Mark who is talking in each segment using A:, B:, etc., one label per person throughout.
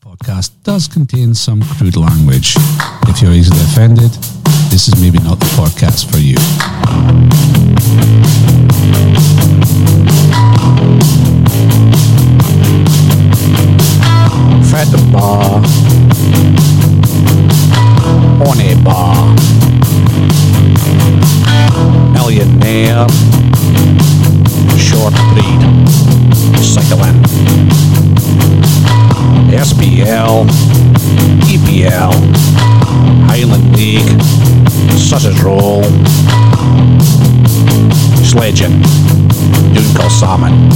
A: podcast does contain some crude language. If you're easily offended, this is maybe not the podcast for you.
B: Fred bar. Horny bar. Millionaire. Short breed. Cycling. SBL. EPL. E Highland League. Sausage roll. Sledging. Dunkel salmon.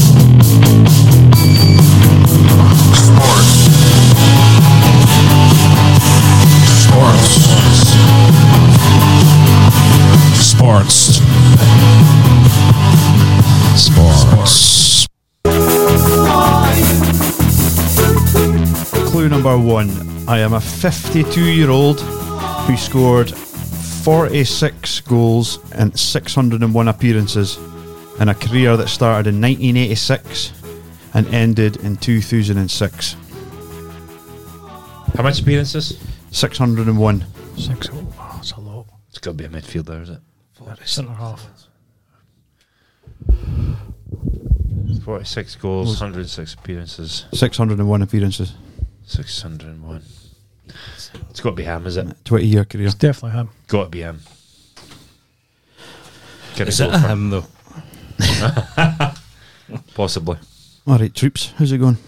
C: Sports. Sports.
A: Sports. Sports.
D: Clue number one I am a 52 year old who scored 46 goals in 601 appearances in a career that started in 1986 and ended in 2006.
E: How much appearances?
D: 601.
F: Six. Oh, wow, that's a lot.
E: It's got to be a midfielder, is it?
F: Centre half.
E: 46 goals, 106 appearances,
D: 601 appearances.
E: 601. It's got to be him, is it?
D: 20 year career.
F: It's definitely him.
E: Got to be him. Can
G: Is
E: I
G: it
E: go
G: a
E: for-
G: him though?
E: Possibly.
D: All right, troops, how's it going?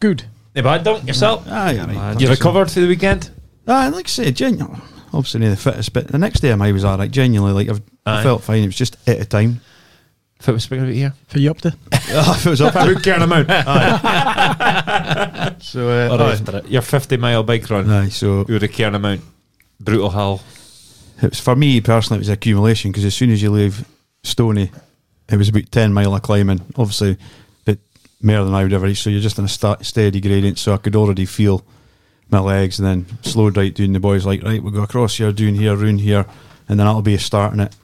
F: Good.
E: Hey, bad dunk yourself.
D: Aye, all right.
E: You recovered through the weekend?
D: Ah, like I say, genuinely, obviously not the fittest, but the next day I was alright. Genuinely, like I've, I
E: Aye.
D: felt fine. It was just at a time. Oh,
E: If it was speaking about here.
F: For you up to?
D: if it was up,
E: Who cares amount?
D: so uh,
E: Or
D: aye.
E: after it. Your 50 mile bike run.
D: Aye, so
E: You would have cared amount. Brutal hell.
D: it was, for me personally, it was accumulation because as soon as you leave Stony, it was about 10 mile of climbing, obviously, but more than I would ever reach. So you're just in a sta steady gradient. So I could already feel my legs and then slowed right doing the boys, like, right, we'll go across here, doing here, round here, and then that'll be a starting it.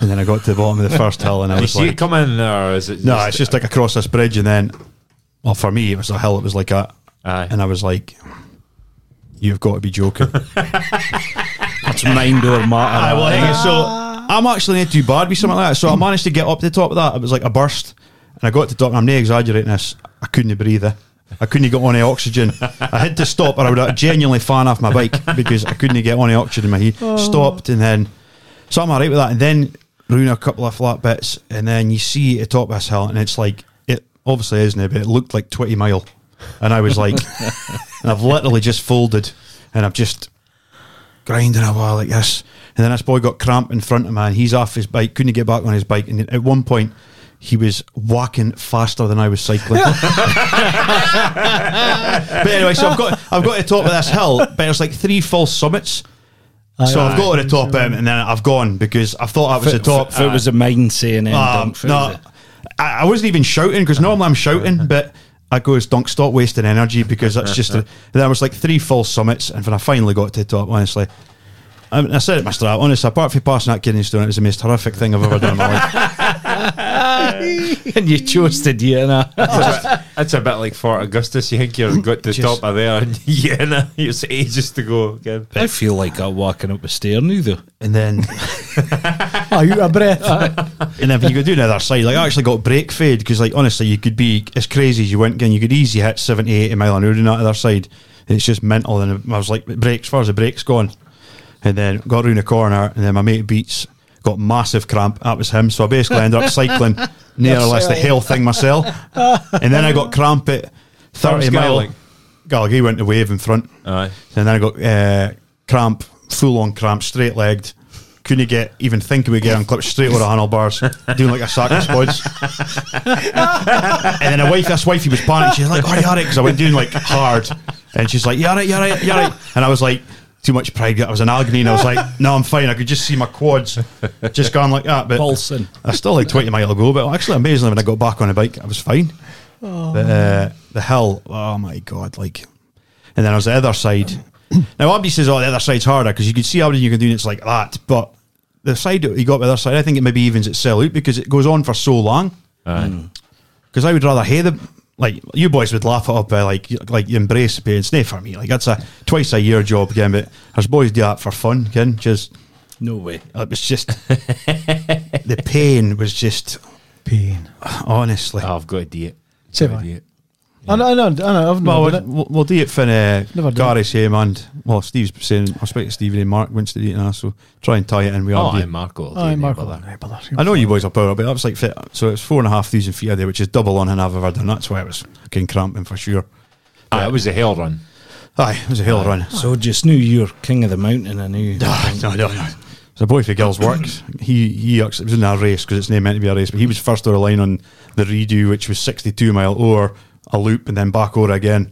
D: And then I got to the bottom of the first hill and I
E: Did you
D: was
E: see
D: like,
E: it coming or is it
D: no,
E: just-
D: it's just like across this bridge. And then, well, for me, it was a hill, it was like a,
E: Aye.
D: and I was like, you've got to be joking.
G: That's mind over matter.
D: I will hang it. So I'm actually not too bad with something like that. So I managed to get up to the top of that. It was like a burst, and I got to the top. And I'm not exaggerating this. I couldn't breathe. eh. I couldn't get on the oxygen. I had to stop, or I would have genuinely fan off my bike because I couldn't get on the oxygen in my heat. Stopped, and then so I'm all right with that. And then ruin a couple of flat bits, and then you see at the top of this hill, and it's like it obviously isn't it, but it looked like 20 mile, and I was like, and I've literally just folded, and I've just grinding a while like this. And then this boy got cramp in front of me, and he's off his bike, couldn't get back on his bike. And at one point, he was walking faster than I was cycling. but anyway, so I've got I've got to the top of this hill, but it's like three false summits. so I've got to the top um, and then I've gone because I thought I was the top.
G: If it was a mind saying him,
D: Um,
G: dump,
D: no,
G: is it?
D: I, I wasn't even shouting because normally I'm shouting, but I goes, "Don't stop wasting energy," because that's just. A, and there was like three false summits, and when I finally got to the top, honestly, I, mean, Um, I said it, Mister. Honestly, apart from passing that kidney stone, it was the most horrific thing I've ever done in my life.
G: and you chose to do it. nah.
E: It's a bit- it's a bit like Fort Augustus. You think you've got to the
D: Just-
E: top of there and yeah, nah, it's ages to go again.
G: I feel like I'm walking up a stair now though.
D: And then,
F: Are you a breath?
D: and then if you go do the other side, like I actually got brake fade because, like, honestly, you could be as crazy as you went, and you could easily hit 70, 80 mile an hour on that other side. And it's just mental, and I was like, brakes, far as the brakes gone. and then got round the corner, and then my mate Beats got massive cramp. That was him. So I basically ended up cycling near or less the hell thing myself. And then I got cramp at
E: was
D: 30 mile.
E: Gaelic.
D: Gaelic, he went to wave in front.
E: Aye.
D: And then I got uh, cramp, full on cramp, straight legged. Couldn't get even think about getting clipped straight over the handlebars, doing like a sack of spuds. and then a wife, this wifey was panicking. She's like, "All right, all right," because I went doing like hard, and she's like, "You're all right, you're all right, you're all right." And I was like, too much pride. I was in agony, and I was like, "No, I'm fine." I could just see my quads just going like that, but
G: Pulsing.
D: I still like 20 mile ago, but actually, amazingly, when I got back on the bike, I was fine. But, uh, the hill, oh my god, like, and then I was the other side. now, Abdi says, "Oh, the other side's harder because you could see everything you can do, and it's like that." But the side that he got by the other side, I think it maybe evens itself out because it goes on for so long. Because I would rather hear the like you boys would laugh it up by like you- like you embrace the pain. It's not for me. Like that's a twice a year job again, but us boys do that for fun, can just
G: No way.
D: it was just the pain was just
F: Pain.
D: honestly.
E: Oh, I've got to do it.
F: Say
E: Got to
F: bye.
E: do it.
F: I know, I know, I know.
D: Well,
F: I've never
D: we'll,
F: done
D: we'll, we'll do it for uh,
F: Never done
D: Gary's home and well, Steve's saying I speak to Stephen and Mark wants to do it now, so try and tie it in. We
E: Oh,
D: are.
E: aye,
D: doing-
E: Marco. will
F: it.
E: do
F: Aye,
E: it,
F: Marco.
E: brother.
F: Aye, brother.
D: I know you boys are power up, but that was like fit. So it's four and a half thousand feet a day, which is double on and I've ever done. That's why it was getting cramping for sure.
E: Aye, it was a hell run.
D: Aye, it was a hell run.
G: So just knew you're king of the mountain. I knew.
D: Ah, No, no, no. So boy for girls works. He he actually it was in a race because it's not meant to be a race, but he was first out of line on the redo, which was sixty two mile over a loop and then back over again.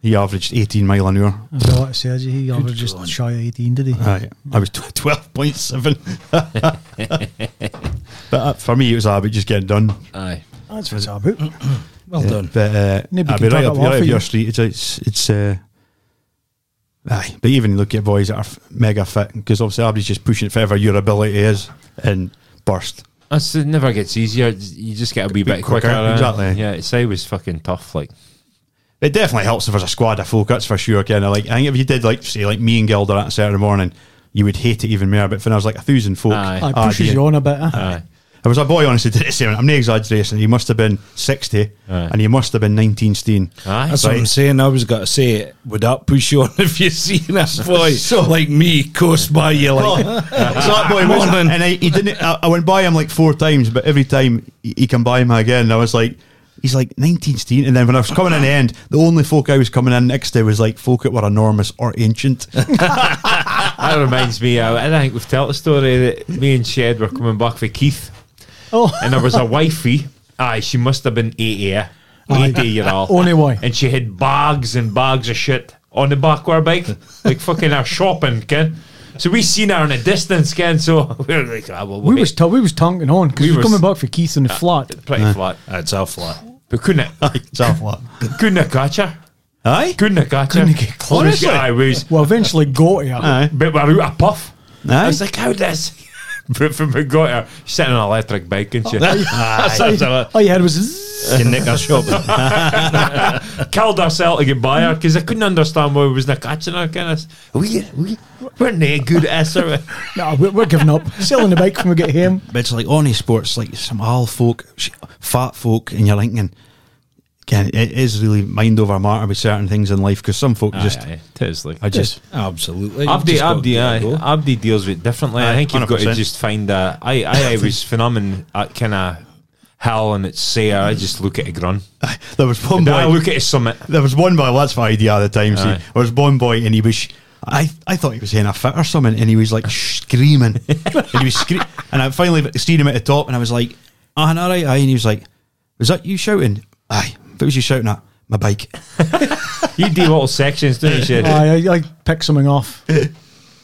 D: He averaged eighteen mile an hour.
F: I know what Sergi, he averaged just shy of 18, did he?
D: Aye, I was twelve point seven. But uh, for me, it was about just getting done.
E: Aye.
F: That's what it's all about.
G: Well done.
D: But uh,
F: Nobody
D: I'd
F: can
D: be right
F: talk
D: up,
F: it
D: right
F: off
D: up
F: of
D: your
F: you.
D: street. It's it's, it's uh, aye. But even look at boys that are f- mega fit because obviously Abby's just pushing it for whatever your ability is and burst.
E: That's, it never gets easier. You just get a wee
D: Bit
E: bit quicker.
D: quicker,
E: eh?
D: exactly.
E: Yeah, say was fucking tough. Like,
D: It definitely helps if there's a squad of folk, that's for sure. Kind of like I think if you did like say like me and Gilda that Saturday morning, you would hate it even more. But for now, it's like a thousand folk.
E: Aye.
F: Aye,
D: Ah,
F: pushes
D: dear.
F: you on a bit. eh?
E: aye.
D: There was a boy honestly did it. Same. I'm not exaggerating. He must have been sixty,
E: Aye.
D: and he must have been nineteen. Steen.
E: Aye.
G: That's what I'm
D: Right.
G: saying. I was going to say, would that push you on if you seen us boy like me coast by you like?
D: so that boy was,
G: Morning.
D: and I, he didn't. I, I went by him like four times, but every time he, he come by him again, I was like, he's like 19, Steen. And then when I was coming in the end, the only folk I was coming in next to was like folk that were enormous or ancient.
E: That reminds me, uh, I think we've told the story that me and Shed were coming back for Keith,
F: Oh,
E: and there was a wifey. Aye, she must have been 80, eh? 80 year old.
F: Only why.
E: And she had bags and bags of shit on the back of her bike, like fucking her shopping, ken. So we seen her in a distance, ken. So we were like, ah, well,
F: we was t- we was tonking on because
E: We
F: we were
E: was-
F: coming back for Keith on the flat.
E: pretty flat.
G: That's our flat.
E: But couldn't
D: it's awful. lot.
E: couldn't catch her.
D: Aye.
E: Couldn't catch her.
F: Couldn't get close.
E: Honestly, I was.
F: Well, eventually got here.
D: Aye.
E: But we're out of puff. I
D: Aye.
E: was like, how does? But from we got her, she's sitting on an electric bike and she
G: That's our
F: All you had was zzz,
G: you nick our shop.
E: killed herself to get by her because I couldn't understand why we was not catching her. Kind of, we we we're not good at this, are we?
F: no, we're, we're giving up. Selling the bike when we get home.
D: But it's like honest sports, like some all folk, sh- fat folk, and you're thinking, can it is really mind over matter with certain things in life because some folk just,
E: Aye, aye, it is like
D: I just,
G: Absolutely.
E: Abdi,
G: You've just got
E: Abdi,
G: to
E: aye.
G: go.
E: Abdi deals with it differently. I
D: Aye,
E: think you've got to
D: 100%.
E: just find a. I I, I was phenomenon at kind of hell and its sayer. I just look at a grun.
D: there was one
E: I
D: boy,
E: look at a summit.
D: there was one boy, well, that's my idea at the time. See,
E: Aye.
D: there was one boy, and he was, I, I thought he was in a fit or something, and he was like screaming, and he was screaming, and I finally seen him at the top, and I was like, ah, oh, all right, aye, and he was like, was that you shouting? Aye, what was you shouting at? My bike.
E: You do little sections, don't you? Shed?
F: Aye, I, I pick something off.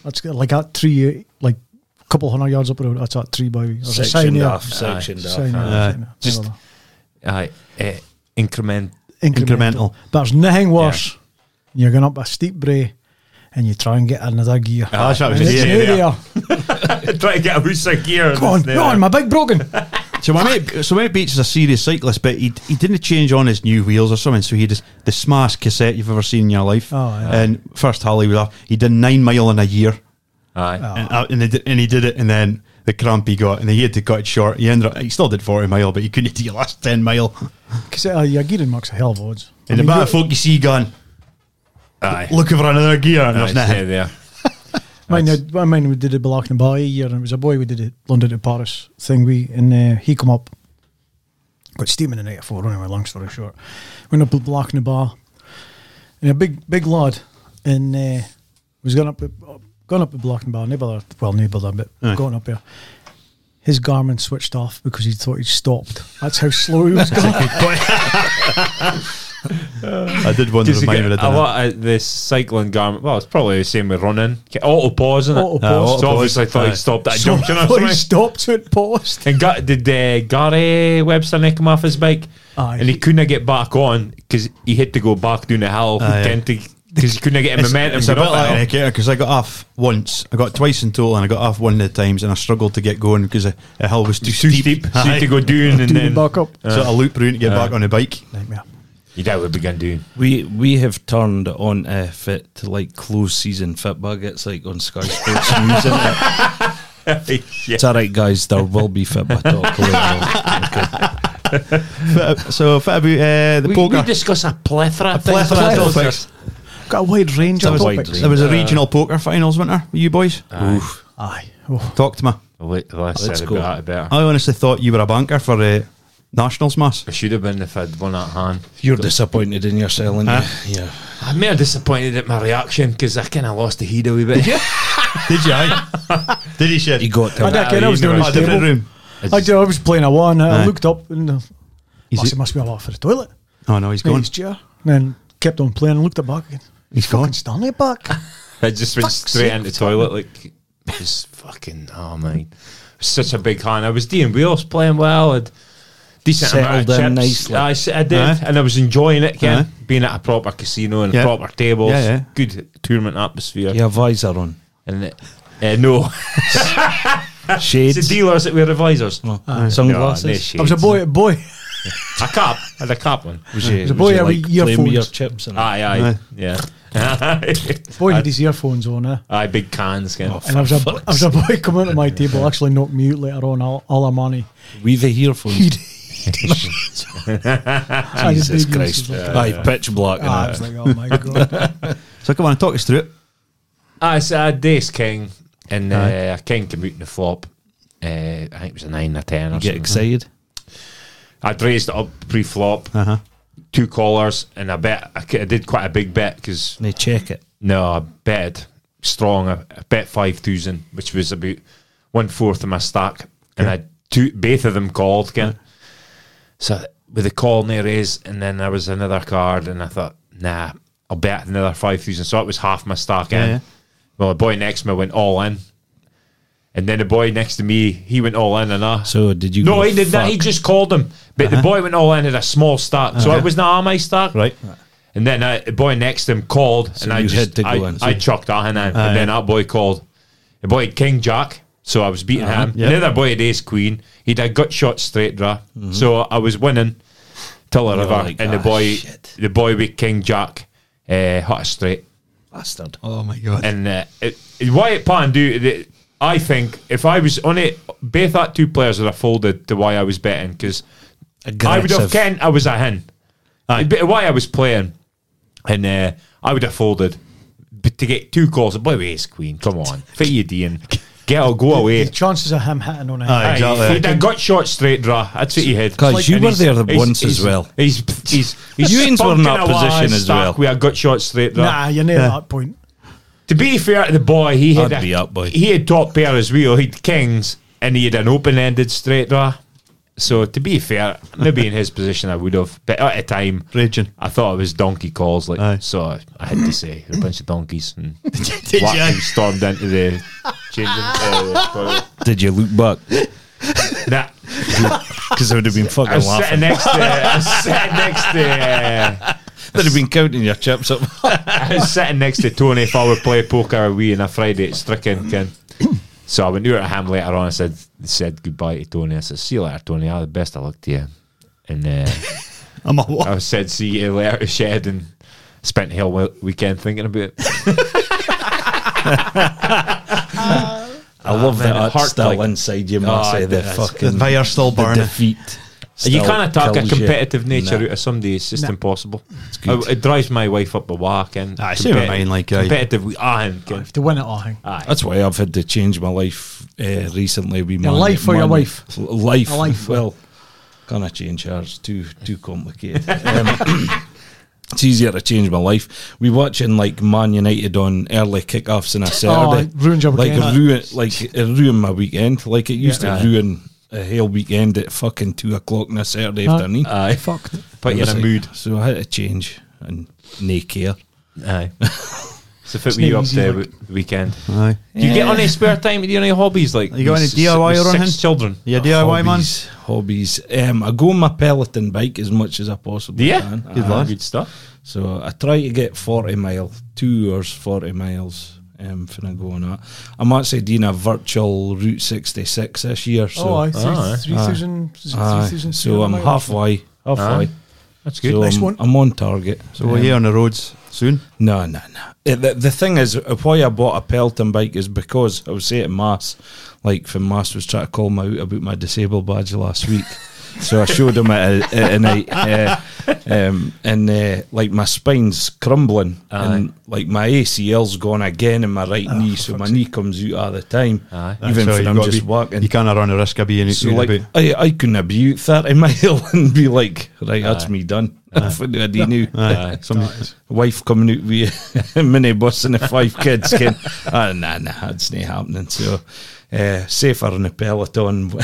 F: That's good. like that tree, like a couple hundred yards up the road. That's that tree by there's a sign
G: Sectioned
F: there.
G: off. Sectioned off.
F: Sign there,
D: Aye.
F: sign there.
E: Just-
F: Never
E: Aye, eh, increment.
F: mind.
D: Incremental.
F: But there's nothing worse. You're going up a steep bray and you try and get another gear.
D: Ah, that's what I was
F: And it's
D: saying,
F: new
D: yeah.
F: there.
E: Try to get a wee gear.
F: Come on, come on, my bike broken.
D: So my mate, so my mate Beach is a serious cyclist, but he he didn't change on his new wheels or something. So he had his, the smash cassette you've ever seen in your life.
F: Oh, yeah.
D: And first Harley was off. He did nine mile in a year,
E: Aye.
D: and, uh, and, they did, and he did it. And then the cramp he got, and he had to cut it short. He ended up he still did forty mile, but he couldn't do the last ten mile.
F: Because uh, your gearing marks a hell of odds. I
D: And the
F: mean,
D: amount
F: you're-
D: of folk you see going
E: Aye.
D: looking for another gear, and
E: Aye,
D: there's
E: stay
D: nothing.
E: there.
F: Mine, had- well, mine, we did a Balachnabay year, and it was a boy we did a London to Paris thing. We and uh, he come up, got steam in the night before. Anyway, long story short, went up to Balachnabay, and a big big lad, and uh, was going up, going up to Balachnabay, neighbour, well neighbour, but
D: Aye.
F: going up there. His garment switched off because he thought he'd stopped. That's how slow he was going.
D: I did wonder
E: Does
D: if
E: he
D: mine
E: get
D: would have
E: a
D: done that.
E: lot of this cycling garment? Well, it's probably the same with running. Auto pause, isn't it?
F: Auto pause.
E: So
D: Auto
E: obviously, I
D: pause.
E: thought
D: Aye.
E: he stopped at a
F: So
E: junction or
F: before he
E: something.
F: stopped, so it paused.
E: And got, did uh, Gary Webster nick him off his bike?
F: Aye.
E: And he couldn't get back on because he had to go back down the hill
D: Aye.
E: because he couldn't get a
D: It's-
E: momentum.
D: It's a
E: going
D: bit
E: up that
D: like
E: hill.
D: because I got off once. I got twice in total, and I got off one of the times, and I struggled to get going because the the hill was too,
E: Too oh, steep, so he
D: Aye.
E: had to go down and
F: Doing it
E: then
F: back up.
G: Uh,
D: So a loop route to get back on the bike.
F: Nightmare.
E: You doubt what we going to do.
G: We we have turned on a fit to like close season fit bug. It's like on Sky Sports News. Isn't it? It's all right, guys. There will be fit bug talk later on. Okay.
D: so, fit about uh, the
E: we,
D: poker.
E: we discuss a plethora of things.
D: plethora of topics.
F: Got a wide range
G: That
F: of
G: was wide
F: topics.
G: range.
D: There was a regional poker finals winter. You boys,
G: Oof.
F: Aye. Oh,
D: talk to me.
E: Let, let's
G: Let's
E: say
G: go.
E: about it better.
D: I honestly thought you were a banker for uh, nationals, mass.
E: I should have been if I'd won at hand.
G: You're disappointed in yourself, aren't you? Yeah.
E: I'm more disappointed at my reaction because I kind of lost the heat a wee bit. Yeah.
D: Did you? aye? Did he shit?
G: You got
F: I,
G: to.
E: that-
F: reckon I was
E: you
F: doing
E: know,
D: Oh,
F: a
D: different
F: table.
D: room.
F: I, did, I was playing a one. and I
D: Aye.
F: looked up and uh,
D: He's,
F: must, it must be a lot for the toilet.
D: oh no, he's
F: Made
D: gone.
F: his chair. And then kept on playing and looked at back again.
D: He's gone.
F: Fucking Stanley back.
E: I just went
F: Fuck's
E: straight
F: sake,
E: into the toilet. Like, it's fucking, oh man. Such a big hand. I was doing wheels playing well. I'd decent amount of
G: Settled in
E: chips.
G: nicely.
E: I, s- I did.
D: Aye.
E: And I was enjoying it, Ken.
D: Aye.
E: Being at a proper casino and
D: Yeah.
E: proper tables.
D: Yeah, yeah.
E: Good tournament atmosphere.
G: You have visor on.
E: And it, uh, no, it's the
G: Shades.
E: dealers that were advisors.
G: Oh,
E: No, no
G: sunglasses.
E: shades.
F: I was a boy. A boy.
E: A cap. I had a cap one.
G: Was you,
F: a boy
G: was you,
F: every
G: like,
F: year
G: play me
F: phones.
G: your chips and
E: Aye, aye.
D: Aye.
E: Yeah.
F: Boy
E: aye,
F: had his earphones on. Eh?
E: aye, big cans, Ken.
F: And I was, a, I was a boy coming to my table, actually knocked me out later on, all, all our money.
G: we've a earphones.
F: I just
G: Jesus
F: made me
G: Christ.
F: just like,
G: Aye, pitch black. uh,
F: ah, I was like, oh my God.
D: So come on, talk us through it.
E: I said Ah, a Dace King, and uh, a King came out in the flop. Uh, I think it was a 9 or 10 or
G: You get
E: something.
G: excited.
E: I'd raised it up pre flop,
D: Uh huh.
G: Uh-huh.
E: two callers, and I bet I, ca- I did quite a big bet because
G: And they check it.
E: no, I bet strong. I, I bet 5,000, which was about one fourth of my stack, and I two both of them called, Ken. So with the call near raise, and then there was another card, and I thought, nah, I'll bet another five thousand. So it was half my stock in.
D: yeah.
E: Well, the boy next to me went all in, and then the boy next to me he went all in, and I.
G: So did you?
E: no,
G: go,
E: he did not.
G: "Fuck."
E: He just called him, but
G: Uh-huh.
E: the boy went all in at a small stock, so it was not on my stock.
D: Right.
E: And then I, the boy next to him called, and I
G: you
E: just
G: had to go
E: I,
G: in, so-
E: I chucked that in, and then that boy called. The boy had King Jack, so I was beating
G: Uh-huh.
E: him.
D: yeah.
E: The other boy had Ace Queen. He had a gut shot straight draw,
G: Mm-hmm.
E: so I was winning till the river,
G: like,
E: and the
G: "Ah,
E: boy,
G: shit."
E: the boy with King Jack, uh, hot a straight,
G: Bastard.
D: Oh my god.
E: and uh, it, it- why it pan do. The, I think if I was on it, both that two players would have folded to why I was betting because I would have
G: Aggressive.
E: Ken. I was a hen. But why I was playing, and uh, I would have folded but to get two calls. Boy, with ace queen, come on, fit you, Dean. Get or go away.
F: The chances of him hitting on it.
D: Aye. exactly.
E: He done got shot straight draw. That's what he had.
G: Guys, you
E: And
G: were
E: he's-
G: there the
E: he's-
G: once as
E: he's-
G: well.
E: He's he's he's
G: You ain't were in that
E: spunking a
G: position
E: wise
G: as
E: stack
G: well.
E: We had got shot straight draw.
F: Nah, you're near
D: Yeah.
F: that point.
E: To be fair to the boy, he had
G: I'd
E: a-
G: be up, boy.
E: He had top pair as well. He'd kings and he had an open-ended straight draw. So to be fair, maybe in his position I would have, but at the time,
D: Raging.
E: I thought it was donkey calls. Like
D: Aye.
E: so, I had to say a bunch of donkeys and whacked him, stormed into the changing. Uh, toilet.
G: Did you look back?
E: Nah,
G: Because I would have been
E: I
G: fucking
E: was
G: laughing.
E: sitting next to, I was sitting next to, uh,
G: They'd have been counting your chips up.
E: I was sitting next to Tony if I would play poker a wee on a Friday at Stricken. Ken. So I went out at him later on. I said said goodbye to Tony. I said, "See you later, Tony. All the best of luck to you." And uh,
D: I'm a what?
E: I said, "See you later, Shed." And spent the whole we- weekend thinking about it.
G: I love
E: Ah, man,
G: that.
E: heart
G: That's still
E: like-
G: inside you,
E: Oh,
G: must say. The
E: that's-
D: The
G: fucking
D: fire still
G: the
D: burning.
G: defeat.
E: you
G: still
E: can't talk a
G: kills you.
E: competitive nature
G: Nah.
E: out of somebody. It's just
F: Nah.
E: impossible.
G: good.
E: I- it drives my wife up the walk and
D: Aye, same with mine, like, aye.
E: competitive. we are in, Ken.
F: If they win it, I think.
E: Aye.
G: That's why I've had to change my life uh, recently. We
F: Your life or your wife?
G: Life.
F: Your life.
G: Well, gonna change hers. Too too complicated. um, it's easier to change my life. We watching like Man United on early kickoffs on a Saturday.
F: it ruins your
G: like
F: weekend.
G: it ruin like it ruined my weekend. Like it used
E: Yeah.
G: to ruin a whole weekend at fucking two o'clock on a Saturday
F: Aye.
G: afternoon.
E: Aye. Fucked. Put you in a mood.
G: So I had to change and nae care.
E: Aye. so fit were you up
F: easy,
E: there
F: like-
E: w- weekend?
D: Aye.
E: Do you get any spare time? Do you have any hobbies? Like
D: You got
E: with
D: any
E: s-
D: DIY
E: with
D: or
E: six
D: anything?
E: children?
D: Yeah, DIY man.
G: hobbies, Hobbies. Um, I go on my Peloton bike as much as I possibly
E: Yeah,
G: can.
E: good,
G: Aye.
E: lad. Ah, good stuff.
G: So I try to get 40 mile, two hours, 40 miles um, for I go on that. I'm actually doing a virtual Route 66 this year. So,
F: oh, aye. Three,
E: aye.
F: three thousand- three
G: Aye,
F: thousand
G: so I'm
F: miles.
G: halfway. Halfway.
E: Ah, That's
G: So
E: Nice
G: I'm,
E: one.
G: I'm on target.
D: So we're here Oh, on the roads soon.
G: No, no, no. Eh, The, the thing is, eh, why I bought a Pelton bike is because I was saying to Mass, like, from Mass was trying to call me out about my disabled badge last week. so I showed him at a, at a night, eh, um, and eh, like my spine's crumbling, and like my ACL's gone again in my right knee, so my knee comes out all the time,
E: Aye.
G: even
D: That's how
G: when
D: you
G: I'm
D: gotta
G: just
D: be-
G: walking.
D: You can't run the risk of being
G: So
D: out and
G: like
D: about.
G: I, I couldn't abuse that in my hill and be like, right, that's me done. If I do, I do now.
D: Aye. Some-
G: Wife coming out with a minibus and the five kids. Can, oh, nah, nah, that's not happening. So uh, safer in a peloton while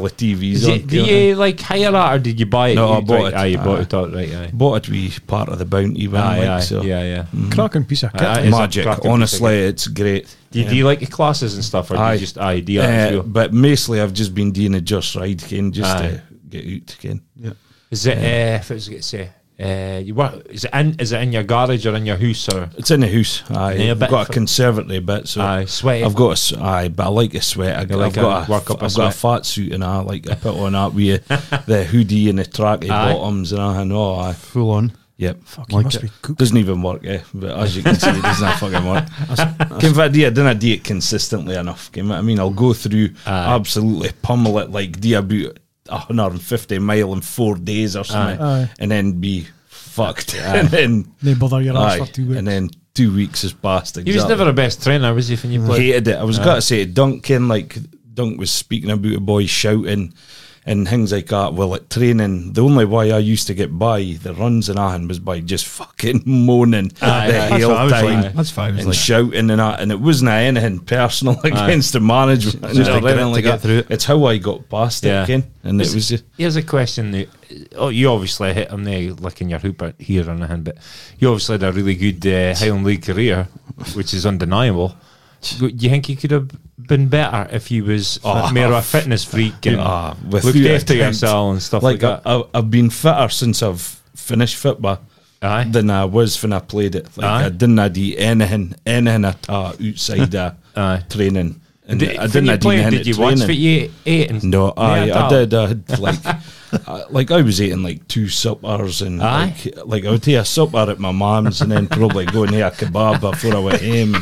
G: the TV's
E: Is
G: on.
E: it, do you like hire that or did you buy it?
G: No, I
E: You-
G: bought
E: right,
G: it.
E: Aye, Mm. you bought
G: Aye.
E: it. All right, aye.
G: Bought it with part of the bounty van.
E: Aye,
G: like,
E: aye,
G: so.
E: yeah, yeah.
F: Cracking piece of kit.
E: Aye, aye. It's a
G: Magic,
E: cracking piece of
G: honestly, it's great.
E: Do you, do you like your classes and stuff, or do
G: Aye.
E: you just aye, do you
G: Uh,
E: actually-
G: but mostly I've just been doing a just ride, Ken, just
E: Aye.
G: to get out, Ken.
E: Is it? Uh, if it was to say, uh, you work, is it in? Is it in your garage or in your house or?
G: It's in the house. Aye,
E: Yeah, a
G: I've
E: bit
G: got a
E: for-
G: conservatory bit, so
E: Aye, sweaty.
G: I've got a s- aye, but I like a sweat. I,
E: You like
G: have got
E: a
G: a,
E: work up a
G: I've got a
E: sweat.
G: fat suit and I like I put on that with the hoodie and the tracky
E: Aye.
G: bottoms and I know. Aye,
D: Full on.
G: yep.
F: Fuck, you
D: Like
F: must
D: it.
F: be cooked.
G: Doesn't even work, eh? But as you can see, it doesn't fucking work. In fact, yeah, I didn't do it consistently enough. Can you know what I mean, I'll go through
E: Aye.
G: absolutely pummel it like do about 150 mile in four days or something,
F: Aye.
G: and then be fucked, and then
F: They bother your ass
G: Aye,
F: for two weeks.
G: And then two weeks has passed. Exactly.
E: He was never a best trainer, was he? When you played,
G: hated it. I
D: uh,
G: was gonna say Duncan, like Dunk was speaking about a boy shouting and things like that. Well, at training, the only way I used to get by the runs and ahan was by just fucking moaning
D: Ah,
E: Aye,
G: the
E: aye.
G: whole
D: what I was
G: time.
D: like. That's fine. I was
G: And
D: like-
G: shouting and that, and it wasn't anything personal against the management.
D: It's just
G: or
D: a grit
G: anything
D: to get
G: that.
D: through it.
G: It's how I got past
E: Yeah.
G: it, Ken. And it was just,
E: Here's a question that oh, you obviously hit him there, licking your hoop out here or anything, but you obviously had a really good uh, Highland League career, which is undeniable. Do you think you could have been better if you was
G: Oh,
E: more of a fitness freak and
G: Ah, with
E: looked
G: you
E: after
G: attempt.
E: yourself and stuff like,
G: like,
E: that?
G: I, I, I've been fitter since I've finished football.
E: Aye.
G: than I was when I played it. Like
E: Aye.
G: I didn't do anything, anything at all outside of
E: Aye.
G: training. And
E: Did-
G: I
E: when
G: didn't
E: you
G: do
E: played,
G: anything
E: did
G: at
E: you watch
G: training.
E: what you ate? And
G: No, aye,
E: Yeah,
G: I
E: dog.
G: did. I had like, I, like I was eating like two suppers and
E: Aye.
G: like, like I would take a supper at my mum's and then probably go and eat a kebab before I went home.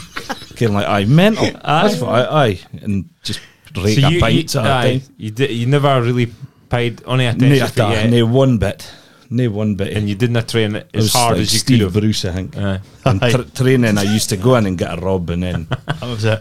G: Kind of like aye, mental. That's what I aye, and just rake a pint at a
E: aye,
G: time.
E: you, di- you never really paid any
G: Nay,
E: attention
G: at
E: to
G: all,
E: it,
G: nay one bit, nay one bit.
E: and you didn't train
G: It was
E: as hard
G: like
E: as you
G: Steve
E: could have.
G: Bruce, I think.
E: Aye.
G: And tra- training, I used to go in and get a rob and then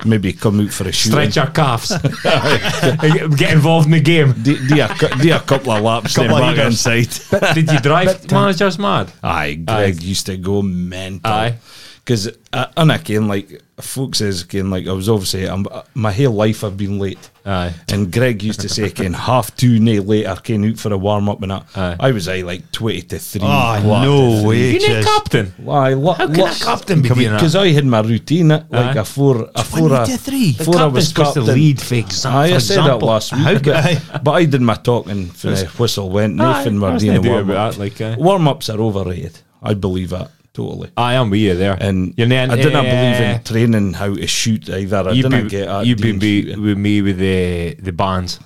G: maybe come out for a shoot.
E: Stretch our calves, get involved in the game.
G: Do, do, a, cou- do a couple of laps then
D: Couple
G: back
D: of heaters.
G: inside.
E: Did you drive
G: uh,
E: managers mad?
G: Aye, Greg used to go mental.
E: Aye.
G: Because, uh, and again, like, folks says, again, like, I was obviously, I'm, uh, my whole life I've been late.
E: Aye.
G: And Greg used to say, can half two, nay later, came out for a warm up and that.
E: Aye.
G: I was, aye, like 20 to 3.
D: Oh,
G: quarter to
D: no
G: three.
D: way.
E: You need
D: Cheers.
E: captain.
G: Why? What?
E: How can a captain be doing that?
G: Because I had my routine, eh, like
E: Aye.
G: a four, a four, a, three.
E: The
G: four. I was
E: captain's supposed to
G: captain.
E: lead, for exa-
G: Aye, I
E: for
G: said that
E: example.
G: last week, but, but I did my talking for the whistle went.
E: Aye,
G: Nothing were
E: there's
G: doing
E: nothing to do
G: warm
E: about
G: up.
E: that, like, uh, aye.
G: warm ups are overrated. I believe that totally.
E: I am with you there.
G: And
E: You're not-
G: I didn't
E: eh,
G: believe in training how to shoot either. I
E: You've
G: didn't
E: been,
G: get that.
E: you've been
G: Dean
E: be-
G: shooting.
E: with me with the the bands.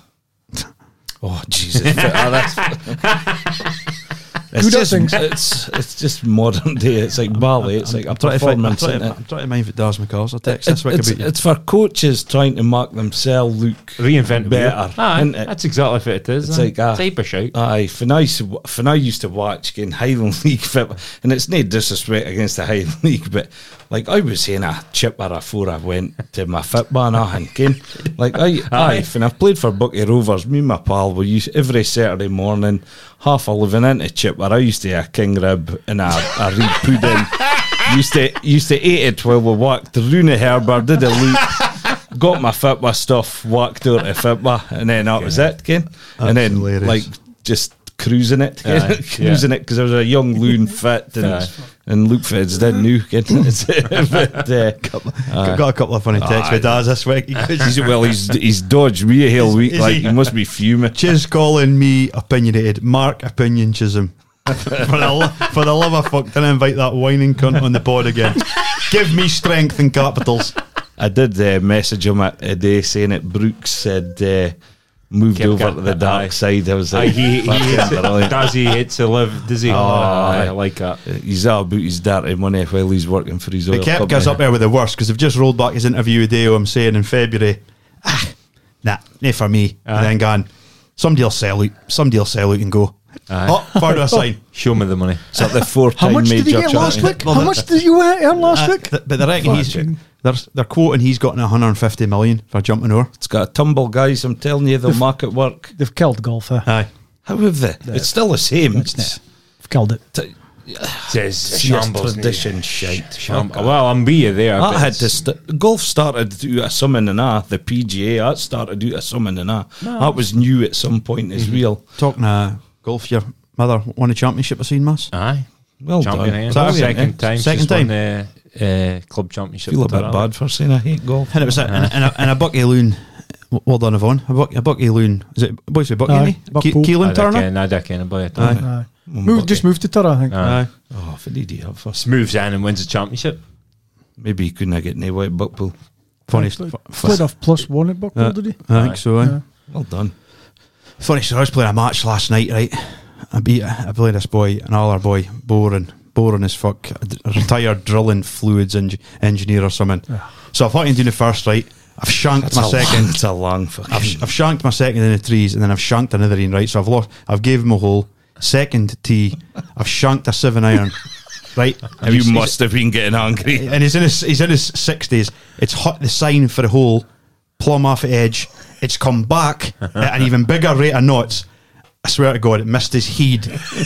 G: Oh Jesus! Oh, that's-
F: Who
G: It's just,
F: does things?
G: it's, it's just modern day. It's like ballet. It's like a
D: I'm trying to find. I'm
G: performance.
D: trying
G: isn't
D: to-
G: it?
D: I'm trying to mind if it does McCall's text this week
G: it's,
D: about you.
G: it's for coaches trying to make themselves look
E: Reinvent the wheel.
G: better.
E: Aye,
G: isn't it?
E: that's exactly what it is.
G: It's
E: aye.
G: like uh, a-
E: type of shout.
G: Aye, when I, used to wa- when I used to watch in Highland League, fit- and it's no disrespect against the Highland League, but like I was saying, a chip or a four, I went to my football and I came. Like I, aye, when I played for Bucky Rovers, me and my pal we used every Saturday morning, half eleven into chip, where I used to eat a king rib and a, a reed pudding. used to used to eat it while we walked through the harbour, did a loop got my FITBA stuff, walked out to FITBA, and then that was it, Ken. and then,
D: hilarious.
G: like, just cruising it, Ken.
E: Aye,
G: cruising it 'cause it, because I was a young loon fit, and,
E: Aye.
G: and Luke Fitz didn't know, Ken. but, uh,
D: I've got a couple of funny texts with Daz this week. He goes,
G: he's, well, he's, he's dodged me a whole week,
D: Is
G: like,
D: he?
G: he? must be fuming.
D: Chiz calling me opinionated. Mark Opinion Chisholm. for, the lo- for the love of fuck, didn't invite that whining cunt on the pod again. Give me strength in capitals.
G: I did uh, message him a, a day saying that Brooks said uh, moved
E: Kept
G: over
E: going.
G: to the
E: Aye.
G: dark side. I was
E: Aye,
G: like,
E: he, he
G: "Fucking
E: hates it.
G: brilliant."
E: Does he hate to live? Does he?
G: Oh,
E: Aye,
G: aye.
E: I like that.
G: He's all about his dirty money while he's working for his oil
D: They kept
G: company.
D: guys up there with the worst because they've just rolled back his interview with Deo. I'm saying in February, ah, nah, not for me.
E: Aye.
D: And then gone, somebody will sell out, somebody will sell out and go. Oh, far do I sign.
E: Show me the money.
G: It's like the four-time major champion.
F: week? How much did you earn last
D: Uh, th- but they reckon he's,
F: Oh, Fucking-
D: they're, they're quoting he's gotten 150 million for jumping over.
G: It's got a tumble, guys. I'm telling you, they'll mark it work.
F: They've killed golf there.
D: Aye.
G: How have they? It's still the same. It's
F: They've killed it.
G: t-
E: Says
G: it's just tradition shite.
E: Shamb- well, I'm be you there.
G: That
E: but
G: had
E: it's-
G: to st- golf started to a summon and ah the PGA that started to a summon and ah that was new at some point as
F: Mm-hmm.
G: well.
D: Talking uh, golf, your mother won a championship, I've seen, Mass.
E: Aye.
G: Well
E: Champion,
G: done.
E: eh?
D: Brilliant,
E: second
D: eh? Second
E: time. Second time.
D: time.
E: Won the, uh, club championship.
G: Feel a
E: with
G: bit
E: Tyrrell.
G: bad for saying I hate golf.
D: And it was a, and, and a, and a Bucky Loon. Well done, Yvonne. A, buck, a Bucky Loon. Is it boys with Bucky?
F: Aye.
D: Aye,
F: Buck
D: Ke-
F: Pope.
D: Keelan
E: I don't
D: Turner.
E: ken- I don't ken about it.
D: Aye.
F: Aye. Move, just moved to Tara, I think.
E: Aye.
G: Oh, if did he have first?
E: Moves in and wins the championship.
G: Maybe he couldn't have gotten away at Buckpool.
D: Funny.
F: Played-
D: st-
F: Played off plus one at Buckpool,
D: Uh,
F: did he?
D: I think so. Aye.
F: Yeah.
G: Well done.
D: Funny story. I was playing a match last night, right? I beat, I played this boy, an all our boy, boring, boring as fuck. A d- a retired drilling fluids eng- engineer or something. So I've fucking done the first, right? I've shanked
G: That's
D: my
G: a
D: second.
G: Long, it's a long
D: I've,
G: fucking.
D: I've shanked my second in the trees, and then I've shanked another in right. So I've lost. I've gave him a hole. Second tee. I've shanked a seven iron. right. And
G: you
D: he's-
G: must have been getting angry.
D: and he's in his he's in his sixties. It's hot the sign for the hole, plumb off the edge. It's come back at an even bigger rate of knots. I swear to God, it missed his heed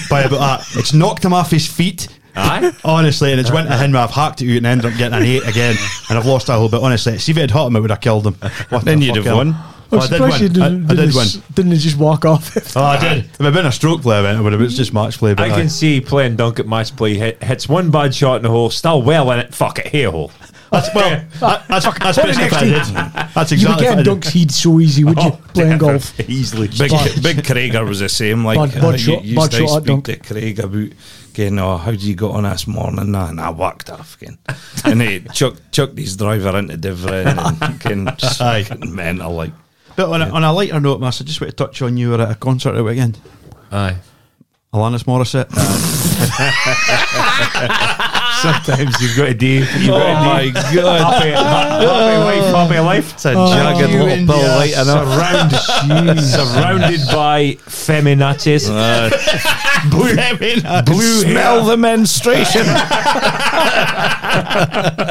D: by about that. It's knocked him off his feet.
E: Aye.
D: Honestly, and it's went to him. I've hacked it out and ended up getting an eight again, and I've lost a hole. But honestly, see if it had hit him, it would have killed him. What
G: Then
D: the
G: you'd
D: fuck
G: have
D: ever.
G: won.
D: Oh, I did win.
F: you
D: I, I did win.
F: s- Didn't you just walk off?
D: Oh, I did. If I'd been a stroke player, then it would have been just match play. But
E: I can see playing dunk at match play. Hit, hits one bad shot in the hole. Still well in it. Fuck it. Here hole.
D: That's, well, that- that's, that's basically what I did. That's
F: you would
D: exactly what
F: get
D: I
F: a
D: did.
F: dunk seed so easy, would you? Playing golf.
E: easily.
G: Big,
F: But-
G: big Craiger was the same. Like,
F: Bud- Bud
G: uh,
F: shot-
G: you used
F: Bud
G: to
F: shot at
G: speak
F: dunk.
G: to Craig about getting, oh, how do you got on this morning? Nah, and I worked off again. And he chucked, chucked his driver into Divrin and getting just
D: Aye.
G: fucking mental. Like,
D: But on, a, on a lighter note, Mass, I just want to touch on you were at a concert at the weekend.
E: Aye.
D: Alanis Morissette.
E: Sometimes you've got to do. You've
G: oh
E: got to
G: my
E: do.
G: God.
E: Happy, happy wife, happy life.
G: It's a jagged
D: Oh, you
G: little bill
D: India.
G: light enough.
E: Surrounded by feminatis.
D: Blue.
E: blue
G: Smell the menstruation.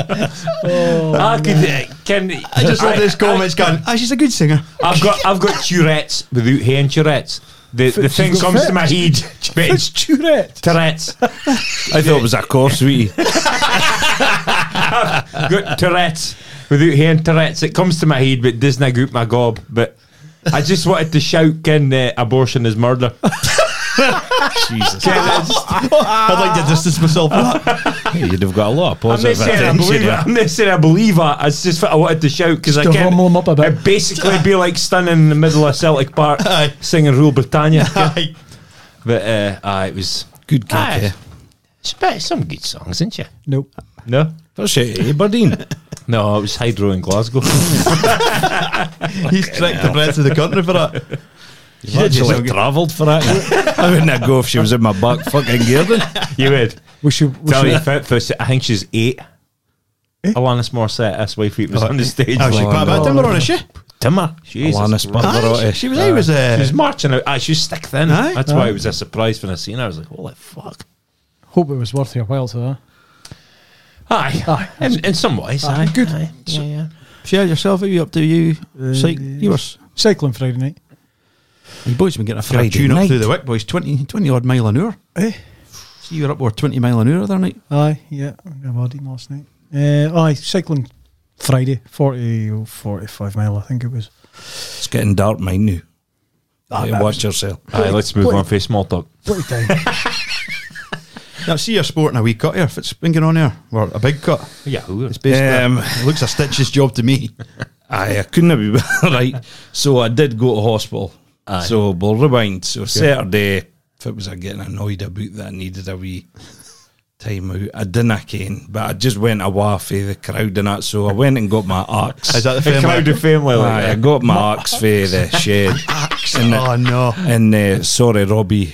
E: I could, uh, can,
D: I just love
E: I-
D: this comments going, ah, she's a good singer.
E: I've got I've got Tourette's without hearing Tourette's. The, the
F: She's
E: thing
F: got
E: comes
F: fit.
E: to my head.
F: It's Tourette.
E: Tourette's.
G: I thought it was a course, sweetie.
E: Got Tourette's without hearing Tourette's. It comes to my head, but doesn't group my gob. But I just wanted to shout, "Can uh, abortion is murder?"
G: Jesus.
E: Ken, I just-
D: I'd like to distance myself from that.
G: You'd have got a lot of
E: I'm not
G: positive
E: saying I
G: attention
E: believe it.
G: there.
E: I'm not saying I believe it. I just I wanted to shout because I
F: to
E: can't.
F: rum 'em up a bit.
E: It'd basically be like standing in the middle of Celtic Park
D: Aye.
E: singing "Rule Britannia."
D: Aye.
E: But uh, aye, it was
G: Good kick,
E: Aye.
G: eh?
E: it's about some good songs, isn't you?
F: Nope.
E: No,
G: That's it, Aberdeen.
E: no, it was Hydro in Glasgow.
D: He's tricked the breadth of the country for that.
G: She actually travelled for that. I wouldn't have go if she was in my back fucking garden.
E: you would.
F: We should. We
E: Tell
F: should
E: you, fit for, I think she's eight. Alanis Morissette, that's why it was on the stage.
D: Oh, she
E: like,
D: put a bit of timber on, is she?
E: Timmer. Jesus.
G: Alanis
E: Christ.
D: Aye, she,
G: Barbarotti.
D: she was, I was uh,
E: She
D: there.
E: was marching out. Aye, she was thick then.
D: Aye.
E: That's why it was a surprise when I seen her. I was like, oh. holy fuck.
F: hope it was worth your while to that.
E: Aye.
F: Aye.
E: In, in some ways. Aye.
F: Ah, Good.
E: Aye. Yeah, yeah.
D: Share yourself, what are you up to? You, psych, you were, s-
F: Cycling Friday night.
D: you boys been getting a fair
G: Friday
D: tune up
G: night.
D: through the wick, boys. 20, 20 odd mile an hour.
F: Eh?
D: See, you were up over 20 mile an hour the other night.
F: Aye, yeah, I had him last night. Uh, aye, cycling Friday, 40 or 45 mile, I think it was.
G: It's getting dark, mind you.
F: Ah,
G: Yeah,
F: that
G: watch yourself.
E: Aye, let's move on for small talk.
F: Bloody time.
D: Now, see, you're sporting a wee cut here. If it's been going on here, or a big cut.
E: Yeah, who
D: It's basically,
G: Um,
D: it looks a stitches job to me.
G: Aye, I couldn't have been right. So I did go to hospital. So we'll rewind. So Saturday, if it was I getting annoyed about that, I needed a wee time out. I didn't ken, but I just went away for the crowd and that. So I went and got my axe.
D: Is that the
E: A
D: family?
E: crowd of family like
G: Aye, I
E: that.
G: got my axe for the shed. And,
D: Oh, no.
G: And uh, sorry, Robbie,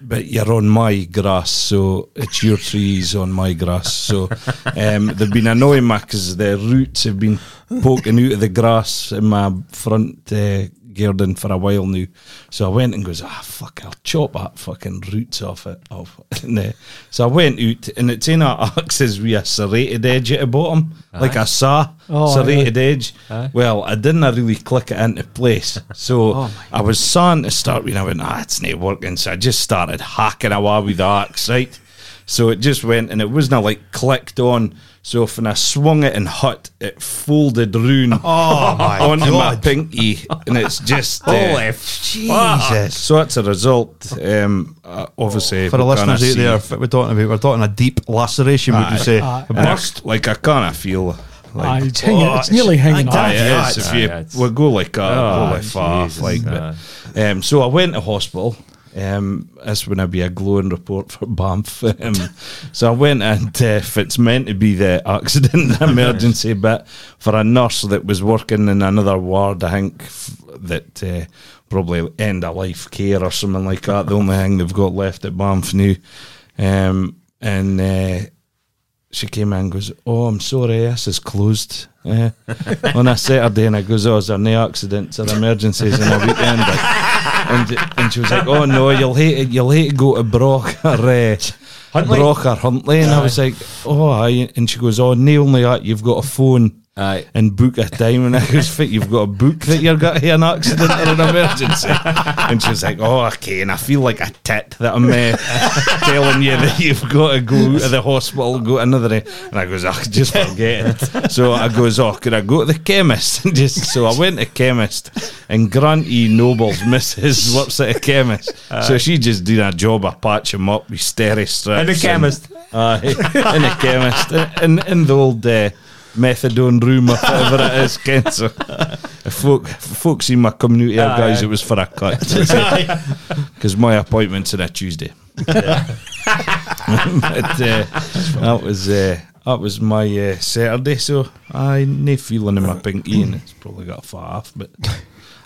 G: but you're on my grass, so it's your trees on my grass. So um, they've been annoying me because the roots have been poking out of the grass in my front uh, garden for a while now. So I went and goes, ah, fuck, I'll chop that fucking roots off it. Off. And, uh, so I went out, and it's in our axes with a serrated edge at the bottom, like a saw,
F: Oh, aye,
G: serrated edge. Well, I didn't really click it into place. So
D: Oh
G: I was sawing to start with, and I went, ah, it's not working. So I just started hacking away with the axe, right? So it just went, and it wasn't like clicked on. So if when I swung it and hut, it folded round
D: Oh my
G: onto my
D: God.
G: pinky, and it's just
E: Holy
G: uh,
D: Jesus.
G: So that's a result. Um, uh, obviously,
D: For the
G: we can't
D: listeners out
G: see-
D: there, if we're talking about, we're talking a deep laceration, would
G: Aye.
D: you say?
F: Aye.
D: A
G: and I-
D: burst?
G: Like I can't feel.
F: Uh, Aye,
G: Like,
F: it's hanging-
E: Oh,
F: it's nearly hanging
G: Aye,
F: off.
G: it
D: Yeah,
G: is.
E: it's-
G: If you-
E: aye, it's-
G: we'll go like a
E: Oh,
G: go like far off
E: Jesus,
G: like that. Um, so I went to hospital. Um, this would be a glowing report for Banff. Um, so I went and uh, if it's meant to be the accident emergency bit for a nurse that was working in another ward, I think f- that uh, probably end of life care or something like that. The only thing they've got left at Banff now. Um, and uh, she came in and goes, Oh, I'm sorry, this is closed uh, on a Saturday. And I goes, Oh, is there no accidents or emergencies on a weekend? Like, and, and she was like, Oh, no, you'll hate it. You'll hate to go to Brock or, uh,
E: Huntley.
G: Brock or Huntley. And I was like, Oh, aye. And she goes, Oh, no, only that, you've got a phone.
E: Aye.
G: And book a time, and I goes, "Fit, you've got a book that you've got here an accident or an emergency." And she's like, "Oh, okay." And I feel like a tit that I'm uh, telling you that you've got to go to the hospital, go to another. end. And I goes, "I just forget it." So I goes, "Oh, could I go to the chemist?" And just so I went to chemist, and Granty Noble's missus works at a chemist, so she just did a job of patching him up with steri strips.
E: And the chemist.
G: Aye, in a chemist, in, in, in the old uh, methadone room or whatever it is, cancer. Folk, folks in my community, are
E: Aye,
G: guys,
E: aye.
G: it was for a cut because my appointment's on a Tuesday. but, uh, that was uh, that was my uh, Saturday, so I no feeling in my pinky, and it's probably got far off, but.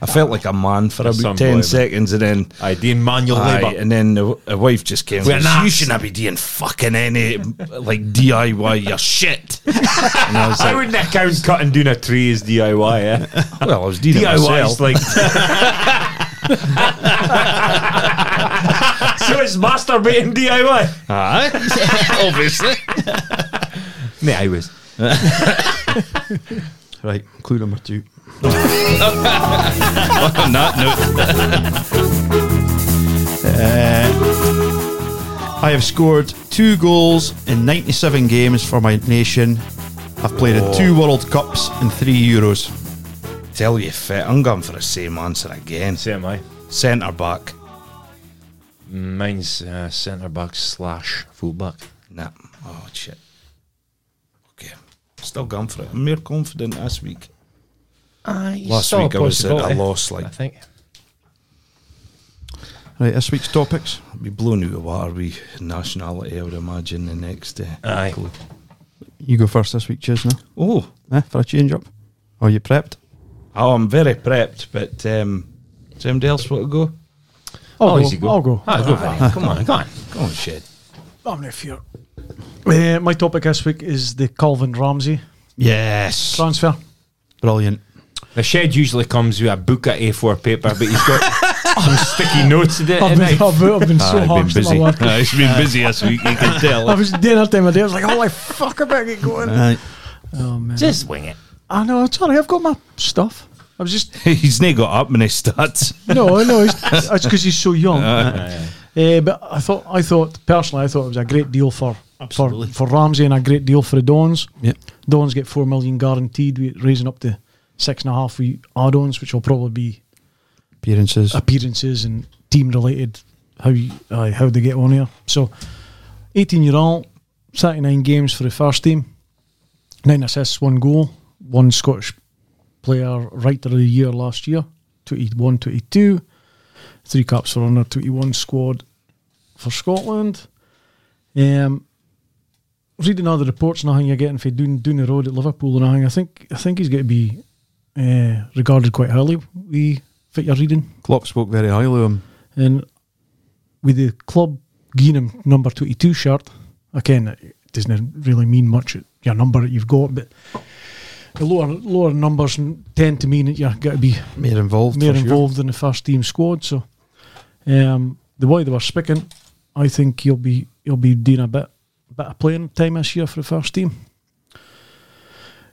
G: I felt like a man for
E: That's
G: about ten
E: unbelievable.
G: seconds, and then
E: Aye, doing manual
G: Aye,
E: labour.
G: and then the, the wife just came. and
E: We're
G: goes,
E: not-
G: You shouldn't be doing fucking any like DIY your shit. And I was
E: I
G: like,
E: wouldn't account cutting down a tree as DIY, eh?
G: well, I was doing it
E: DIY is
G: myself.
E: like. so it's masturbating DIY.
G: Aye, obviously.
E: Mate, I was.
D: Right, clue number two.
G: On that note,
D: Uh, I have scored two goals in 97 games for my nation. I've played in two World Cups and three Euros.
G: tell you fit. I'm going for the same answer again.
E: Same I.
G: Centre back.
E: Mine's uh, centre back slash full back.
G: Nah. Oh shit. Okay. Still going for it. I'm more confident this week. Last week I was at a loss. Like
E: I think.
D: Right, this week's topics.
G: we blown out of water. We nationality. I would imagine the next day.
E: Aye.
D: You go first this week, Chisna.
G: Oh.
D: Eh, for a change up. Are you prepped?
G: Oh, I'm very prepped, but um, does anybody else want to go?
F: I'll
E: Oh,
F: go.
E: easy go.
F: I'll go.
E: Aye, go for it. Come on, come on.
G: Go on, shit.
F: I'm no fear. Uh, my topic this week is the Calvin Ramsey
D: Yes.
F: transfer.
D: Brilliant.
E: The shed usually comes with a book of A4 paper, but he's got some sticky notes in it. Ah,
F: I've been,
E: innit?
F: I've, been- Ah, I've been so hard to my work.
G: Aye, it's been busy this week. You can tell.
F: I was dinner time of day. I was like, holy fuck, I better get going.
G: Uh,
D: Right.
F: Oh, man.
E: Just wing it.
F: I know, it's all right. I've got my stuff. I was just,
G: He's not got up when he starts.
F: no, no, it's because he's so young. Eh, but I thought, I thought personally, I thought it was a great deal for for, for Ramsey and a great deal for the Dons.
D: Yep.
F: Dons get four million guaranteed, we raising up to six and a half with add-ons, which will probably be
D: Appearances.
F: Uh, appearances and team-related. How you, uh, how they get on here. So, eighteen-year-old, thirty-nine games for the first team, nine assists, one goal, one Scottish player writer of the year last year, 21 22, three caps for under 21 squad for Scotland. Um, reading other reports, nothing you're getting for doing doing the road at Liverpool and nothing. I think I think he's going to be uh, regarded quite highly. We fit your reading
D: Klopp spoke very highly of him.
F: and with the club giving him number twenty two shirt again. It doesn't really mean much at your number that you've got, but the lower lower numbers tend to mean that you're going to be
D: More involved.
F: more
D: for sure.
F: involved in the first team squad. So um, the way they were speaking, I think he'll be he'll be doing a bit bit of playing time this year for the first team.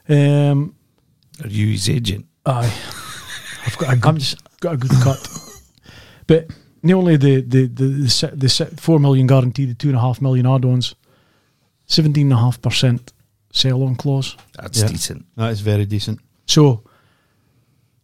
F: Um,
G: Are you his agent?
F: aye, I've got a good, got a good cut, but not only the the the the, si- the si- four million guarantee, the two and a half million add-ons, seventeen and a half percent sell-on clause.
G: That's
D: Yeah.
G: decent.
D: That is very decent.
F: So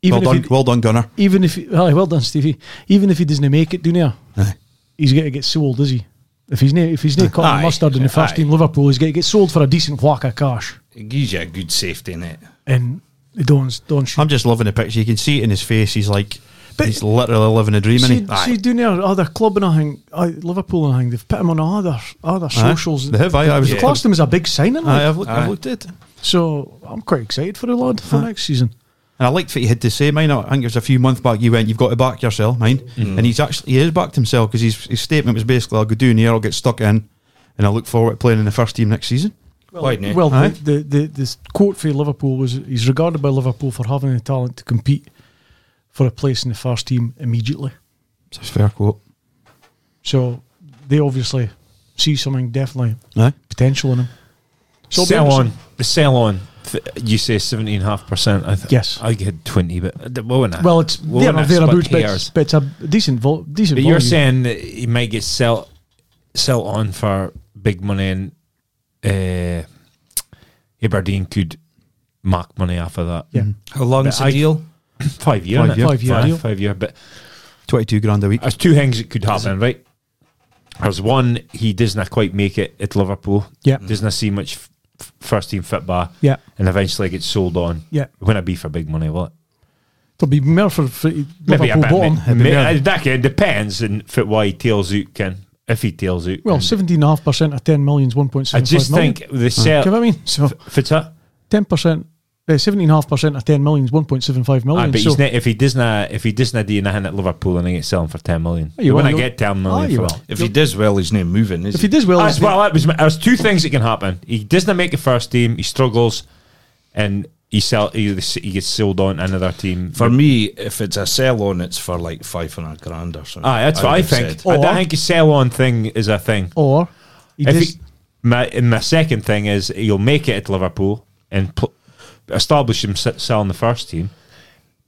F: even
D: well
F: if
D: done,
F: he-
D: well done, Gunner.
F: even if he- aye, well done, Stevie. Even if he doesn't make it, Dunia,
D: Aye.
F: he's going to get sold, is he? If he's not, if he's not cutting
G: Aye.
F: mustard in the first
G: Aye.
F: team Liverpool, he's going to get sold for a decent whack of cash.
G: It gives you a good safety net.
F: And the Don's Don should.
D: I'm just loving the picture. You can see it in his face. He's like,
F: But-
D: he's literally living a dream.
F: See,
D: isn't he?
F: see Dunia, other club and I think uh, Liverpool and I think they've put him on other other
D: Aye.
F: socials.
D: They have. Aye, I was
F: They've classed him as a big signing. like.
D: Aye, I've, looked, I've looked at it.
F: So I'm quite excited for the lad for next season.
D: And I liked what you had to say, mine. I think it was a few months back. You went, "You've got to back yourself, mine." And he's actually he has backed himself because his, his statement was basically, "I'll go down here, I'll get stuck in, and I look forward to playing in the first team next season."
G: Why not?
F: Well,
D: Aye.
F: the, the, the, this quote for Liverpool was he's regarded by Liverpool for having the talent to compete for a place in the first team immediately.
D: It's a fair quote.
F: So they obviously see something definitely
D: Aye.
F: potential in him. So it'll be
E: sell on
F: interesting.
E: the sell on. Th- you say seventeen and a half percent. I th-
F: Yes.
E: I had twenty, but uh, d- well, when I-
F: Well, it's
E: well,
F: there
E: when I
F: or
E: split
F: thereabouts, but
E: hairs.
F: it's, but it's a decent, vol- decent.
E: But you're
F: volume.
E: saying that he might get sell sell on for big money, and uh, Aberdeen could mark money off of that.
F: yeah,
G: How long's
E: But
G: the
E: I-
G: deal?
E: Five year,
D: Five
E: innit?
D: year.
F: Five year deal.
E: five, five year. But
D: Twenty-two grand a week.
E: there's two things that could happen, right? There's one he doesn't quite make it at Liverpool.
F: Yeah.
E: doesn't see much f- f- first team football.
F: Yeah.
E: and eventually gets sold on.
F: Yeah.
E: when it be for big money, will it?
F: it'll be more for, for
E: Maybe a
F: Liverpool
E: bit,
F: bottom.
E: may- may- uh, that can- depends on if it, why he tails out can if he tails out.
F: Well,
E: can.
F: seventeen and a half percent of ten million is one point
E: I
F: seven
E: just
F: five million.
E: think the
F: Do you
E: sell
F: know what I mean? So
E: fitter.
F: ten percent, eh, seventeen and a half percent of ten million is one point seven five
E: Aye,
F: million.
E: but
F: Oh, so
E: he's not, if he doesn't if he doesn't do nothing at Liverpool and he gets selling for ten million,
F: You
E: you
F: will,
E: when I
F: you'll-
E: get ten
F: Aye,
E: million
F: you
E: for
F: will.
E: that.
G: If he does well, he's not moving, is
F: if
G: he?
F: he does well,
D: Ah,
E: As well, that was my- there's two things that can happen. He doesn't make the first team, he struggles, and he sell he, he gets sold on to another team.
G: For me, if it's a sell on, it's for like 500 grand or something.
E: aye, that's what I
G: would've
E: think.
G: said.
E: I
F: Or-
E: don't think a sell on thing is a thing.
F: or he
E: if
F: does,
E: he, my and my second thing is he'll make it at Liverpool and pl- establish himself in the first team,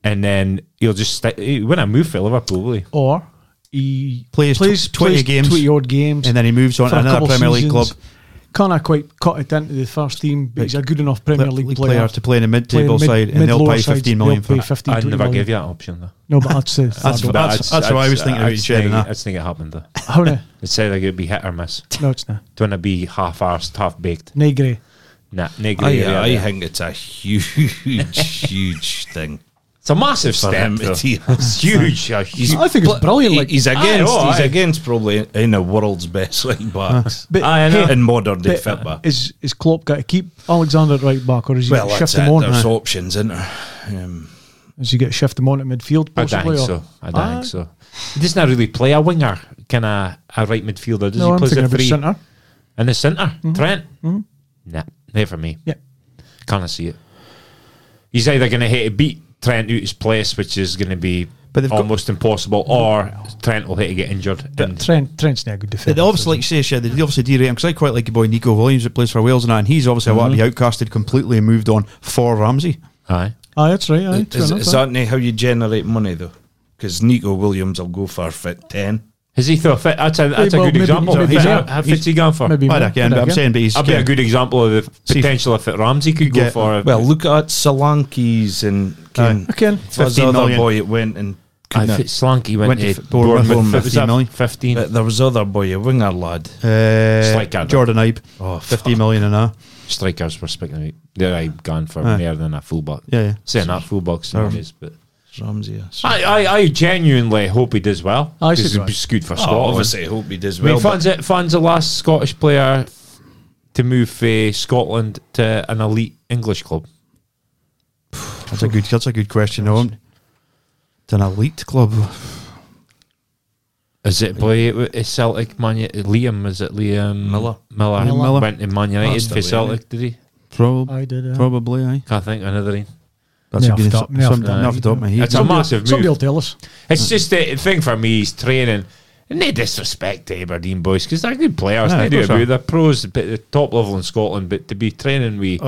E: and then he'll just sti- when I move for Liverpool, will he?
F: or he
D: Plays tw- 20 games.
F: twenty odd games,
D: And then he moves on to
F: for a
D: another
F: couple
D: Premier League club
F: seasons. Can't quite cut it into the first team, but he's a good enough
D: pl-
F: Premier League, player,
D: to play in the
F: Play in
D: mid-table
F: mid-
D: side, and they'll
F: mid-lower
D: pay
F: sides,
D: fifteen million
F: they'll pay
D: for it.
F: 15,
E: I
F: 20
E: never
F: million.
E: gave you that option though.
F: No, but that's it.
D: That's
E: But
D: what- that's what I was thinking
E: I
D: about you sharing
E: think-
D: that.
E: I just think it happened though.
F: How now?
E: It's either going to be hit or miss.
F: No, it's not.
E: Do want to be half arsed, half baked?
F: Negre.
E: Nah, negative.
G: I, I think it's a huge, huge thing.
E: it's a massive
G: for
E: step.
G: him
E: though.
G: to deal.
E: It's huge. a huge
F: I think it's brilliant.
G: He-
F: Like,
G: he's
E: know,
G: against, he's
E: aye.
G: against probably in the world's best right backs
F: but,
E: I know.
F: hey,
G: in modern day
F: but uh,
G: football.
F: is is Klopp got to keep Alexander at right back, or is he
G: Well,
F: gonna
G: that's
F: shift
G: it.
F: him on?
G: There's options, isn't there? Um,
F: Is he get shift him on at midfield?
E: I don't
F: Possibly,
E: think
F: or-
E: so. I don't
F: Aye.
E: think so. He doesn't really play a winger, kind of a right midfielder. Does
F: No, I'm
E: he play
F: thinking
E: a
F: about
E: three
F: centre.
E: in the center Trent? Nah, not for me.
F: Yeah.
E: Can't see it. He's either going to hit a beat Trent out his place, which is going to be
D: But they've got-
E: almost impossible, or Trent will hit to get injured. and
F: Trent, Trent's not a good
D: But
F: defender.
D: they obviously, like you say, yeah, they obviously derate him because I quite like your boy Nico Williams that plays for Wales and that, and he's obviously about to be outcasted completely and moved on for Ramsey.
E: aye.
F: Aye, that's right. Aye, true
G: is,
F: enough,
G: is
F: aye.
G: that not how you generate money though? Because Nico Williams will go for fit ten.
E: Has he thought fit? That's a, that's
F: well,
E: a good
F: maybe-
E: example.
F: maybe
E: he's
F: not.
E: how fit's he gone for?
F: maybe
D: I
F: more,
D: reckon, but I'm
F: again.
D: saying, but he's
E: That'd be a good example of the
D: See if-
E: potential if that Ramsey could go
D: Get-
E: for.
G: Well, look at Solanke's and Ken.
F: Again,
G: There's
D: 15
G: other
D: million.
G: boy it went and
E: I
G: couldn't-
E: Slanky went,
D: Went to
E: to
D: F- Bournemouth,
E: Bournemouth.
D: Bournemouth,
E: Was that
D: 15?
E: 15.
G: but there was other boy a winger lad.
D: Uh,
E: like Gardner.
D: Jordan Ibe,
G: Oh,
D: fifty million an hour.
E: strikers were speaking about. They're like gone for
D: Aye.
E: more than a fullback.
D: Yeah, yeah.
E: Saying that fullback's
D: Sure.
E: nowadays, but
G: Ramsey. yes.
E: I, I, I genuinely hope he does well.
F: I
E: Because
F: should
E: it'd be good for
G: Oh,
E: Scotland.
G: obviously, I hope he does
E: I mean,
G: well. but
E: fans, it, fans the last Scottish player to move uh, Scotland to an elite English club?
D: That's a good. That's a good question. though. It's an elite club.
E: Is it boy? Is Celtic Man? U- Liam is it Liam
G: Miller.
E: Miller,
F: Miller.
D: Miller.
E: went to Man United
G: That's
E: for
G: the way,
E: Celtic, did he?
D: Prob-
F: I did. Uh,
D: probably, aye.
E: Can't think of another. one.
D: That's
F: Yeah,
D: a good.
F: off the top-
D: Some,
F: yeah, off
D: some,
F: the-
D: off the top of my head.
E: It's a massive
F: somebody will
E: move.
F: tell us.
E: It's just the thing for me is training. And no disrespect to Aberdeen boys because they're good players.
D: Aye,
E: they
D: of
E: do
D: course they
E: about
D: are.
E: they're pros, but the top level in Scotland. But to be training we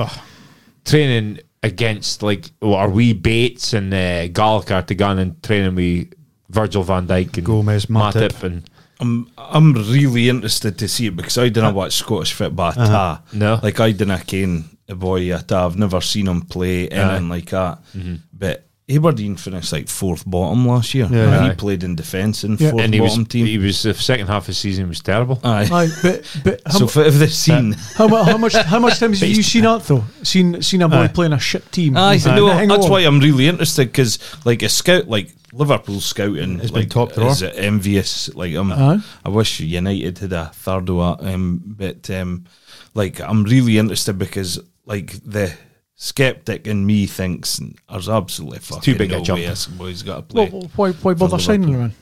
E: training against like well, are we Bates and uh, Gallagher to go on and training we Virgil Van Dijk and
D: Gomez, Matip.
E: and
G: I'm I'm really interested to see it because I didn't watch Scottish football at all.
E: Uh-huh. No.
G: like I didn't ken a boy at all. I've never seen him play
E: Uh-huh.
G: anything like that.
E: Mm-hmm.
G: But Aberdeen finished like fourth bottom last year.
D: Yeah.
G: And
E: Aye.
G: he played in defence in
F: Yeah.
G: fourth
E: and he was
G: bottom team.
E: he was the second half of the season was terrible.
G: Aye.
F: Aye, but but how,
G: so if, if they've
E: Uh,
G: seen,
F: how, mu- how much how much times have you seen that though? Seen seen a boy
D: Aye.
F: playing a shit team?
G: aye,
F: And
G: no,
F: hang
G: that's
F: on.
G: why I'm really interested because like a scout, like Liverpool scouting,
D: It's been
G: like
D: top drawer.
G: is envious. Like I'm,
F: Aye.
G: I wish United had a third of that. Um, but um, like I'm really interested because like the skeptic in me thinks there's absolutely fucking
E: too big a
G: no
E: jump.
G: way this boy's got to play.
F: Well, why why bother
G: Liverpool.
F: signing him? Man?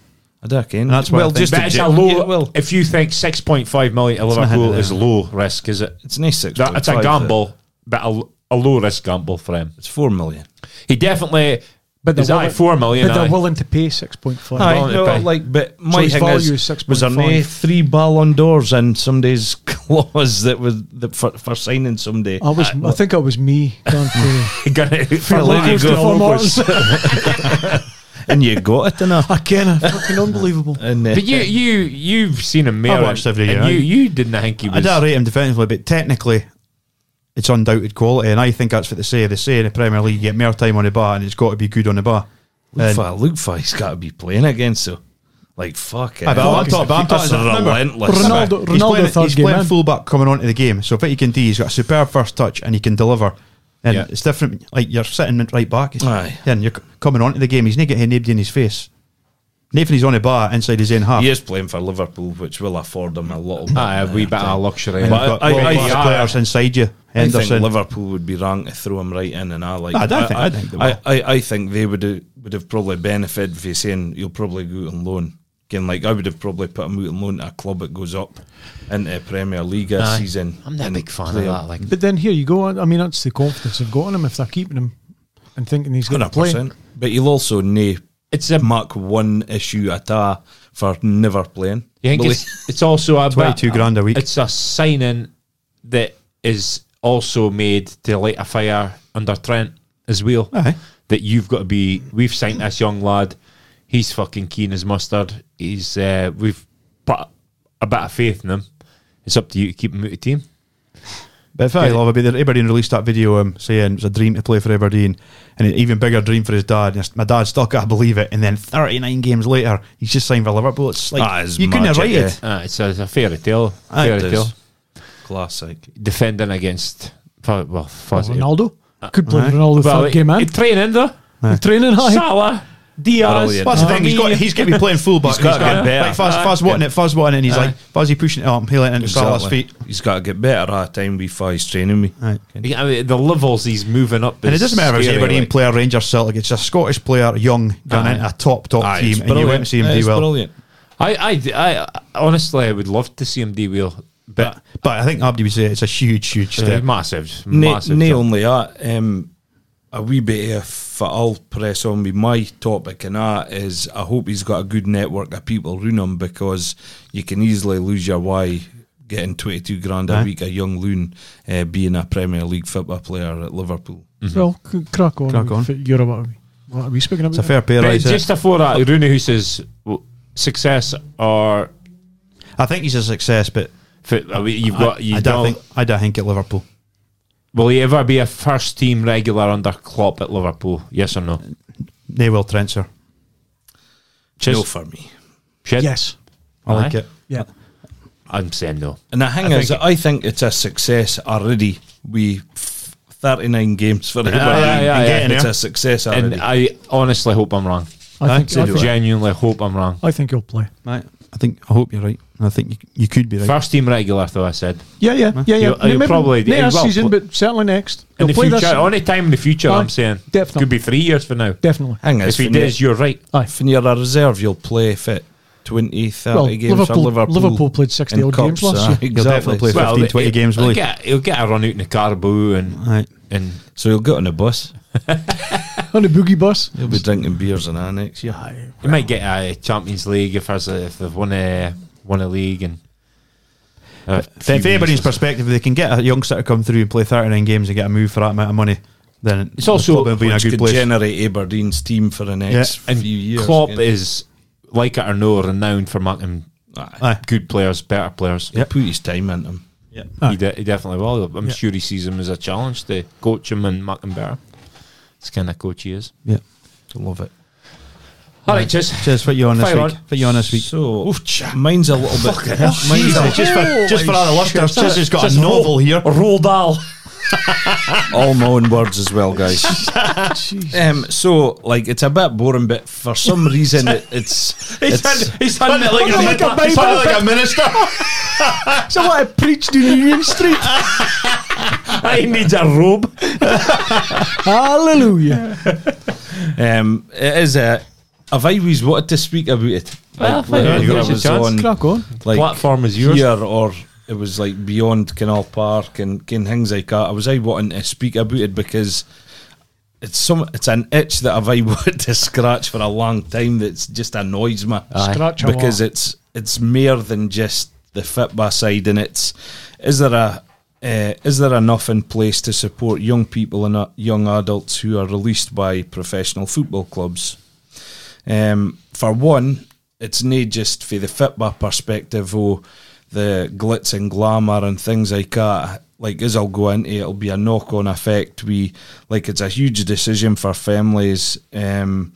G: I don't ken.
D: that's what I
G: well,
D: think.
G: just
E: But
G: a
E: it's a
G: gen-
E: low.
G: yeah, well,
E: if you think six point five million to
D: not
E: Liverpool
D: hidden
E: is
D: there.
E: low risk, is it?
G: it's nice six. uh,
E: That, it's a gamble, but a, a low risk gamble for him.
G: It's four million.
E: He definitely. But
F: they're
E: there's aye
F: willing-
E: four million.
F: but they're
E: aye.
F: willing to pay six point five.
G: Aye,
E: Ballon
G: no,
E: d'Or.
G: like, but my
F: his
G: thing
F: value
G: is,
F: is
G: was there
F: 6.5.
G: nae three Ballon d'Ors in somebody's clause that was that for, for signing somebody?
F: I was I think it was me. Down to,
E: He got it.
G: Well, there you
F: Marcus
G: go.
F: Phil Martins.
G: and you got it in a
F: Again, fucking unbelievable.
G: and uh,
E: But you, you, you've seen him. Mayor
D: watched every
E: and
D: game, aye.
E: You, you didn't think he
D: I
E: was.
D: did rate him defensively, but technically, it's undoubted quality, and I think that's what they say. They say in the Premier League, you get more time on the bar, and it's got to be good on the bar.
G: Luke Fi- Luke Fi's got to be playing again, so like fuck it.
D: Aye, but I'm talking- but I'm talking-
G: That's
D: remember,
G: relentless.
F: Ronaldo-
G: Aye.
D: He's
F: Ronaldo
D: playing,
F: third
D: he's
F: game
D: playing
F: in.
D: fullback coming onto the game, so if he can do, he's got a superb first touch, and he can deliver. And
G: Yeah.
D: it's different. Like you're sitting right back, it's-
G: Aye.
D: and you're c- coming onto the game. He's not getting nobody in his face. Nathan, he's on the bar inside his own half.
G: He is playing for Liverpool, which will afford him a little. bit.
E: Aye, a wee bit of luxury.
D: And
G: But
D: you've got
G: I- I-
D: world-class
G: I-
D: players inside you.
G: I think
D: Henderson,
G: Liverpool would be wrong to throw him right in, and I like.
D: No, I don't think- I think they
G: I,
D: will.
G: I, I think they would have, would have probably benefited if he's saying you'll probably go out on loan. Again, like I would have probably put him out on loan at a club that goes up into the Premier League this season.
E: I'm not a
G: and
E: big fan
G: play
E: of
G: him.
E: that. Like,
F: But then here you go. I mean, that's the confidence they've got on him if they're keeping him and thinking he's going to
G: Hundred
F: play.
G: percent. But you'll also nay
E: it's a.
G: mark one issue at a for never playing.
E: You think
G: Will
E: it's, it's also a bit-
D: 22 grand a week.
E: It's a signing that is also made to light a fire under Trent as well.
D: Aye.
E: That you've got to be. We've signed this young lad. He's fucking keen as mustard. He's. Uh, we've put a bit of faith in him. It's up to you to keep him out of the team.
D: But if I love about that, Aberdeen released that video um, saying it's a dream to play for Aberdeen and an even bigger dream for his dad. And my dad still can't believe it. And then 39 games later, he's just signed for Liverpool. It's like,
G: Ah, it's
D: you couldn't have
G: magic,
D: write it.
E: Uh, it's, a, it's a fairy tale.
D: Aye, Ah, it
G: is.
E: Fairy tale.
G: Classic.
E: Defending against. Fa- Well, Fozzie.
F: Ronaldo could play
D: Aye.
F: Ronaldo
E: Well,
F: third game
E: he-
F: in.
E: he training though.
F: Training high.
E: Salah, Diaz.
G: Brilliant.
D: That's the thing, he's got, he's going to be playing fullback.
G: He's gotta get better.
D: Like, Fuzz, Fuzz wanting it, Fuzz wanting it, and he's like, Fuzzy pushing it up and peeling it into Salah's feet.
G: He's got to get better at the time before he's training me.
D: Aye.
E: Yeah, I mean, the levels he's moving up.
D: And it
E: is
D: doesn't matter if it's
E: scary,
D: Aberdeen
E: like.
D: player, Rangers, Celtic. It's a Scottish player, young, going
E: Aye.
D: into a top, top
G: Aye, it's
D: team, and you
G: brilliant.
D: went to see him
G: It's
D: do well.
G: Brilliant.
E: I, I, I, honestly, I would love to see him do well, but
D: But, but I think Abdi would say it's Ah, a huge, huge
E: uh,
D: step.
E: massive,
G: Na-
E: massive.
G: nae
E: jump.
G: only that, um, a wee bit of I'll press on with my topic, and that is I hope he's got a good network of people around him because you can easily lose your way getting 22 grand a
D: Aye.
G: week, a young loon, uh, being a Premier League football player at Liverpool.
F: Well, c- crack on.
D: Crack on.
F: You're about. What are we speaking about?
D: It's a fair pay
E: But
D: rise. isn't it?
E: just before that, Rooney who says well, success or
D: I think he's a success, but
E: fi- I mean, you've got you
D: I don't
E: don't.
D: think I don't think at Liverpool.
E: will he ever be a first team regular under Klopp at Liverpool? Yes or no?
D: They will transfer.
E: Cheers.
G: No for me.
E: Shit?
F: Yes.
D: I like
E: Aye.
D: it.
F: Yeah.
E: I'm saying no.
G: And the thing
E: I
G: is,
E: think-
G: I think it's a success already. We f- 39 games for everybody.
E: aye, aye,
G: and
E: aye.
G: it's a success already.
E: And I honestly hope I'm wrong.
F: I think. I,
E: I
F: think
E: genuinely hope I'm wrong.
F: I think he'll play.
D: Right. I think I hope you're right, and I think you, you could be right.
E: First team regular, though, I said.
F: Yeah, yeah, yeah, yeah.
E: He'll- he'll
F: Maybe
E: probably-
F: not
E: he
F: this
E: will
F: season,
E: pl-
F: but certainly next.
E: In the
F: He'll play
E: future,
F: this-
E: any time in the future,
F: Aye,
E: I'm saying.
F: definitely.
E: Could be three years from now.
F: Definitely.
G: Hang on,
E: If he does, you're right.
G: if you're a reserve, you'll play fit 20, 30
F: Well,
G: games. for
F: Liverpool-
G: Liverpool,
F: Liverpool played 60
G: in
F: odd games
G: cups,
F: last
G: uh,
F: year.
D: He'll
G: Exactly.
D: definitely play 15, 20
E: he'll-
D: games, will
E: he'll
D: he?
E: get, he'll get a run out in the caribou and
D: Aye.
E: and
G: So he'll get on a bus.
F: On the boogie bus.
G: He'll be drinking beers and that next year.
E: he might get a Champions League if there's a, if they've won a won a league and. a few
D: if anybody's
E: wins or something.
D: perspective, if they can get a youngster to come through and play 39 games and get a move for that amount of money, then
E: It's also-
D: probably in a
G: Which
D: good
G: could
D: place.
G: generate Aberdeen's team for the next
E: and
G: few years.
E: Klopp
G: can't it?
E: is like it or no renowned for making
G: Aye.
D: Aye.
E: good players, better players.
G: He'll put his time into him.
E: He, de- he definitely will. I'm sure he sees him as a challenge to coach him and make him better. It's kind of coach he is.
D: Yeah.
G: Love it.
E: All right, cheers.
D: Cheers, put you on this
E: Fire
D: week.
E: on.
D: Put you on this week.
G: So mine's a little bit. mine's
D: Jesus, just for, just for other listeners, Chiz has got a novel here.
E: Roll Dahl.
G: all my own words as well, guys. um, so like it's a bit boring, but for some reason it, it's it's
E: He's done it
F: Hold on, like a
E: he's done it
F: Bible.
E: like a minister.
F: So what I preached in Union Street.
E: he needs a robe.
F: Hallelujah.
G: um it is a. I've always wanted to speak about it.
E: Well,
G: like,
E: yeah,
G: whether
E: you
G: I
E: got your
G: was
E: chance.
G: on
F: Crack on.
G: like
E: Platform is yours.
G: here or it was like beyond Canal Park and, and things like that. I was I wanting to speak about it because it's some it's an itch that I've I wanted to scratch for a long time that's just annoys me.
F: Scratch a what?
G: because it's it's more than just the fitba side and it's is there a uh, is there enough in place to support young people and uh, young adults who are released by professional football clubs? Um, for one, it's not just for the fitba perspective or the glitz and glamour and things like that. Like as I'll go into, it'll be a knock-on effect. We like it's a huge decision for families. Um,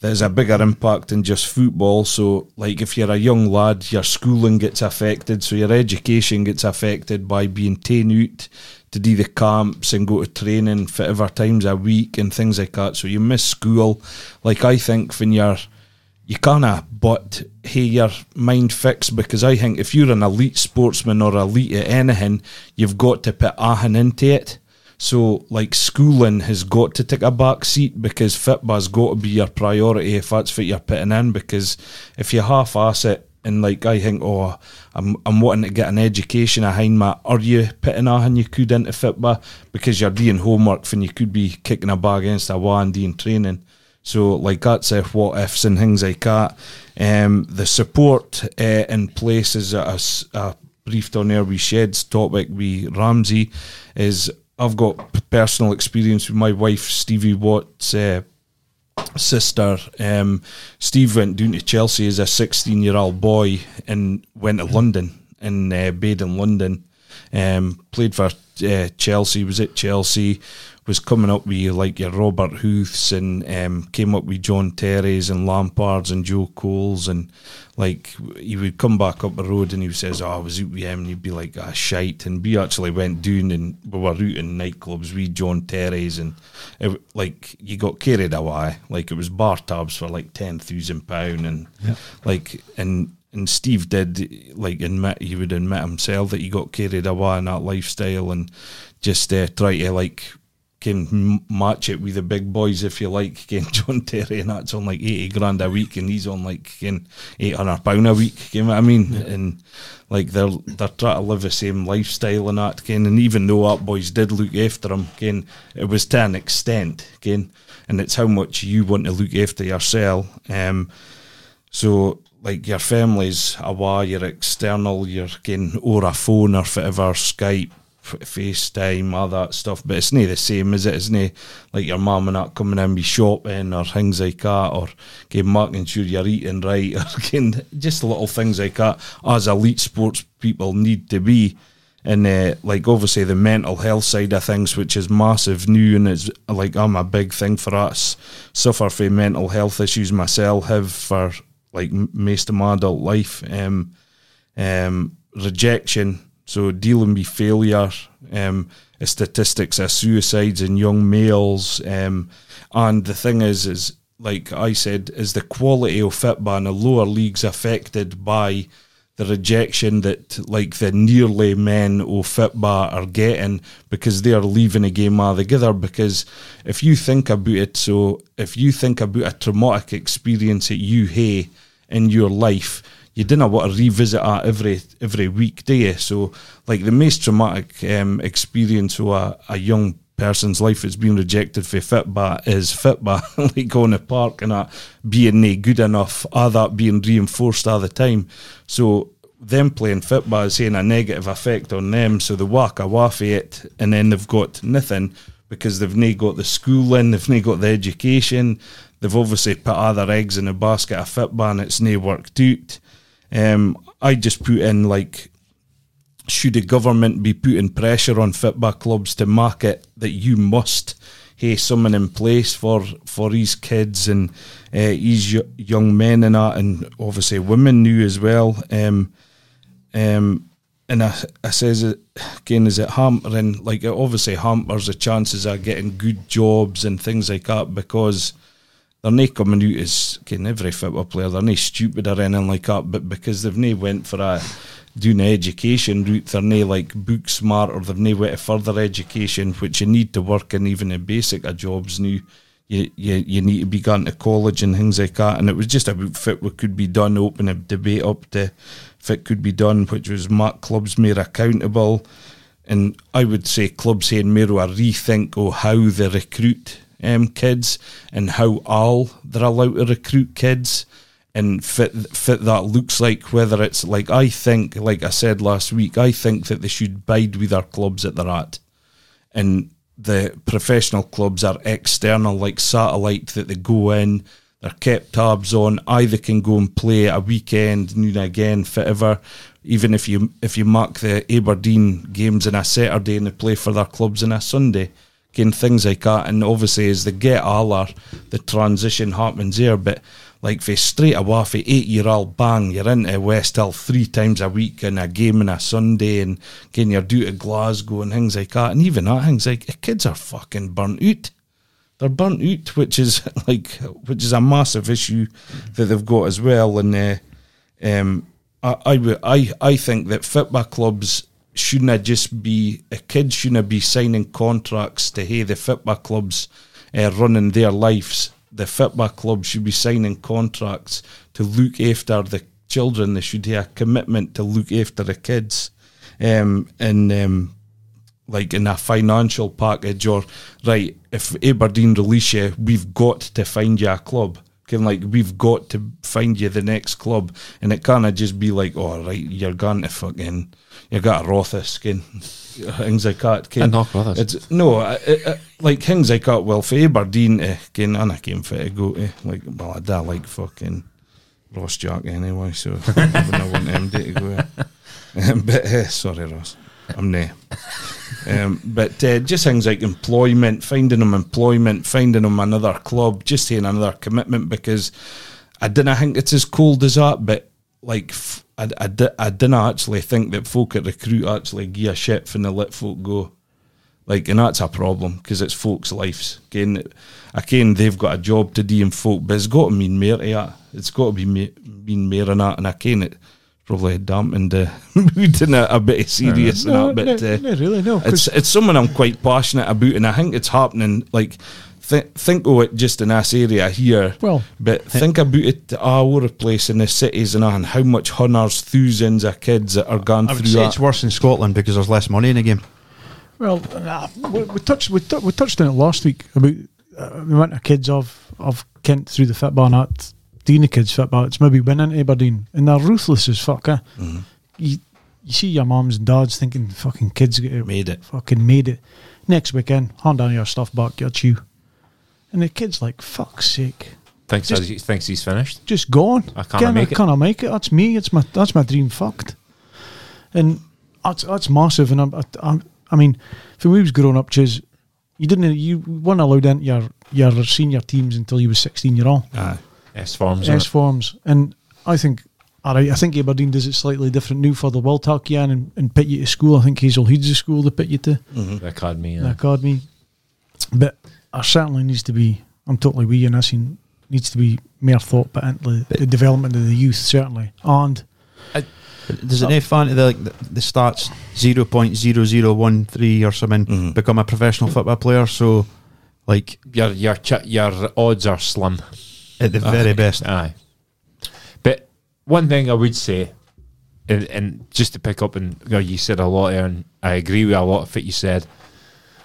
G: there's a bigger impact than just football. So, like, if you're a young lad, your schooling gets affected, so your education gets affected by being taken out to do the camps and go to training whatever times a week and things like that. So you miss school. Like, I think when you're you canna but hey your mind fixed because I think if you're an elite sportsman or elite at anything, you've got to put ahan into it. So like schooling has got to take a back seat because fitba's got to be your priority if that's what you're putting in because if you half ass it and like I think oh I'm I'm wanting to get an education behind my are you putting ahan you could into fitba because you're doing homework when you could be kicking a ball against a wall and doing training. So, like, that's if what ifs and things like that. Um, the support uh, in place is a, s- a briefed on there. We sheds topic. We Ramsey is. I've got p- personal experience with my wife Stevie Watts. Uh, sister. Um, Steve went down to Chelsea as a 16 year old boy and went to London and uh, bade in London. Um, played for uh, Chelsea, was at Chelsea, was coming up with like your Robert Huths and um, came up with John Terry's and Lampard's and Joe Cole's. And like he would come back up the road and he says, Oh, I was out with him. And he'd be like, Ah, shite. And we actually went down and we were out in nightclubs, we John Terry's and it, w- like you got carried away. Like it was bar tabs for like ten thousand pound, and like and and Steve did like admit he would admit himself that he got carried away in that lifestyle and just uh, try to like can m- match it with the big boys if you like. Can John Terry and that's on like eighty grand a week, and he's on like eight hundred pound a week. You know what I mean? And like they're they're trying to live the same lifestyle and that. Ken, and even though that boys did look after him, Ken, it was to an extent. Ken, and it's how much you want to look after yourself. Um, so like your family's away, your external, you're getting or a phone or whatever, Skype, f- FaceTime, all that stuff. But it's not the same, is it? It's not like your mum and that coming in be shopping or things like that, or getting making sure you're eating right, or getting just little things like that. As elite sports people need to be. And uh, like obviously the mental health side of things, which is massive new and it's like I'm a big thing for us. Suffer from mental health issues myself, have for like m- most of my adult life. Um, um, rejection, so dealing with failure, um, the statistics of suicides in young males, um, and the thing is, is like I said, is the quality of Fitba in the lower leagues affected by the rejection that like the nearly men of Fitba are getting because they are leaving a game altogether? Because if you think about it, so if you think about a traumatic experience that you had in your life, you didn't want to revisit that every every week, do you? So, like the most traumatic um, experience of a, a young person's life that's been rejected for Fitba is Fitba, like going to park and that being not good enough, all that being reinforced all the time. So, them playing Fitba is having a negative effect on them. So, they whack a waff it, and then they've got nothing because they've not got the schooling, they've not got the education. They've obviously put other eggs in a basket of Fitba and it's not worked out. Um, I just put in like, should the government be putting pressure on Fitba clubs to market that you must have someone in place for for these kids and uh, these y- young men and that, and obviously women knew as well. Um, um, and I, I says it again, is it hampering? Like it obviously hampers the chances of getting good jobs and things like that because they're not coming out as can every football player. They're not stupid or anything like that, but because they've not went for a doing an education route, they're not like book smart or they've not went to further education, which you need to work in even in basic of jobs new. You, you, you need to be going to college and things like that. And it was just about fit what could be done, open a debate up to fit could be done, which was Mark clubs more accountable. And I would say clubs here in Mero a rethink of how they recruit um, kids and how all they're allowed to recruit kids and fit fit that looks like whether it's like I think like I said last week I think that they should bide with their clubs that they're at and the professional clubs are external like satellite that they go in they're kept tabs on either can go and play a weekend noon again forever even if you if you mark the Aberdeen games on a Saturday and they play for their clubs on a Sunday and things like that. And obviously, as they get older, the transition happens there. But like for straight away, for eight year old, bang, you're into West Hill three times a week and a game on a Sunday, and again, you're due to Glasgow and things like that. And even that, things like the kids are fucking burnt out. They're burnt out, which is like, which is a massive issue that they've got as well. And uh, um, I, I, would- I, I think that football clubs shouldn't have just be a kid shouldn't be signing contracts to hey the football clubs uh, running their lives. The football club should be signing contracts to look after the children. They should have a commitment to look after the kids, um, and um, like in a financial package or right if Aberdeen release you we've got to find you a club can like we've got to find you the next club and it can't just be like oh right you're going to fucking you got a Rothis can things like that can
E: And knock Rothis.
G: it's no I, I, I, like things like that well for Aberdeen eh, can and I came for it to go to like well I don't like fucking Ross Jack anyway so I wouldn't want him to go but eh, sorry Ross I'm there um, but uh, just things like employment, finding them employment, finding them another club, just saying another commitment because I didn't think it's as cold as that, but like f- I, I, di- I didn't actually think that folk at recruit actually give a shit when they let folk go. Like, and that's a problem because it's folks' lives. Again, again, they've got a job to do in folk, but it's got to mean more to that. It's got to be ma- mean more than that. And I can it probably dampened the mood in a, a bit of serious
F: No,
G: and that. But
F: no,
G: uh,
F: no, really, no. 'cause
G: it's it's something I'm quite passionate about, and I think it's happening. Like, th- think of it just in this area here.
F: Well- eh.
G: but think about it our place in the cities and, that, and how much hundreds, thousands of kids that are going
D: I would
G: through
D: say
G: that.
D: it's worse in Scotland because there's less money in the game.
F: Well, nah, we, we touched we, tou- we touched on it last week about uh, the amount of kids of of Kent through the football not Dean of kids football. It's maybe been in Aberdeen and they're ruthless as fuck. Eh?
G: Mm-hmm.
F: You you see your mums and dads thinking fucking kids get out,
G: Made it.
F: fucking made it. Next weekend, hand down your stuff back, your chew, and the kids like fuck's sake,
E: Thinks,
F: Just-
E: he thinks he's finished.
F: just gone.
E: I canna make it.
F: Can I make it? That's me. It's my that's my dream fucked, and that's that's massive. And I'm, I, I'm, I mean, for we was growing up, Chiz, you didn't you weren't allowed into your your senior teams until you was sixteen year old.
G: Aye.
E: S forms.
F: S forms, and I think. All right, I think Aberdeen does it slightly different now for the Will Talkian and, and pit you to school. I think Hazel Heed's the school they pit you to
E: The academy.
F: the
E: Yeah.
F: academy. But there certainly needs to be. I'm totally with you, and I seen needs to be more thought put into the development of the youth, certainly. And
D: Does it if fan to the, like, the, the stats 0.0013 or something become a professional football player? So, like,
E: Your your ch- your odds are slim.
D: at the very best.
E: Aye. But one thing I would say, and, and just to pick up on you, know, you said a lot there, and I agree with a lot of it you said.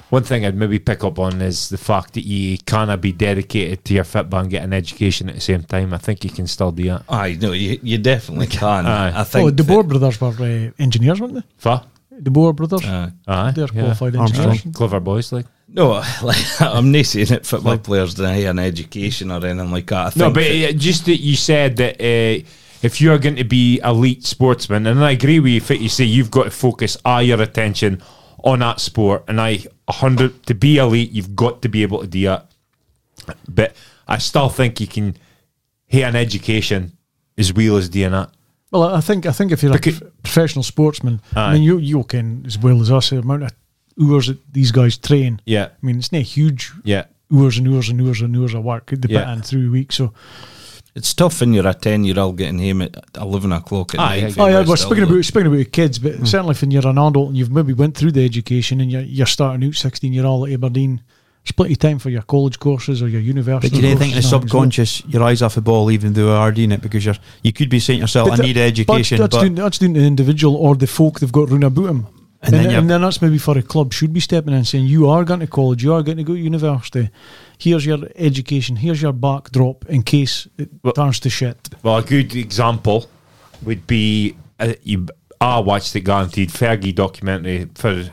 E: One thing I'd maybe pick up on is the fact that you can't be dedicated to your football and get an education at the same time. I think you can still do that.
G: Aye, no, you, you definitely can.
E: Aye.
G: I
F: oh,
G: think.
F: the Boer brothers were uh, engineers, weren't they?
E: Fa?
F: The Boer brothers,
G: that- aye.
E: Uh, Aye.
F: they're
E: yeah.
F: qualified
D: Armstrong.
F: engineers.
E: Clever boys, like.
G: no, like, I'm not saying that football players deny an education or anything like that. I think
E: No, but
G: that-
E: uh, just that you said that uh, if you are going to be elite sportsmen, and I agree with you, fit you say you've got to focus all your attention on that sport, and I a hundred to be elite, you've got to be able to do that. But I still think you can hear an education as well as doing that.
F: Well, I think I think if you're a
E: Because-
F: prof- professional sportsman,
E: Aye.
F: I mean, you you can as well as us the amount of hours that these guys train.
E: Yeah,
F: I mean, it's not huge
E: yeah,
F: hours and hours and hours and hours of work. They put
E: Yeah.
F: in through a week, so
G: it's tough when you're a 10 year old getting home at 11 o'clock at
E: Aye,
G: night.
E: aye.
G: if
F: Oh
G: you're
F: yeah, we're
G: still
F: speaking
G: there.
F: about speaking about kids, but
D: Hmm.
F: certainly when you're an adult and you've maybe went through the education and you're, you're starting out sixteen year old at Aberdeen, split your time for your college courses or your university.
D: But you don't think the
F: courses and all that.
D: subconscious, your eyes off the ball, even though I are doing it because you're, you could be saying to yourself,
F: But
D: I need education,
F: That's,
D: but
F: doing, that's doing the individual or the folk they've got round about them.
D: And
F: And,
D: then
F: then,
D: you're-
F: and then that's maybe for a club should be stepping in and saying you are going to college, you are going to go to university. Here's your education. Here's your backdrop in case it
E: Well-
F: turns to shit.
E: Well, a good example would be uh, you. I watched the Guaranteed Fergie documentary. For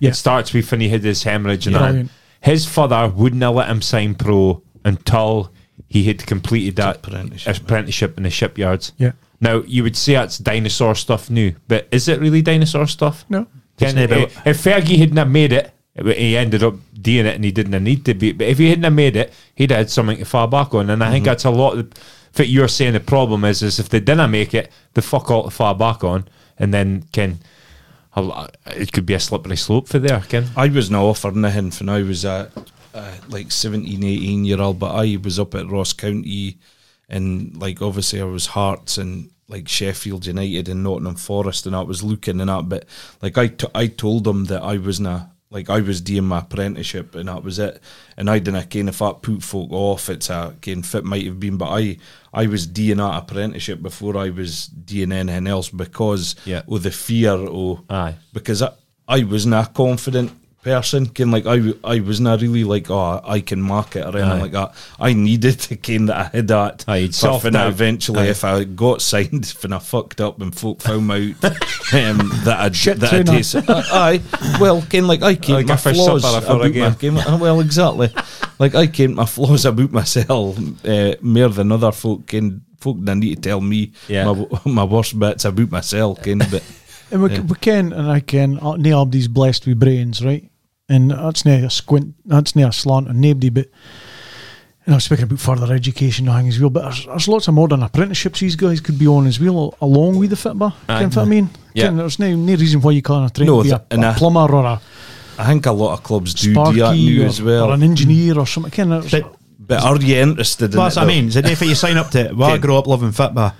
F: Yeah.
E: it starts with when he had his hemorrhage and
F: Yeah.
E: that.
F: Brilliant.
E: His father wouldn't have let him sign pro until he had completed that apprenticeship,
G: apprenticeship.
E: in the shipyards.
F: Yeah.
E: Now you would say that's dinosaur stuff new, but is it really dinosaur stuff?
F: No.
E: Can,
D: It's not
E: if, if Fergie hadn't have made it, he ended up doing it and he didn't need to be. But if he hadn't have made it, he'd have had something to fall back on. And I
F: Mm-hmm.
E: think that's a lot of what you're saying. The problem is, is if they didn't make it, the fuck all to fall back on, and then can a lo- it could be a slippery slope for there, Ken.
G: I was not offered nothing when I was a, uh like 17, 18 year old, but I was up at Ross County and like obviously I was Hearts and like Sheffield United and Nottingham Forest and I was looking and that, but like I, t- I told them that I was not like I was doing my apprenticeship and that was it. And I didn't ken if that put folk off, it's a ken fit might have been, but I I was doing that apprenticeship before I was doing anything else because
E: Yeah.
G: of the fear of
E: Aye.
G: because I, I wasn't a confident person. Can like I w- I was not really like oh I can mark it or anything
E: Aye.
G: like that. I needed to ken that I had that.
E: Aye, you'd
G: for when I
E: self-doubt.
G: eventually
E: Aye.
G: if I got signed when I fucked up and folk found me out um, that I
F: Shit
G: that I
F: tuna.
G: taste. I well ken like I came
E: Like
G: my
E: a fish
G: flaws
E: supper before a
G: about my
E: game.
G: game. uh, Well exactly. Like I came my flaws about myself uh, more than other folk can folk they need to tell me
E: Yeah.
G: my, w- my worst bits about myself ken but
F: And we,
G: Yeah.
F: we can, and I can, uh, nae abdy's blessed with brains, right? And that's nae a squint, that's nae a slant on nobody, but, and I'm speaking about further education and hang as well, but there's, there's lots of modern apprenticeships these guys could be on as well, along with the football. Can fit I mean?
G: Yeah.
F: Ken, there's no, no reason why you can't train
G: No,
F: to be a,
G: th- and
F: a
G: I-
F: plumber or a
G: I think a lot of clubs do do that
F: sparky
G: new
F: or,
G: as well.
F: or an engineer or something. Ken, there's-
D: but
G: but are you interested in
D: That's
G: it?
D: what I
G: though?
D: mean. It's the day for you sign up to it. Well, I
G: Okay.
D: grew up loving football.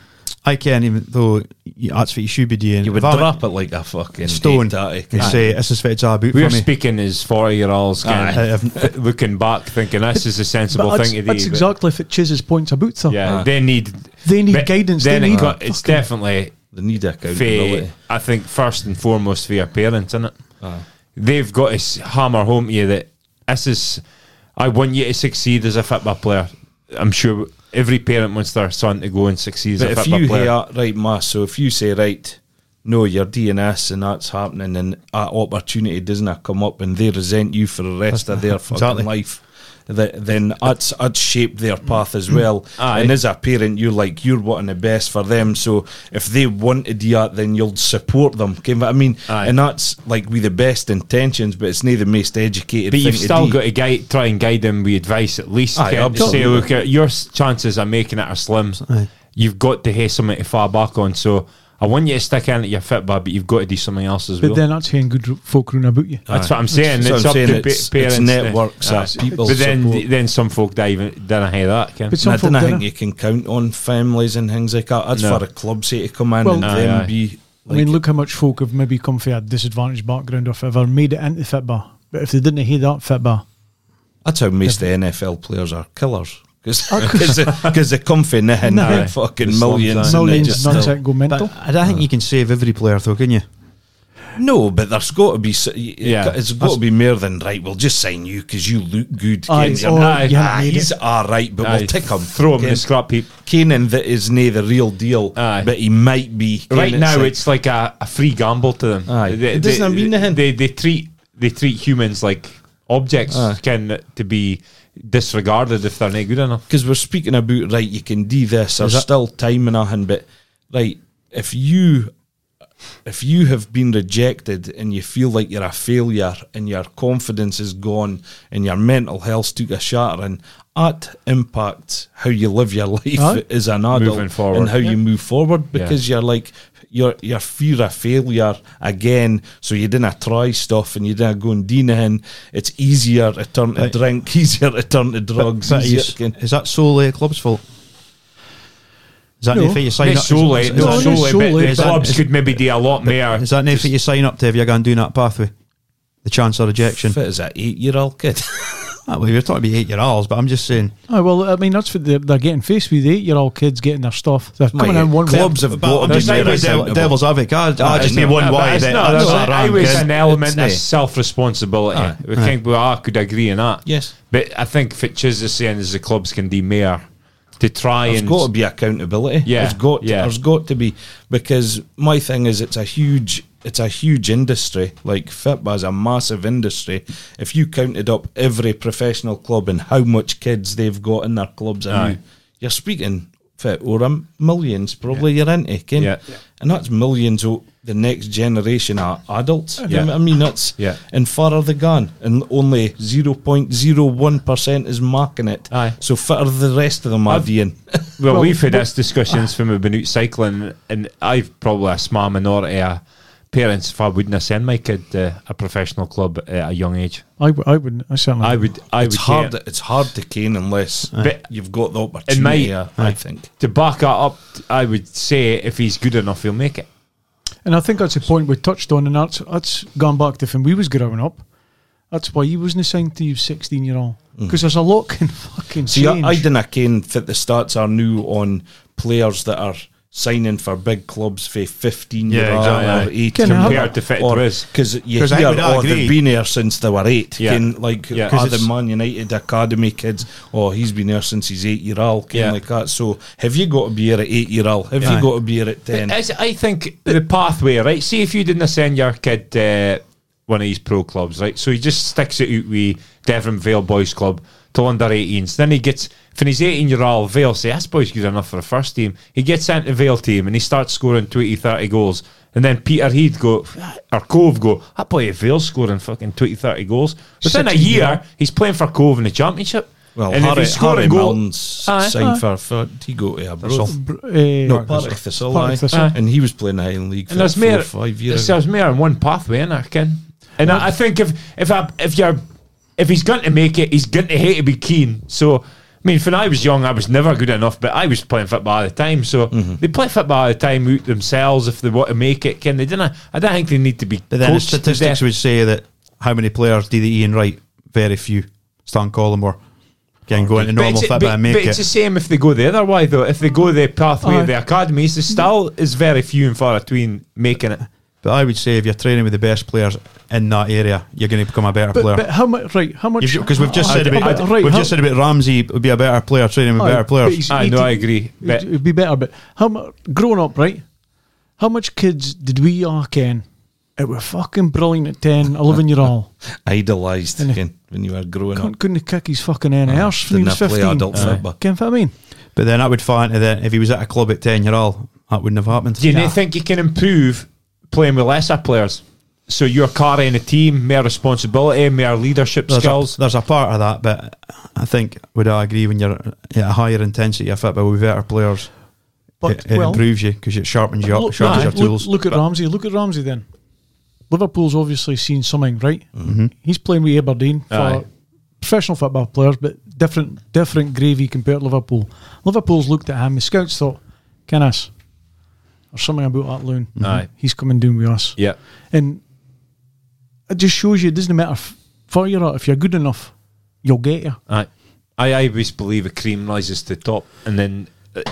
D: I can't even, though you, that's what you should be doing.
G: You would
D: If I went
G: drop it like a fucking
D: stone
G: Daddy.
D: and say, this is what it's all about for
E: We're
D: me.
E: speaking as forty year olds,
D: Aye.
E: Ken,
D: I've-
E: looking back, thinking this is a sensible
F: but that's,
E: thing to do.
F: that's
E: but-
F: exactly if it chises points about them.
E: Yeah,
G: Aye.
E: they need
F: They need
E: but
F: guidance, they
E: Then it
F: need
E: got- it's
F: fucking-
E: definitely
G: They need
E: for,
G: accountability.
E: I think first and foremost for your parents, innit? They've got to s- hammer home to you that this is. I want you to succeed as a football player. I'm sure every parent wants their son to go and succeed
G: But
E: as a
G: if
E: football
G: you
E: player.
G: hear, right, Mass, so if you say, right, no, you're DNS and that's happening and that opportunity doesn't come up and they resent you for the rest of their fucking
D: Exactly.
G: life, that, then that's, that's shaped their path as well.
E: Aye.
G: And as a parent, you're like, you're wanting the best for them. So if they want to do that, then you'll support them. Okay, but I mean,
E: Aye.
G: and that's like with the best intentions, but it's not the most educated
E: But
G: thing
E: you've
G: to
E: still
G: do.
E: got to guide, try and guide them with advice at least.
G: Aye,
E: Ken, to say,
G: absolutely.
E: look, uh, your s- chances of making it are slim. You've got to have something to fall back on. So I I want you to stick into your Fitbit, but you've got to do something else as
F: But
E: well.
F: then that's saying good r- folk run about you.
E: That's what I'm saying.
G: So
E: it's
G: I'm
E: up
G: saying
E: to
G: it's- it's
E: pa- parents. eh?
G: networks,
E: Aye.
G: it's people
E: But then,
G: support.
E: then some folk dive in, don't hear that. Ken.
F: But
G: And
F: some
G: I
F: folk
G: don't
F: don't.
G: think you can count on families and things like that. That's
E: No.
G: for a club say to come in
F: Well-
G: and
E: Aye,
G: then
E: aye.
G: be.
F: I mean, look how much folk have maybe come from a disadvantaged background or whatever, made it into Fitba. But if they didn't hear that Fitba,
G: That's how most of the NFL players are killers.
E: Oh,
G: Because they come from nothing,
F: No.
G: they're fucking
E: The slums,
G: millions.
E: aye.
G: and they
F: millions
G: just-
F: nonsense go
D: But
F: mental.
D: I don't think you can save every player, though, can you?
G: No, but there's got to be. s- y-
E: Yeah.
G: it's got to be more than right. We'll just sign you because you look good.
F: Aye,
G: Kane."
E: Oh,
F: or
G: aye,
F: you haven't made
G: Ah, he's all right, but
E: Aye.
G: we'll tick him.
E: Throw him in the scrap heap.
G: Kanan that is nae the real deal,
E: Aye.
G: but he might be.
E: Right
G: Kanan's
E: now,
G: like-
E: it's like a, a free gamble to them.
G: Aye.
E: They,
G: It doesn't
E: they-
G: mean nothing.
E: They, they treat they treat humans like objects
G: Aye.
E: can to be disregarded if they're not good enough.
G: because we're speaking about right. You can do this. There's
D: that-
G: still time and nothing, but right. If you if you have been rejected and you feel like you're a failure and your confidence is gone and your mental health took a shattering, that impacts how you live your life
F: Aye.
G: as an adult
E: Moving forward.
G: and how
E: Yeah.
G: you move forward because you're like you're you're fear of failure again. So you didn't try stuff and you didn't go and do nothing. It's easier to turn to drink, easier to turn to drugs.
D: But
G: easier
D: is,
G: to-
D: is that solely a club's fault? Is that
F: No.
D: no. you sign
E: Not
D: up?
E: solely,
D: is, is,
E: not
F: not
D: that,
E: solely, but
F: solely,
E: the
D: but-
E: clubs
D: is-
E: could maybe do a lot more.
D: is that anything you sign up to if you're going down that pathway? The chance of rejection.
G: fit as an eight year old kid.
D: Ah, well, you're talking about eight year olds, but I'm just saying.
F: Oh, well, I mean, that's what they're, they're getting faced with. The eight-year-old kids getting their stuff. They're coming in one
G: clubs have
D: But
G: got
D: I'm
G: to
D: just
G: be
D: saying,
G: more
D: with devil,
G: accountable.
D: devil's advocate. I, I just need one
E: Yeah, but
D: why
E: it's
D: that.
E: not-
D: that's
E: it's
D: not wrong,
E: always
D: kid.
E: an element of
G: not.
E: self responsibility. we think we all could agree on that.
G: Yes.
E: but I think Fitch's is saying is the clubs can do more to try
G: There's
E: and
G: got to be accountability.
E: Yeah,
G: there's got to,
E: yeah.
G: there's got to be because my thing is it's a huge it's a huge industry. Like Fitba is a massive industry. If you counted up every professional club and how much kids they've got in their clubs, and you, you're speaking fit or um, millions probably you're into, can
E: Yeah.
G: and that's millions of the next generation are adults.
E: Yeah.
G: I mean that's
E: Yeah.
G: and further they gone, and only zero point zero one percent is marking it.
E: Aye.
G: So further the rest of them are doing.
E: Well, we've had this discussions when we've been out cycling, and I've probably a small minority of parents if I wouldn't send my kid to uh, a professional club at a young age.
F: I, w- I wouldn't. I certainly.
E: I would, I
G: it's
E: would
G: hard.
E: get-
G: It's hard to cane unless
E: But-
G: you've got the opportunity.
E: And mate,
G: uh, I think
E: to back that up. I would say if he's good enough, he'll make it.
F: And I think that's a point we touched on, and that's that's gone back to when we was growing up. That's why he wasn't signed to you sixteen year old because there's a lot can fucking
G: See, I,
F: change.
G: I didn't cane that the stats are new on players that are signing for big clubs for fifteen year
D: Yeah,
G: old
E: exactly.
G: or eighteen
F: Can I have
G: year
E: Compared to fit there is.
G: because you
D: 'Cause I
G: hear
D: would
G: oh
D: agree.
G: they've been here since they were eight.
E: Yeah.
G: Can, like
E: Yeah. 'Cause
G: are the
D: it's-
G: Man United academy kids? Oh, he's been here since he's eight year old. Can
E: Yeah.
G: like that. So have you got to be here at eight year old? Have
D: Aye.
G: you got to be here at ten?
E: I, I think the pathway, right? See, if you didn't send your kid uh, one of these pro clubs, right? So he just sticks it out with Devon Vale Boys Club to under 18s. Then he gets, when he's 18 year old, Vale say, This boy's good enough for the first team. He gets into Vale team and he starts scoring 20, 30 goals. And then Peter He'd go, or Cove go, That boy at Vale scoring fucking 20, 30 goals. Within a year, he's playing for Cove in the Championship.
G: Well,
E: and
G: Harry,
E: if he's
G: Harry
E: scoring goal,
G: Milne's
E: Aye,
G: signed
E: aye.
G: for, for he go to Aberdeen.
F: Br- eh,
G: No, Partick Thistle,
F: Partick
G: aye.
F: Thistle.
E: Aye.
G: and he was playing the Highland League for
E: And there's
G: four
E: more,
G: or five years. ago.
E: There's more in one pathway, in Ken. And I, I think if if I, if you're if he's going to make it, he's going to hate to be keen. So I mean, when I was young, I was never good enough, but I was playing football at the time. So
G: Mm-hmm.
E: they play football at the time out themselves if they want to make it. Ken, they didn't. I don't think they need to be.
D: But then the
E: coached to
D: statistics
E: death.
D: would say that how many players did the Ian Wright? Very few. Stan Collymore can go into
E: But
D: normal
E: it's,
D: fit,
E: but,
D: but I make
E: but it's the
D: it.
E: same if they go the other way though. If they go the pathway
G: Oh.
F: Aye.
E: of the academies, the style is very few and far between making it.
D: But I would say if you're training with the best players in that area, you're going to become a better
F: But,
D: player.
F: but how much? Right? How much?
D: Because we've just said
F: Oh,
D: about
F: but right,
D: we've
F: how-
D: just said about Ramsey would be a better player training with
F: aye,
D: better
F: but
D: players.
F: he's
E: I know, I
F: 18
E: agree. But
F: It'd be better, but how much? Growing up, right? How much kids did we all ken? It were fucking brilliant at 10, 11 year old.
G: Idolised
F: And if-
G: again, when you were growing up.
F: Couldn't, couldn't kick his fucking NRs when he
G: Uh, Didn't
F: was
G: I play
F: 15.
G: adult football?
F: Can you feel what I mean?
D: But then that would fall into the if he was at a club at ten year old, that wouldn't have happened.
E: Do you not think you can improve playing with lesser players? So you're carrying a team, more responsibility, more leadership
D: there's
E: skills.
D: A, there's a part of that, but I think would I agree when you're at a higher intensity of football with better players,
F: But
D: it, it
F: well,
D: improves you because it sharpens you up,
F: look,
D: sharpens
F: aye,
D: your
F: look-
D: tools.
F: look at Ramsey. Look at Ramsey then. Liverpool's obviously seen something, right? Mm-hmm. He's playing with Aberdeen for
E: Aye.
F: professional football players, but different different gravy compared to Liverpool. Liverpool's looked at him. The scouts thought, "Can us?" Or something about that loan.
E: Aye.
F: He's coming down with us,
E: Yeah.
F: and it just shows you it doesn't matter f- for you're at, if you're good enough, you'll get you.
E: Aye. I, I always believe a cream rises to the top and then, uh,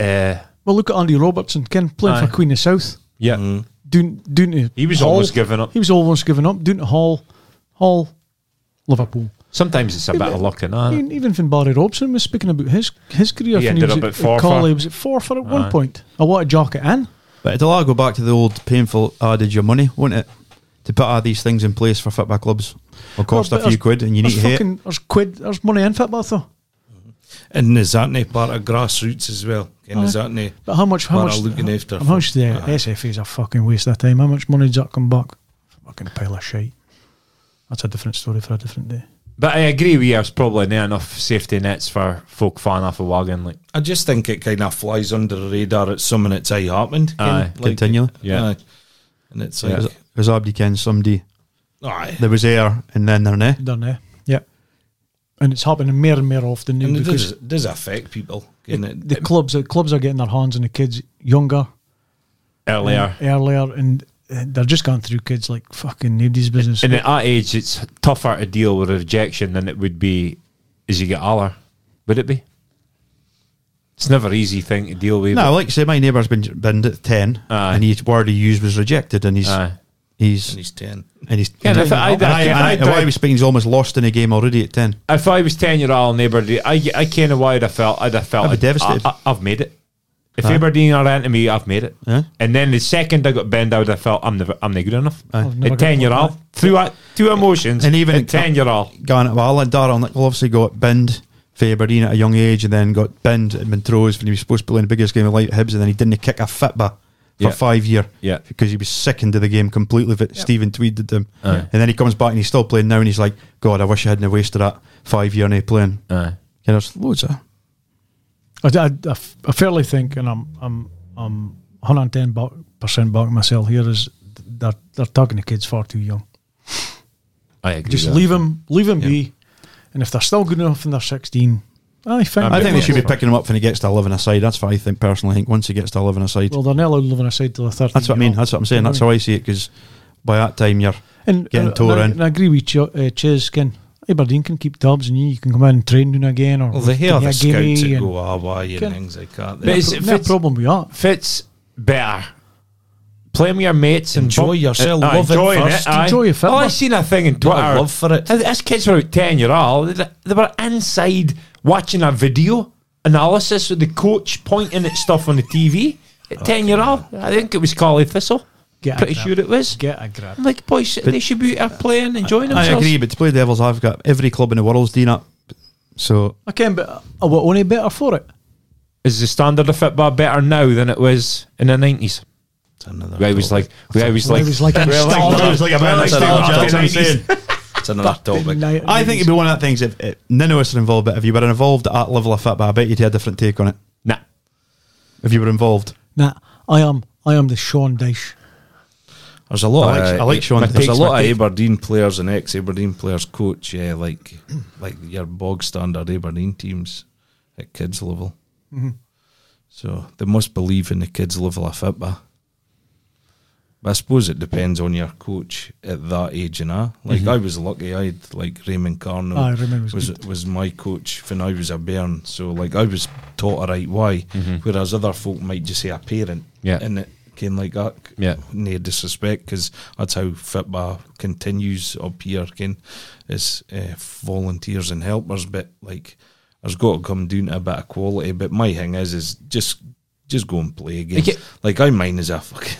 E: uh,
F: Well, look at Andy Robertson, Ken playing
E: Aye.
F: for Queen of South.
E: yeah.
F: doing doing to
E: He was
F: Hull.
E: almost giving up.
F: He was almost giving up. Doing to Hall, Hall, Liverpool.
E: Sometimes it's a bit of luck and that.
F: Even, even Finn Barry Robson was speaking about his his career.
E: Uh-huh. He
F: when
E: ended
F: was
E: up at Forfar.
F: Cawley, he was at four for at one point. Oh, I want to jock it in.
D: But it'll all go back to the old painful "Ah, did your money, won't it? To put all these things in place for football clubs will cost
F: Well, but
D: a few
F: there's-
D: quid, and you need
F: There's
D: to hit.
F: fucking there's quid there's money in football though.
G: And is that not part of grassroots as well? And is that not
F: But how much how
G: What
F: much
G: are looking after
F: How much
G: for-
F: the SFA is a fucking waste of time. How much money does that come back? Fucking pile of shite. That's a different story for a different day.
E: But I agree with you. There's probably not enough safety nets for folk fan off a wagon. Like,
G: I just think it kind of flies under the radar at some minutes I happened.
E: Aye,
D: continually.
E: Yeah.
G: aye. And it's
D: It
G: like,
D: was, it was Abdi Ken somebody.
G: aye.
D: There was air, and then there nay.
F: Done there. Yeah. And it's happening more and more often now
G: And it
F: because
G: does, it does affect people. can it?
F: the clubs the clubs are getting their hands on the kids younger,
E: earlier.
F: earlier, and uh, they're just going through kids like fucking nobody's business.
E: And at that age, it's tougher to deal with rejection than it would be as you get older. Would it be? It's never an easy thing to deal with.
D: No, like I say, my neighbour's been binned at ten,
E: Aye.
D: and his word he used was rejected, and he's
E: Aye.
D: he's
G: and he's 10.
D: and he's.
E: Yeah, and I thought- I-
D: and
E: I-
D: I-
E: I-
D: and why we speaking, he's almost lost in a game already at ten.
E: If I was 10 year old in Aberdeen, I, I kind of why I'd have felt. I'd have felt
D: I'd be devastated.
E: I, have made it. If Aberdeen are into me, I've made it.
D: Yeah.
E: And then the second I got bent, I would have felt I'm never, I'm not good enough.
F: I've never
E: At
F: got
E: 10 year old, through uh, two emotions,
D: And even
E: at
D: in-
E: 10 year old.
D: Gone well, and Darrell Nichol obviously got binned for Aberdeen at a young age, and then got binned at Montrose when he was supposed to play in the biggest game of light Hibs, and then he didn't kick a fitba for
E: Yeah.
D: five year,
E: Yeah.
D: because he was sickened to the game completely. That Stephen Tweed did him,
E: Aye.
D: and then he comes back and he's still playing now, and he's like, God, I wish I hadn't wasted that five year and playing.
E: Aye.
D: Yeah, there's loads of
F: I, I, I f- I fairly think, and I'm I'm I'm 110 percent back myself here is th- they're they're talking to kids far too young.
E: I agree.
F: Just
E: with
F: leave 'em leave them, be, and if they're still good enough and they're 16, I find
E: I
D: I think they
E: Yeah.
D: should be picking him up when he gets to 11 aside. That's what I think personally. I think once he gets to 11 aside,
F: Well, they're not allowed living aside till the 13.
D: that's what I mean.
F: year old.
D: That's what I'm saying. That's how I see it because by that time you're
F: And,
D: Getting
F: and,
D: tore
F: and I,
D: in.
F: and I agree with Ch- uh, Chiz. Can Aberdeen can keep tabs on you. You can come in and train doing again, or
G: Well, they hear
F: can
G: the
F: you give me
G: scouts that
F: and-
G: go, ah, why, and
F: Can-
G: things like that.
E: But
G: They-
E: it's-
F: Pro- no
E: fits-
F: problem with that.
E: fits better. Play with your mates and
G: Enjoy
E: bump-
G: yourself,
E: aye,
G: love it
E: enjoying
G: first.
E: aye.
F: Enjoy your
E: Well, I
F: fitness.
E: seen a thing in Twitter.
G: love for it.
E: Th- These kids were about ten year old. They, they were inside watching a video analysis with the coach pointing at stuff on the TV. At ten year old, I think it was Carly Thistle.
F: Get a
E: Pretty
F: grip.
E: sure it was.
F: Get a grip.
E: I'm like, boys, they should be out playing, enjoying
D: I
E: themselves.
D: agree, but to play devils, I've got every club in the world's Dean up. So
F: I can, but I were only better for it.
E: Is the standard of football better now than it was in the nineties?
G: It's another
E: Where I was
G: topic.
E: like, where I was like,
F: I was like,
E: Oh,
F: installed.
D: was like,
E: man, that's
G: not- that's
E: what I'm saying.
G: it's another topic.
D: I think it'd be one of that things if, if none of us are involved, but if you were involved at that level of football, I bet you'd have a different take on it.
E: nah.
D: If you were involved,
F: Nah, I am. I am the Sean Dyche.
G: There's a lot.
D: I like-
G: of,
D: I like Sean
G: There's Uh, a
D: Diggs,
G: lot
D: my
G: of
D: dick.
G: Aberdeen players and ex-Aberdeen players coach. Yeah, like like your bog standard Aberdeen teams at kids level.
F: Mm-hmm.
G: So they must believe in the kids level of football. But I suppose it depends on your coach at that age, and I like I was lucky. I had like Raymond Carno.
F: Mm-hmm. Aye, Raymond was
G: was, was my coach when I was a bairn. So like I was taught a right way, whereas other folk might just say a parent.
E: Yeah.
G: and it came like that.
E: Yeah.
G: near disrespect because that's how football continues up here. Ken, is uh, volunteers and helpers, but like there's got to come down to a bit of quality. But my thing is, is just just go and play again.
E: Okay.
G: Like I mine is a fucking.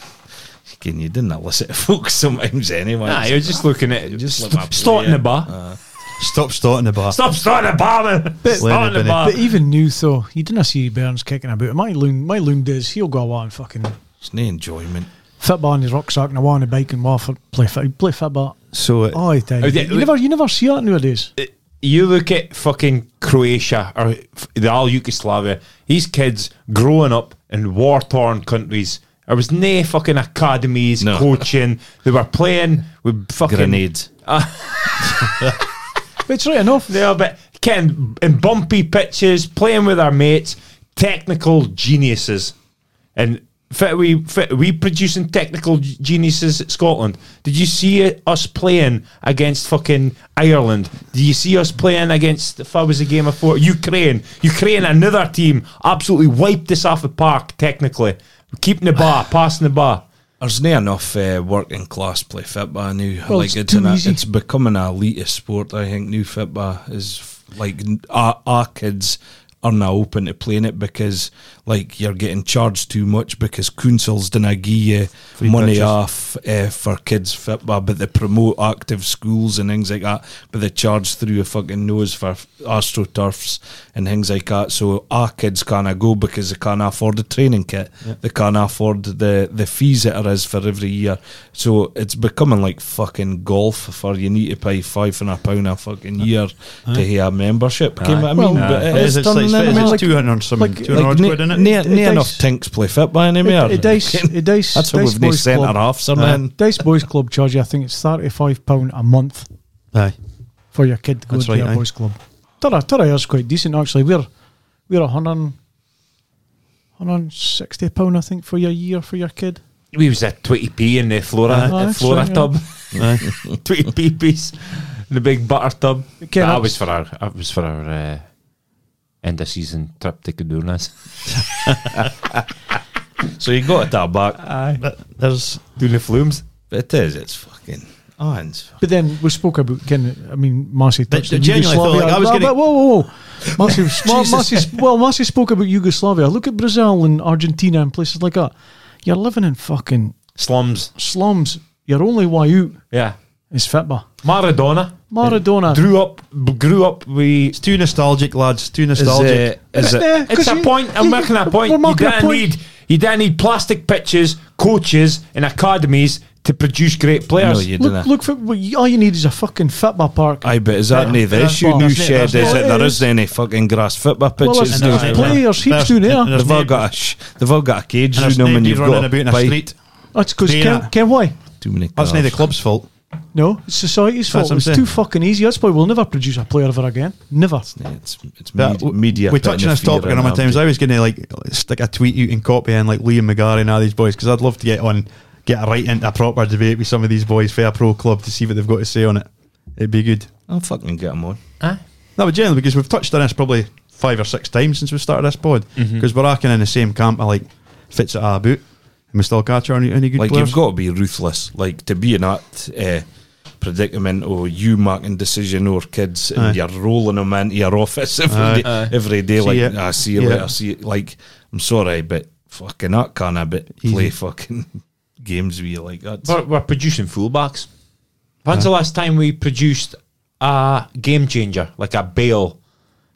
G: Can you didn't elicit folks sometimes anyway?
E: Nah, you're just looking at just
G: Just like my
E: starting the
G: player.
E: bar.
D: stop starting the bar.
E: Stop starting the bar, man. Starting the
D: Lennon
E: bar.
F: But even new though, you didn't see Burns kicking about. My loon, my loon does. He'll go away and fucking
G: it's no enjoyment.
F: football in his rucksack and away on a bike and waffle play fit, play football.
D: So it,
F: Oh, I tell
E: Oh,
F: you,
E: yeah,
F: you never, you never see that nowadays.
E: you look at fucking Croatia or f- the all Yugoslavia, these kids growing up in war torn countries. There was no fucking academies,
G: No.
E: coaching. They were playing with fucking
G: Grenades.
F: It's right enough.
E: Yeah, but Ken in bumpy pitches, playing with our mates, technical geniuses, and fit we fit we producing technical g- geniuses at Scotland. Did you see it- us playing against fucking Ireland? Do you see us playing against if I was a game of four Ukraine? Ukraine, another team, absolutely wiped us off the park technically, keeping the bar, passing the bar.
G: There's not enough uh, working class play football now.
F: Well,
G: like
F: it's
G: it's,
F: too
G: an,
F: easy.
G: it's becoming an elitist sport. I think new football is f- like n- our, our kids are now open to playing it because like you're getting charged too much because councils didn't give you money off uh, for kids football, but they promote active schools and things like that. But they charge through a fucking nose for f- astroturfs and things like that. So our kids can't go because they can't afford the training kit. They can't afford the, the fees that it is for every year. So it's becoming like fucking golf for you need to pay five and a pound a fucking year to have a membership. Can you- I mean,
F: Well,
G: but it
D: It's,
G: is
D: it's,
G: turning
D: it's,
G: into
F: like-
D: it's 200 and some,
F: like-
D: 200 odd
G: ne-
D: quid, innit?
G: ne-
F: It
G: ne-
F: does-
G: enough tinks play football anymore.
F: It does. It does.
G: That's how
F: Dice
G: we've nae
F: Boys
G: centre
F: Club-
G: half something.
F: Dice Boys Club charge you. I think it's thirty-five pound a month
D: Aye.
F: for your kid to go
D: That's
F: to
D: right,
F: their
D: aye.
F: boys club. Tura Tura is quite decent actually. We're we're a hundred and- hundred and sixty pound I think for your year for your kid.
E: We was at twenty p in the Flora
F: Aye.
E: uh, Flora
F: Aye, sure,
E: tub, twenty p piece, the big butter tub.
F: Okay,
E: that
F: that's-
E: was for our that was for our uh, end of season trip to Cadunas.
G: So you got that back.
D: But there's
E: doing the flumes.
G: It is. It's fucking. Oh, it's
F: But then we spoke about can I mean Marcy touched
D: but
F: on
D: genuinely, I felt
F: Yugoslavia.
D: like I was
F: Well,
D: getting-
F: but whoa, whoa, whoa. Marcy, Mar- Marcy- well, Marcy spoke about Yugoslavia. Look at Brazil and Argentina and places like that. You're living in fucking
E: slums.
F: slums. Your only way out
E: Yeah,
F: is football.
E: Maradona
F: Maradona.
E: drew up, b- grew up. We
D: it's too nostalgic, lads. Too nostalgic.
G: nostalgic. Is it?
F: Yeah, 'cause
E: it's a
F: you-
E: point. I'm
F: you-
E: making a point.
F: We're
E: You
F: making a
E: don't
F: point.
E: need you don't need plastic pitches, coaches, and academies to produce great players.
G: No, you
F: Look,
G: didn't.
F: look for well, you- all you need is a fucking football park.
G: Aye, but is that
D: Yeah,
G: not the
D: that's
G: issue?
D: what-
G: New
D: that's it,
G: shed is
D: that's what
G: that
F: it
G: there
F: is.
G: isn't any fucking grass football
F: well,
G: pitches.
F: it's
D: no,
F: there's
D: no,
F: players
D: no.
F: heaps down there.
D: There's
G: they've all
D: nobody-
G: got a sh- they've all got a cage
D: And there's
G: room and
D: nobody
G: you've
D: running
G: got
D: about in
G: to
D: the
G: buy
D: street.
F: That's because
D: Yeah.
F: Ken, Ken, why?
G: too many.
D: That's not the
G: cars.
D: club's fault.
F: No, it's society's
D: That's
F: fault.
D: what I'm
F: It's
D: saying.
F: too fucking easy. That's why we'll never produce a player ever again. Never.
G: Yeah, It's it's
D: That-
G: med-
D: w-
G: media.
D: We
G: putting
D: touched on
G: the
D: this
G: fear
D: topic a
G: in
D: number of
G: them.
D: times. I was going to like stick a tweet out and copy in like Liam McGarry and all these boys because I'd love to get on, get right into a proper debate with some of these boys for a pro club to see what they've got to say on it. It'd be good.
G: I'll fucking get them on.
D: No, but generally because we've touched on this probably five or six times since we started this pod because
G: Mm-hmm.
D: we're acting in the same camp. I like fits at our boot and we still catch any, any good
G: Like
D: players.
G: you've got to be ruthless. Like to be in that uh, predicament or you making decision or kids and
D: Aye.
G: you're rolling them into your office every day. Every day,
D: See
G: like
D: ya.
G: I see you
D: Yeah.
G: later. See, you. like I'm sorry, but fucking that can a bit play fucking games with you like that.
E: We're, we're producing fullbacks. When's the last time we produced a game changer like a Bale?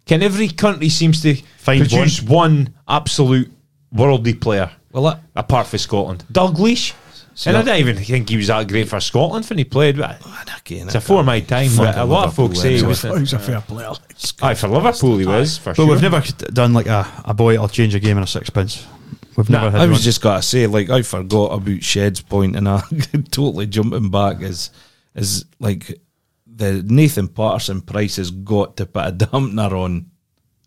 E: Can every country seems to
D: Find
E: produce one. absolute worldly player?
G: Well, that,
E: apart from Scotland, Dalglish.
G: See
E: And I
G: that-
E: don't even think he was that great for Scotland when he played. But
G: man, again,
E: it's a for my time.
G: fucking
E: But a lot of
G: Liverpool
E: folks say he
G: anyway.
E: was.
F: Oh, he's a fair player.
E: Aye, for Liverpool he was for
D: but
E: sure.
D: we've never c- done like a, a boy. I'll change a game in a sixpence. We've
E: Nah,
D: never had.
G: I was
D: one.
G: just gotta say, like I forgot about Shed's point, and I totally jumping back is is like the Nathan Patterson price has got to put a dampener on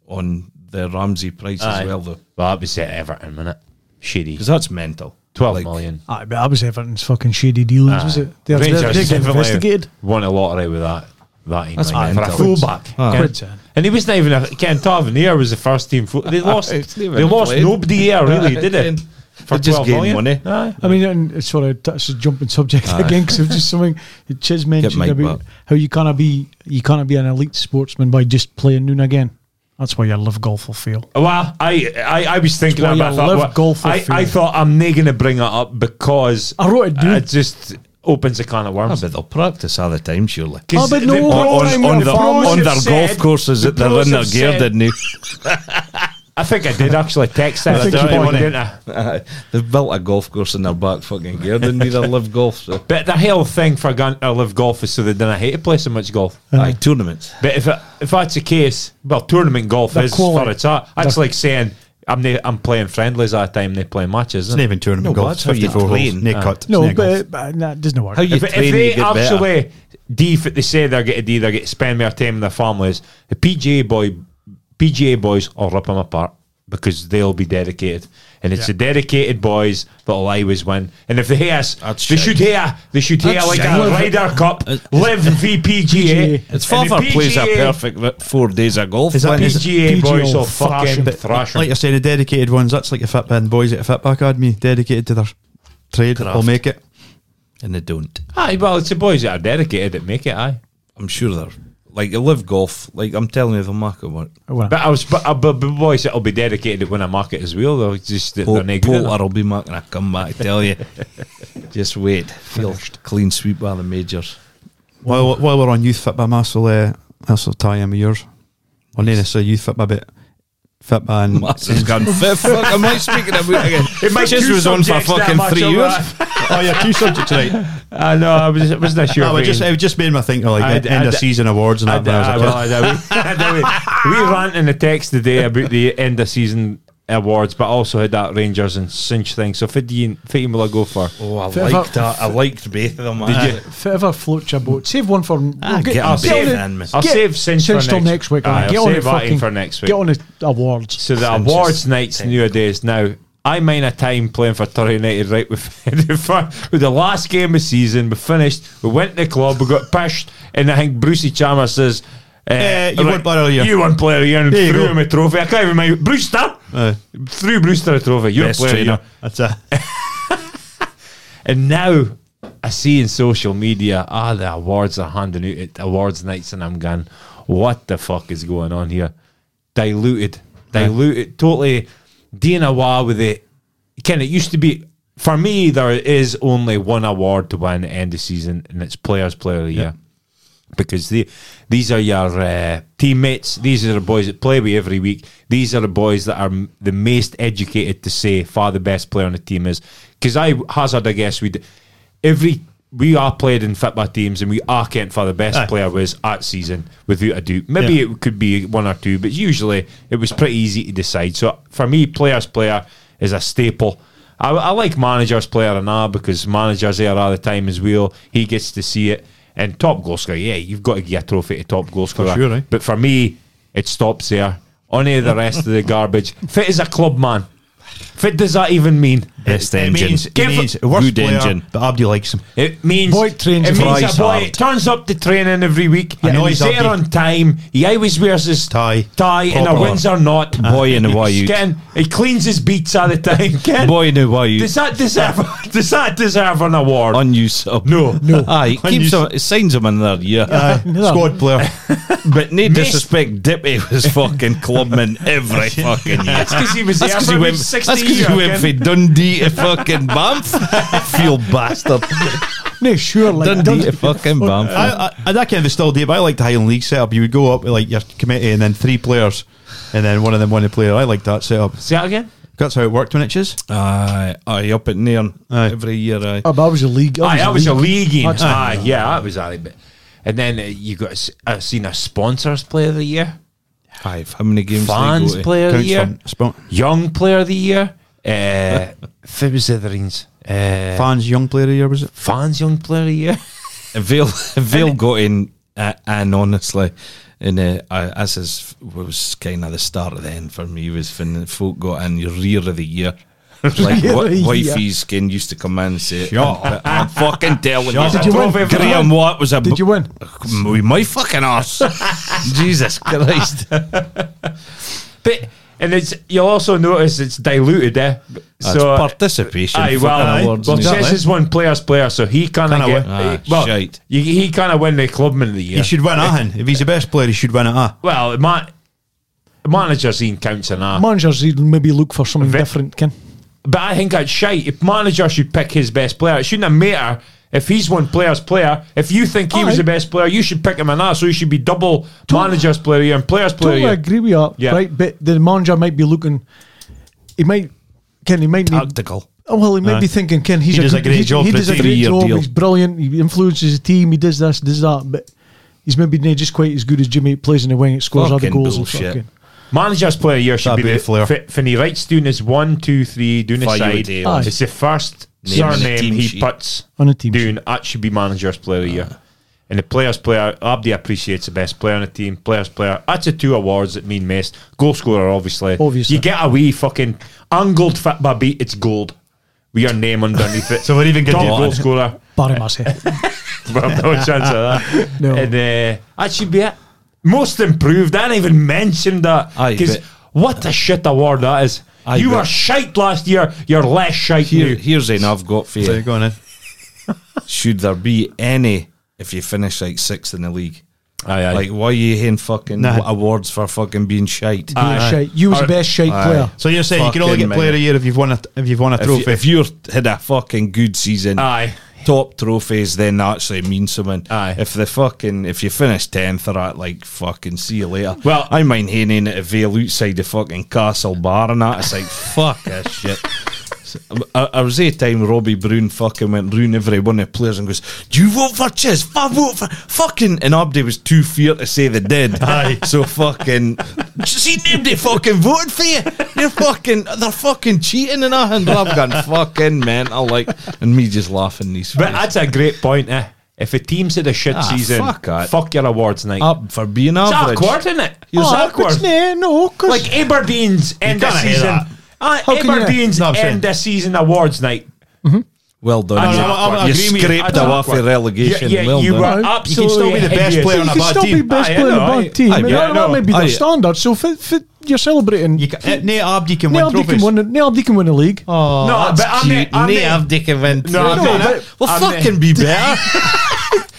G: on the Ramsey price
E: Aye.
G: as well though,
E: Well, that was at Everton, minute. Shitty.
G: because that's mental.
E: Twelve
G: Like,
E: million.
F: Aye, Ah, but that was Everton's fucking shady dealings, was it? They're,
E: Rangers
F: they're, they're getting
E: definitely
F: investigated.
E: Won a lottery with that. That in
G: That's
E: mind. for a
G: mental.
E: fullback.
G: Aye.
E: Ken-
F: Quid, son.
E: and he was not even a Ken Tavernier was the first team. Full, they lost.
G: It's
E: they
G: not even
E: lost
G: played.
E: nobody here really, did
G: Ken,
E: it? For
G: they just
E: 12
G: gained
E: million.
G: money.
E: Aye.
F: I mean, and it's sort of that's a jumping subject again 'cause again because it's just something that Chiz mentioned
G: Mike
F: about
G: back.
F: how you can't be you can't be an elite sportsman by just playing noon again. That's why your love golf will fail.
E: Well, I, I, I was thinking
F: That's
E: that, but I
F: why you
E: thought,
F: love
E: well,
F: golf for
E: I, I
F: free.
E: thought I'm not going to bring it up because
F: I wrote it down.
E: It just opens a can of
G: Ah,
E: worms.
G: but they'll practice all the time, surely.
E: 'Cause
F: Ah, but no,
E: the-
F: On- on-
G: On,
F: I'm
G: on,
F: the
G: their,
F: pros
G: on
E: have
G: their eh? golf
E: said-
G: courses that they're
E: pros
G: in their
E: have
G: gear,
E: said-
G: didn't they?
E: I think I did actually text that.
D: I
E: at
D: think
E: the
D: you
E: point,
D: did.
E: didn't I?
G: They've built a golf course in their back fucking gear. They need a live golf. So.
E: But the whole thing for going to live golf is so they don't hate to play so much golf.
D: Uh-huh.
G: Aye, tournaments.
E: But if it, if that's the case, well, tournament golf
F: They're
E: is
F: quality.
E: for its art. That's like saying I'm na- I'm playing friendlies at the time they play
D: It's
E: matches. Isn't
D: not
E: it?
D: even tournament
G: No,
D: golf.
G: but
D: It's
G: that's how you
D: 54 holes.
G: train.
D: No
G: Ah.
D: cut.
F: No,
D: it's not golf.
F: but, but that doesn't work.
G: How you
E: If, if
G: train,
E: they
G: you get better.
E: actually D, if they say they're getting D, they're getting spend more time with their families. The PGA boy, PGA boys will rip them apart because they'll be dedicated, and it's the dedicated boys that'll always win. And if they hate us,
G: That's
E: they
G: shit.
E: should hear. They should hear
G: That's
E: like
G: shit.
E: a
G: Live-
E: Ryder Cup,
G: It's-
E: live VPGA.
G: It's
E: And the
G: father plays a
E: PGA
G: perfect bit four days of golf.
D: Is
E: The
D: that- is it
E: PGA boys
F: PGA
E: will fucking
D: But
E: thrash 'em.
D: Like you're saying, the dedicated ones, that's like the Fitbit and boys at the Fitbit Academy, dedicated to their trade, they'll make it.
G: and they don't.
E: Aye, well, it's the boys that are dedicated that make it. Aye,
G: I'm sure they're like you live golf. Like I'm telling you, they'll make it work.
F: I wouldn't.
E: but I was, but, uh, but, but boys that'll be dedicated that win a market as well. Though, just that
G: Pol-
E: they're not good enough.
G: Poulter will be making a comeback. Tell you, just wait. Feel clean sweep by the majors.
D: While, while we're on youth football, Mass will, uh, this will tie in with yours. Or not necessarily youth football, but football and
G: Masses gone fifth. Fuck, am I speaking about again?
E: It might
G: Just
E: do
G: was on for
E: subjects that
G: fucking
E: much
G: three
E: of
G: years.
E: that.
D: oh, yeah, two subjects tonight.
E: I know. I was. I wasn't sure.
D: No, it
E: Wayne.
D: just, it just made me think of like
E: I'd-
D: end
E: I'd-
D: of season awards and
E: I
D: that.
E: d-
D: when I
E: I
D: was a kid.
E: was- I was- I was- we ran in the text today about the end of season awards, but also had that Rangers and cinch thing. So Fiddy Fiddy will go for.
G: Oh, I
F: Fair
G: liked that. I liked both of them.
E: Did
G: I-
E: you?
F: If it ever floats Uh, your boat, save one for. we'll
G: get on
E: I'll
G: Save
E: save,
G: it then, miss.
E: I'll
F: get
E: save cinch for
F: Cinch till
E: next,
F: next week.
E: Aye,
F: Get
E: I'll
F: on
E: save
F: it
E: that in
F: fucking-
E: for next week.
F: Get on the awards.
E: So the
G: Cinches.
E: awards nights nowadays now. I mine a time playing for Torre United right with with the last game of season. We finished. We went to the club. We got pushed, and I think Brucey Chalmers says, uh,
D: Eh, you won player of the year.
E: You won player of the year and
D: There you
E: threw
D: go.
E: him a trophy. I can't even remember Brewster
D: Aye.
E: threw Brewster a trophy. You're a
G: Best
E: player of the year.
G: trainer.
D: That's a
E: And now I see in social media, ah, the awards are handing out at awards nights, and I'm going, what the fuck is going on here? Diluted, diluted, totally doing away with it. Ken, it used to be for me. There is only one award to win at end of season, and it's players' player of the year because they, these are your uh, teammates. These are the boys that play with you every week. These are the boys that are m- the most educated to say far the best player on the team is. Because I hazard, I guess we every we are played in football teams, and we are Kent for the best player was at season without a doubt. Maybe it could be one or two, but usually it was pretty easy to decide. So for me, players player is a staple. I, I like managers player and all because managers there all the time as well. He gets to see it. And top goal scorer, yeah, you've got to get a trophy to top goal scorer.
D: sure, aye.
E: But for me, it stops there. On to the rest of the garbage. Fit is a club man. Fit does that even mean?
G: Best
D: it
G: engine.
D: means, it
E: Give
D: means
E: it-
D: worst
G: Good
D: player,
G: engine.
D: but Abdi likes him.
E: It means
F: Boy trains
E: it means
G: flies
E: a boy
G: hard.
E: turns up to training every week.
D: I know
E: and he's
D: he's
E: there
D: happy.
E: on time. He always wears his
D: Tie.
E: tie, and a
D: Proper.
E: wins or not.
G: Boy in the why
E: Ken, he cleans his beats all the time. Ken,
G: Boy, no why you
E: does that deserve? does that deserve an award?
G: unused sub.
E: no,
G: No. Aye, keeps
D: Unused.
G: him, signs him in there, yeah.
F: No.
D: Squad player.
G: But no
E: Missed.
G: disrespect, Dippy was fucking clubman every fucking year.
E: That's because he was there
G: That's because
E: for
G: he went.
E: sixty
G: That's because he
E: year,
G: went
E: Ken.
G: for Dundee to fucking Banff. Feel bastard.
F: No, sure. Like,
G: Dundee to
F: Dundee.
G: fucking Banff.
D: I, I, I, that kind of still do, but I like the Highland League setup. You would go up with like your committee and then three players, and then one of them won the player. I like that setup.
E: Say that again.
D: That's how it worked when it is.
G: Aye, aye, up at Nairn
D: Aye.
G: every year. Aye.
F: Oh, but I was a league.
E: Aye, that was a league in.
F: That's-
E: Aye, yeah, that was a bit. And then uh, you got s- I've seen a sponsors player of the year,
G: Aye, how many games
E: fans
G: they go to?
E: player of the
D: Counts
E: year,
D: for spo-
E: young player of the year, uh, Fibs Itherings, uh,
D: fans, young player of the year was it?
E: fans young player of the year.
G: Vale, Vale got in, uh, and honestly, and uh, I, as is what was kind of the start of the end for me was when the folk got in your rear of the year. Like
F: Rear
G: what
F: of the
G: wifey's skin used to come in and say,
D: Shut
G: "I'm- I'm fucking telling you,
F: Did you win?
G: Graham Watt was a
F: Did you win?
G: with my fucking ass. Jesus Christ!
E: But and it's you'll also notice it's diluted there. So
G: That's
D: uh,
G: participation.
E: Aye,
G: fucking
E: well, aye.
G: awards
E: well,
G: and
E: Chess
G: shit.
E: is one player's player, so he kind of
D: Kinda
E: get
D: win.
G: Ah,
E: he- well,
G: shite.
E: you- he kind of win the clubman of the year.
D: He should win at If he's the best player, he should win at a.
E: well, ma- manager's in counts and that.
F: Managers, he'd maybe look for something
E: Vet-
F: different, Ken.
E: but I think that's shite. If manager should pick his best player, it shouldn't matter if he's one player's player. If you think he was
F: Aye.
E: the best player, you should pick him and that. So he should be double manager's player of the year and player's player. of
F: Totally
E: the year.
F: agree with that,
E: Yeah.
F: right? But the manager might be looking. He might, Ken. He might need
G: Tactical.
F: Oh, well, he might be thinking, Ken, he's
D: He does a great
F: he-
D: job
F: He
D: for
F: does
D: the
F: a
D: team.
F: great
G: Three-year
F: job.
G: deal.
F: He's brilliant. He influences his team. He does this, does that. But he's maybe not just quite as good as Jimmy. Plays in the wing, scores other
G: Fucking
F: goals.
G: bullshit.
F: And fucking.
E: Mmanagers player of the year should
D: That'd
E: be
D: be
E: the
D: the flair.
E: fi- Finny Wright's doing his one, two, three, doing his
G: Fire
E: side.
G: day.
F: Aye.
E: It's the first
G: Name on the
E: surname
G: team
E: he
G: sheet.
E: puts
F: On the team
E: doing. That should be manager's player of the
D: Ah.
E: year. And the player's player, Abdi appreciates the best player on the team. Player's player. That's the two awards that mean most. Goal scorer, obviously.
F: Obviously.
E: You get a wee fucking angled fat baby, it's gold. With your name underneath it.
D: So we're even
E: Top
D: gonna do
E: goal
D: that.
E: scorer.
F: Barry Massey.
E: We've no chance of that.
F: No.
E: And uh, that should be it. Most improved. I didn't even mention that.
G: Aye,
E: Because
G: but-
E: what a shit award that is.
G: Aye,
E: you
G: but-
E: were shite last year. You're less shite
G: Here,
E: now.
G: here's an I've got for
D: So
G: you.
D: you're going in.
G: Should there be any if you finish like sixth in the league?
E: Aye, aye.
G: Like, why are you hitting fucking
D: Nah.
G: awards for fucking being shite?
E: Aye.
F: Shite. You was the
E: Aye.
F: best shite player.
D: So you're saying you can only
G: Fucking
D: get player of the year if you've won a if you've won a
G: If, you,
D: trophy.
G: if you're had a fucking good season,
E: Aye.
G: top trophies, then that actually means something.
E: Aye.
G: If the fucking if you finish tenth or that, like fucking see you later.
E: Well-
G: I mind hanging at a veil outside the fucking castle bar and that. It's like fuck this shit. So, I, I was a time Robbie Brown fucking went round every one of the players and goes, "Do you vote for Chiz? I vote for fucking." And Abdi was too fear to say they did. Aye. So fucking, see nobody fucking voted for you. They're fucking, they're fucking cheating and that. And I've gone fucking mental like, and me just laughing these.
E: But that's a great point, eh? If a team's had a shit
G: Ah,
E: season,
G: fuck that.
E: your awards night.
G: up for being
E: it's
G: average.
E: awkward, isn't it?
G: You're
E: It's
G: awkward.
E: awkward.
F: Nah, no, 'cause-
E: Like Aberdeen's end of
D: can't hear
E: season.
D: that.
E: Aye,
F: How can you-
E: Aberdeen's
D: No, I'm saying-
E: end of season awards night.
G: Well done.
E: That's
G: you
E: awkward.
D: I'm
G: you
D: agreeing with you.
G: scraped
E: That's
G: away
E: awkward.
G: for relegation.
E: Yeah, yeah,
G: well
E: you
G: done.
E: were
F: You
D: you can
E: absolutely
D: still be the best
E: hideous.
D: player on a
F: You can
D: bad
F: still
D: team.
F: be best
E: Aye, I
F: player
E: know,
F: on a
E: aye.
F: bad team.
G: Aye,
F: And
G: yeah,
F: that,
E: I
F: that
E: know.
F: may be the
G: Aye.
F: standard. So fi- fi- you're celebrating.
D: you can, uh, Nate Abdi can
F: Neil
D: win
F: Abdi
D: trophies.
F: can win. Neil Abdi can win a league.
G: Oh,
E: No,
G: that's
E: but I'm
G: cute.
E: the- I'm
G: Nay,
E: the-
G: I've taken win.
E: No, I'm
G: No,
E: the-
G: but- well,
E: I'm the-
G: fucking be better.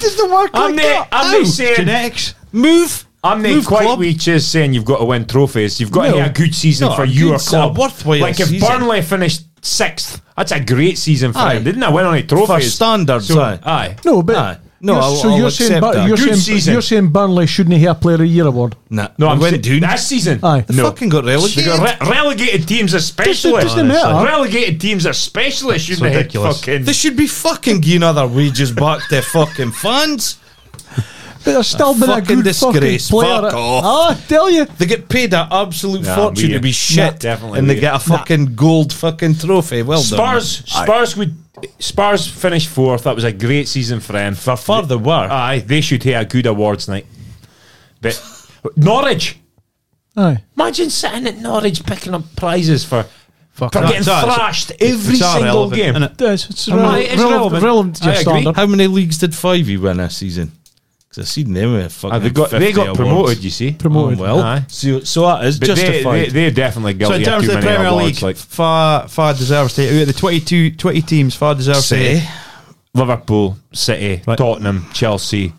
F: Does the work
E: I'm
F: like
E: not,
F: that?
E: I'm not
F: Ow.
E: saying
D: Genetics.
G: Move.
E: Oh, I'm not
G: Move
E: quite
G: club.
E: which is saying you've got to win trophies. You've got to
G: No.
E: have a good season
G: No,
E: for
G: a
E: your
G: good- a
E: club.
G: worthwhile
E: like if
G: season.
E: Burnley finished sixth, that's a great season for
G: Aye.
E: them. Didn't I win any trophies?
G: standards, aye.
E: aye.
F: No, but
G: Aye. No,
F: you're-
G: I'll-
F: so
G: I'll
F: you're saying
G: accept
F: Bur-
G: that.
F: you're
E: Good
F: saying
E: season.
F: you're saying Burnley shouldn't have a Player of the Year award.
G: Nah,
E: No, I'm
G: went
E: saying
G: down.
E: that season.
F: Aye.
G: They
E: no.
G: fucking got
E: They got
G: relegated.
E: re- relegated teams are specialists.
F: doesn't matter.
E: Relegated teams are specialists. You
D: ridiculous.
E: Fucking
G: they should be fucking giving other wages back to fucking fans.
F: But there's still been a
G: Ah, fucking
F: good
G: disgrace.
F: fucking player. Ah,
G: Fuck off.
F: I tell you,
G: They get paid an absolute
E: Nah,
G: fortune
E: we-
G: to be shit,
E: Nah, definitely
G: and they
E: we-
G: get a fucking gold fucking trophy. Well
E: Spurs. Spars would. Spars finished fourth. That was a great season for them. For
G: done. Far they were.
E: aye, they should have a good awards night. But Norwich.
F: aye.
E: Imagine sitting at Norwich picking up prizes for, for
D: that.
E: getting
D: That's-
E: thrashed every
D: It's all
E: single
D: relevant,
E: game.
D: innit?
F: It's, it's
E: Aye,
F: relevant,
E: it's
F: relevant-
E: relevant.
F: relevant to
E: I
F: your
E: agree.
F: standard.
G: How many leagues did Five E win a season? Because I seen them with fucking.
E: Ah, they got
G: 50
E: they got
G: awards.
E: promoted. You see,
F: Promoted.
G: Oh, well,
E: Aye.
G: so so that is
E: but they, they
G: justified.
E: they're definitely
D: So
E: guilty
D: in terms
E: of
D: of
E: too
D: the
E: many
D: Premier
E: awards.
D: League,
E: Like
D: far far deserves to out of the 22, 20 teams, far deserves to
G: Say,
E: Liverpool, City, Tottenham, Chelsea,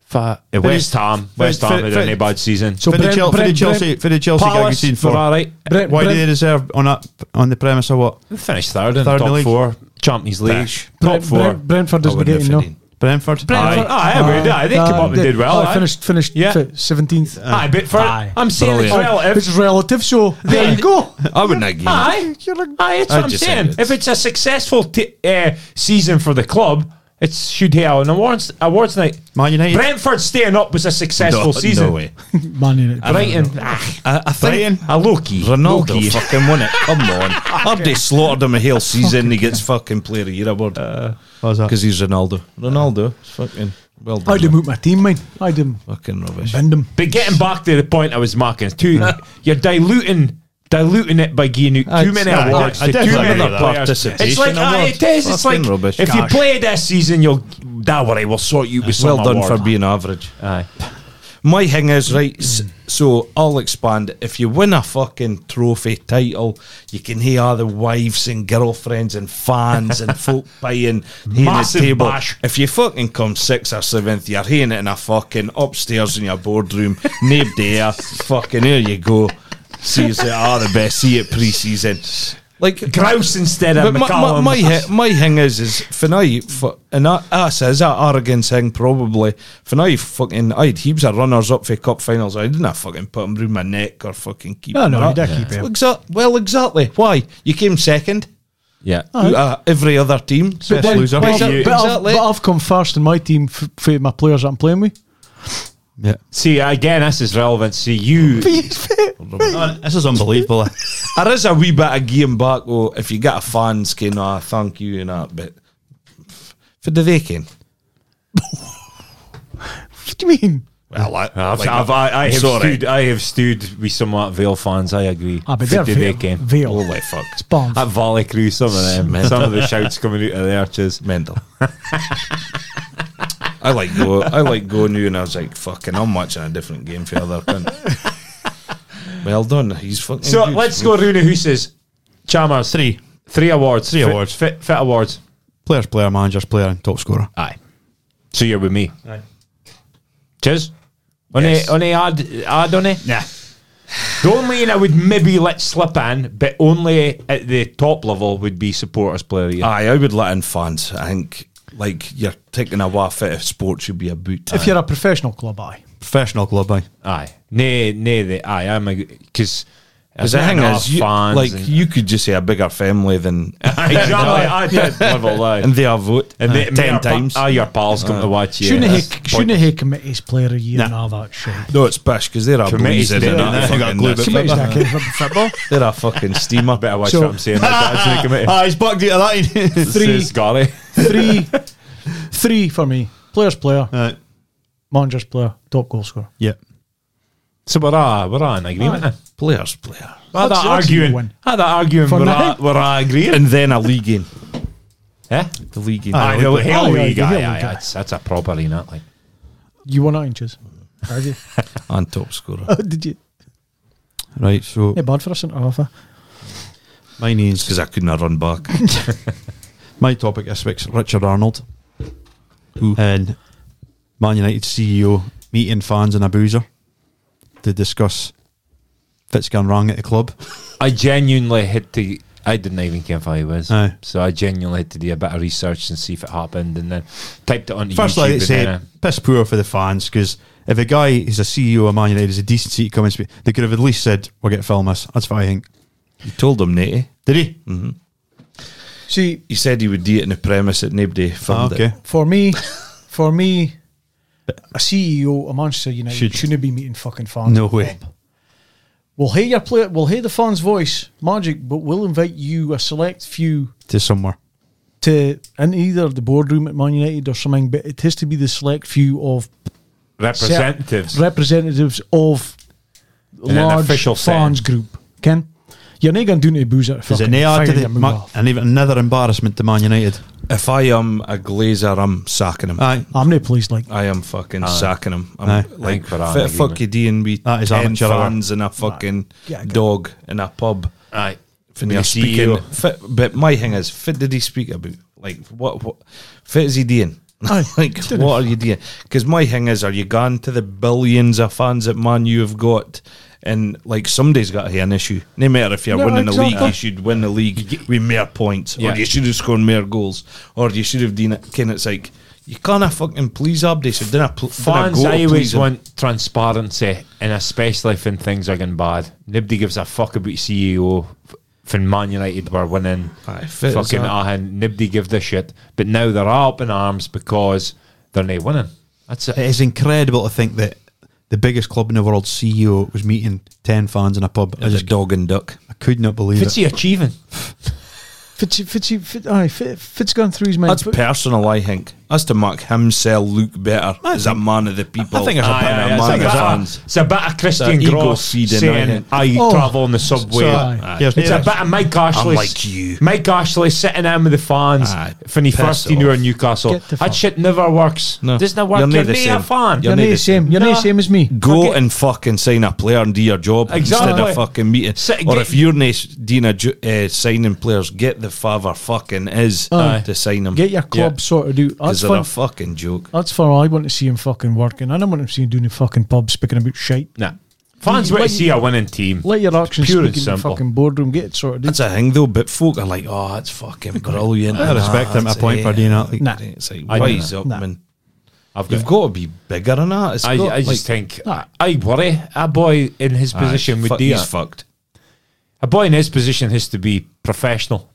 E: fa- uh, West Ham. West
D: fin-
E: Ham had
D: fin-
E: a bad season.
F: So
D: for the,
F: Brent-
D: Chel- for the
F: Brent-
D: Chelsea, for the Chelsea, got a good
E: Palace
D: season
E: were
D: for.
E: all right.
F: Brent-
D: Why do
F: Brent-
D: they deserve on that on the premise of what?
E: They finished third in
D: Third in
E: top
D: the league.
E: four, Champions League,
G: Pish.
E: top
F: Brent,
E: four.
F: Brent, Brentford
G: I
F: is
G: wouldn't have
F: getting no.
G: fit
D: Brentford.
E: Aye,
F: Brentford-
E: aye, I would, aye, they
F: Uh,
E: came up and did well.
F: aye,
E: aye.
F: Finished, finished,
E: Yeah.
F: seventeenth. Ah,
E: Aye, but for I'm saying it's
G: Brilliant.
E: relative.
F: It's relative, so there you go.
G: in. I wouldn't agree.
E: Aye, aye, that's
G: I
E: what I'm
G: just
E: saying.
G: said it.
E: If it's a successful t- uh, season for the club, it should have an awards awards night.
D: Man United.
E: Brentford staying up was a successful
G: No,
E: season.
G: no way.
F: Man United.
E: Brighton, ah,
G: I, I think
E: a Loki.
G: Ronaldo
E: Loki.
G: fucking won it. Come on. Abdi slaughtered him a whole season. He gets fucking player of the year award
D: What was that?
G: because he's Ronaldo. Ronaldo, is fucking well
F: I
G: done.
F: didn't move my team, mine. I didn't
G: Fucking rubbish.
F: bend them.
E: But getting back to the point I was making, too, you're diluting diluting it by giving out too
G: It's-
E: many
G: I-
E: awards
D: I
E: to too
D: definitely
E: many
D: agree with
G: that.
E: players. It's like
G: Participation
E: aye,
G: award.
E: it is. It's
G: Fucking
E: like
G: rubbish.
E: if you
G: Gosh.
E: play this season, you'll that worry. We'll sort you with
G: Well
E: some
G: done
E: award.
G: for being average.
E: Aye.
G: My thing is, right, s- so I'll expand. If you win a fucking trophy title, you can hear all the wives and girlfriends and fans and folk buying hearing the
E: Massive
G: table.
E: bash.
G: If you fucking come sixth or seventh, you're hearing it in a fucking upstairs in your boardroom, nib there, fucking here you go. Seriously, ah, the best. See it pre season. Like
E: Grouse instead of
G: But my, my,
E: McCallum.
G: my, hi- my thing is, is Finai, fu- and that us is that arrogant thing probably. Finai fucking, I had heaps of runners up for cup finals. I didn't have fucking put them through my neck or fucking keep.
F: No, no,
G: them
F: you
G: up.
F: did keep him.
G: Exa- well, exactly. Why you came second?
E: yeah.
G: to, uh, every other team. So
D: Best loser.
F: But,
E: you-
F: I've, but I've-
G: exactly.
F: but I've come first in my team f- for my players that I'm playing with.
D: Yeah.
E: See again, this is relevant. See you.
D: Uh, this is unbelievable.
G: There is a wee bit of game back. Oh, if you get a fans, can I thank you and that, but for the they can.
F: What do you mean?
G: Well, I,
E: I've,
G: like,
E: I've, I, I have
G: sorry.
E: stood. I have stood with some of that Vale fans. I agree.
F: Ah, but
E: Fit
F: they're
E: do
F: Vale.
E: they came.
F: Vale.
E: Holy fuck!
F: It's bombs.
E: At Valley Crew, some of them, some of the shouts coming out of the arches.
G: mental. I like go. I like go new, and I was like, "Fucking, I'm watching a different game for other cunt." well done. He's fucking.
E: So
G: good.
E: let's go Rooney Hooses. Chalmers.
D: Three.
E: Three awards.
D: Three
E: Fit-
D: awards.
E: Fit, fit awards.
D: Players, player, managers, player, and top scorer.
E: Aye. So you're with me. Aye. Cheers. Only,
G: Yes.
E: only add, add on it. Nah. The only thing I would maybe let slip in, but only at the top level, would be supporters player. of the year.
G: Aye, I would let in fans. I think like you're taking a waff out of sport should be a boot.
F: If you're a professional club, I.
D: Professional club, aye.
E: Aye. Nay, nay, they, aye, I'm a, because
G: because the thing is, you,
E: fans
G: like
E: and,
G: you could just say a bigger family than
E: exactly, I did level, aye.
G: and they are vote
E: And they,
G: uh, ten times.
E: Ah, your pals come to watch you.
F: Shouldn't
E: That's
F: he? Shouldn't he commit his player a year and all that shit?
G: no, it's bish because they're a breeze
E: Committee's
G: and
E: doing
G: they're
E: that.
G: a
D: They got
G: fucking-
D: glue bit
F: Committee's not
G: they're
F: good for football.
G: a fucking steamer.
E: Better watch
F: So-
E: what I'm saying. My dad's in the committee.
D: Ah, he's bugged out of that.
E: This is Gary.
F: Three, three for me. Players, player,
D: Aye.
F: managers, player, top goal scorer.
D: yeah.
E: So uh, we're all, we're all in agreement then.
G: Players, player,
E: Had
F: What's
E: that
F: your team
E: arguing.
F: win?
E: Had that arguing.
F: For
E: We're
F: now?
E: all, we're all agreeing.
G: and then a league game.
E: Eh?
G: The league game.
D: Ah,
E: Aye, the Hell
F: aye,
E: League.
F: the
E: Aye,
F: Hell
E: aye,
F: League,
E: aye.
F: aye.
E: That's that's a proper in that like.
F: You won out inches. Have you?
G: and top scorer.
F: Oh, did you?
D: Right, so
F: Yeah, bad for a centre half. eh?
D: my name's
G: Because I couldn't have run back.
D: My topic this week's Richard Arnold. Who? And Man United CEO meeting fans and a boozer to discuss Fitz gone wrong at the club.
E: I genuinely had to. I didn't even care if I was.
D: Aye.
E: So I genuinely had to do a bit of research and see if it happened, and then typed it onto
D: First,
E: YouTube.
D: like they
E: and
D: say,
E: then, uh,
D: piss poor for the fans because if a guy is a CEO of Man United, is a decent seat coming speak, they could have at least said, "We're going to film this." That's what I think.
G: you told him, Natty.
D: Did he?
F: See,
G: He said he would do it in the premise that nobody
D: Ah,
G: filmed
D: okay.
G: it.
F: for me, for me, a CEO of Manchester United
D: Should-
F: shouldn't be meeting fucking fans.
D: No
F: at the
D: way.
F: club. We'll hear your player. We'll hear the fans' voice, magic, but we'll invite you a select few
D: To somewhere.
F: to in either the boardroom at Man United or something. But it has to be the select few of
E: representatives.
F: representatives of
E: an
F: large
E: official
F: fans group. Ken, you're not going to do any booze at
D: Is it
F: fucking
D: Nayar to
F: fire
D: the
F: your move
D: Ma-
F: off.
D: and even another embarrassment to Man United?
G: If I am a glazer, I'm sacking him.
D: Aye,
F: I'm not pleased like
G: I am fucking sacking him. I'm
D: Aye.
G: like,
E: Thank for that
G: fit fuck
E: agreement.
G: you dealing with
D: That is
G: 10
D: amateur hour.
G: fans and a fucking
F: Yeah, I get
G: dog in a pub.
E: Aye.
G: When you're
E: The
G: speaking,
E: CEO.
G: fit, but my thing is, fit did he speak about? Like, what, what fit is he doing?
F: Aye.
G: like, what are you doing? Because my thing is, are you going to the billions of fans that Man you have got? And like somebody's got here an issue. No matter if you're
F: No,
G: winning the league,
F: exactly.
G: you should win the league with more points,
E: Yeah.
G: or you should have scored more goals, or you should have done it. Ken, it's like you can't fucking please Abdi. So didn't pl-
E: Fans,
G: didn't go
E: I
G: to please
E: always
G: him.
E: want transparency, and especially when things are going bad. Nobody gives a fuck about CEO. f- When Man United were winning,
G: Aye, fit as
E: fucking
G: that.
E: ah, nobody give the shit. But now they're all up in arms because they're not winning. That's
D: it
E: it.
D: is incredible to think that the biggest club in the world CEO was meeting ten fans in a pub. I
G: As a
D: just
G: dog and duck.
D: I could not believe it.
E: Fitzy achieving.
F: Fitz, Fitz, Fitz, aye, Fitz, Fitz gone through his mind.
G: That's
F: but-
G: personal, I think. That's to make himself look better as a man of the people.
D: I think it's a
G: and
D: bit
G: a
E: Aye, aye,
G: man
E: it's,
G: of
E: a bit
G: fans.
E: of, it's a bit of Christian
G: It's a ego
E: Gross
G: feeding, Ah,
E: saying, I
F: Oh.
E: travel on the subway. Ah,
D: So,
F: Aye.
D: here's
E: It's a
D: Nayar.
E: bit of Mike Ashley.
G: like you.
E: Mike Ashley sitting in with the fans
G: Aye,
E: when he
G: piss
E: first he knew
G: off.
E: in Newcastle.
F: Get the
E: That
F: fuck.
E: shit never works.
G: No.
E: Doesn't it
G: You're
E: work? You're,
G: nae the
E: nae a
G: same.
E: fan.
G: You're
F: You're not
G: nae
F: the
G: the
F: same.
G: same.
F: You're not
E: No.
F: the same as me.
G: Go
E: Okay.
G: and fucking sign a player and do your job instead
E: Exactly.
G: of fucking meeting.
E: Sit-
G: or
E: get-
G: if you're not doing a ju- uh, signing players, get the father fucking is
F: Aye.
G: to sign them.
F: Get your club sorted out.
G: Because
F: That's
G: they're
F: fun.
G: a fucking joke.
F: That's fun. I want to see him fucking working. I don't want him seeing doing the fucking pub speaking about shite.
E: Nah. Fans
F: Like-
E: want to see a winning team.
F: Let your auction
E: Pure
F: speak
E: and
F: in the
E: simple.
F: fucking boardroom. Get it sorted.
G: That's a thing though, but folk are like, oh, it's fucking brilliant.
D: I respect them a point for doing that. Like,
F: Nah.
G: It's like,
E: I-
G: wise up,
F: nah.
G: man.
E: I've got
G: You've got to be bigger than that. It's
E: I,
G: got,
E: I just
G: like,
E: think I worry a boy in his
G: aye,
E: position would
G: fuck,
E: do
G: Ah, he's
E: that.
G: fucked.
E: a boy in his position has to be professional.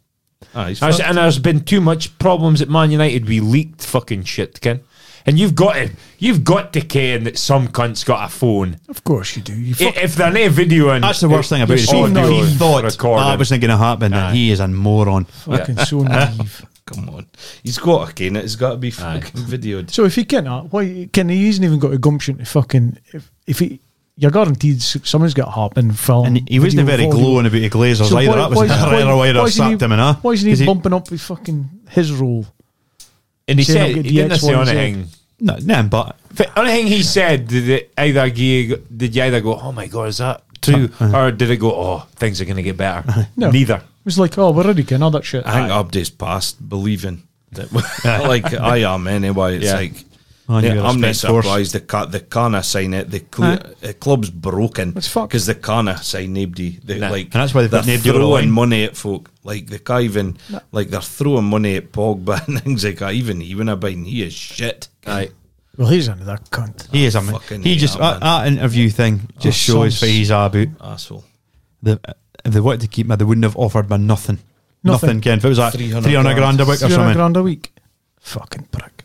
G: Aye, he's
E: There's-
G: fucked.
E: and there's been too much problems at Man United. We leaked fucking shit, Ken. And you've got to, you've got to ken that some cunt's got a phone.
F: of course you do. You
E: I- If they're not videoing,
D: That's the worst thing about it.
E: audio
D: He, he thought
E: recording.
D: that was not going to happen, and he is a moron.
F: fucking so naive.
G: Come on, he's got a cane. It's got to be fucking videoed.
F: So if he cannot, why can he hasn't even got a gumption to fucking if if he you're guaranteed s- someone's got happened film.
D: And he wasn't
F: video,
D: very
F: audio.
D: glowing about the Glazers
F: So
D: either. that was
F: is-
D: another error why
F: why
D: I
F: isn't he-
D: sapped him in that.
F: Why isn't
D: 'Cause
F: he bumping up with fucking his role?
E: and he
F: Saying
E: said
F: I'll get
E: he didn't
F: DX
E: say
F: ones, yeah.
E: anything.
D: No, no, but
E: The only thing he said did it either give, did you either go, oh my god, is that true,
D: Uh-huh.
E: or did it go, oh, things are going to get better?
F: No.
E: Neither.
F: It was like, oh, we're already getting all that shit.
G: I think Abdi's past believing that. like I am anyway. It's
E: Yeah.
G: like.
D: I knew
G: yeah,
D: you were
G: I'm not
D: spent force.
G: surprised they can't, they can't sign it. The, cle the club's broken
F: It's fucked.
G: because they can't sign nobody. They, like,
D: And that's why they've got
G: they're
D: nobody on the
G: throwing
D: line.
G: money at folk. Like they can't even like they're throwing money at Pogba and things like that. Even even buying he is shit.
E: Aye.
F: well, he's another cunt.
D: He is a
G: Fucking
D: He just
G: hell,
D: that, that interview thing just
F: Oh,
D: shows
F: some
D: that he's a about.
G: Asshole.
D: The, if they wanted to keep me, they wouldn't have offered me nothing.
F: Nothing.
D: Nothing, Ken. If it was like
G: 300
D: 300, grand a week or
F: Three hundred
D: something.
F: grand a week. Fucking prick.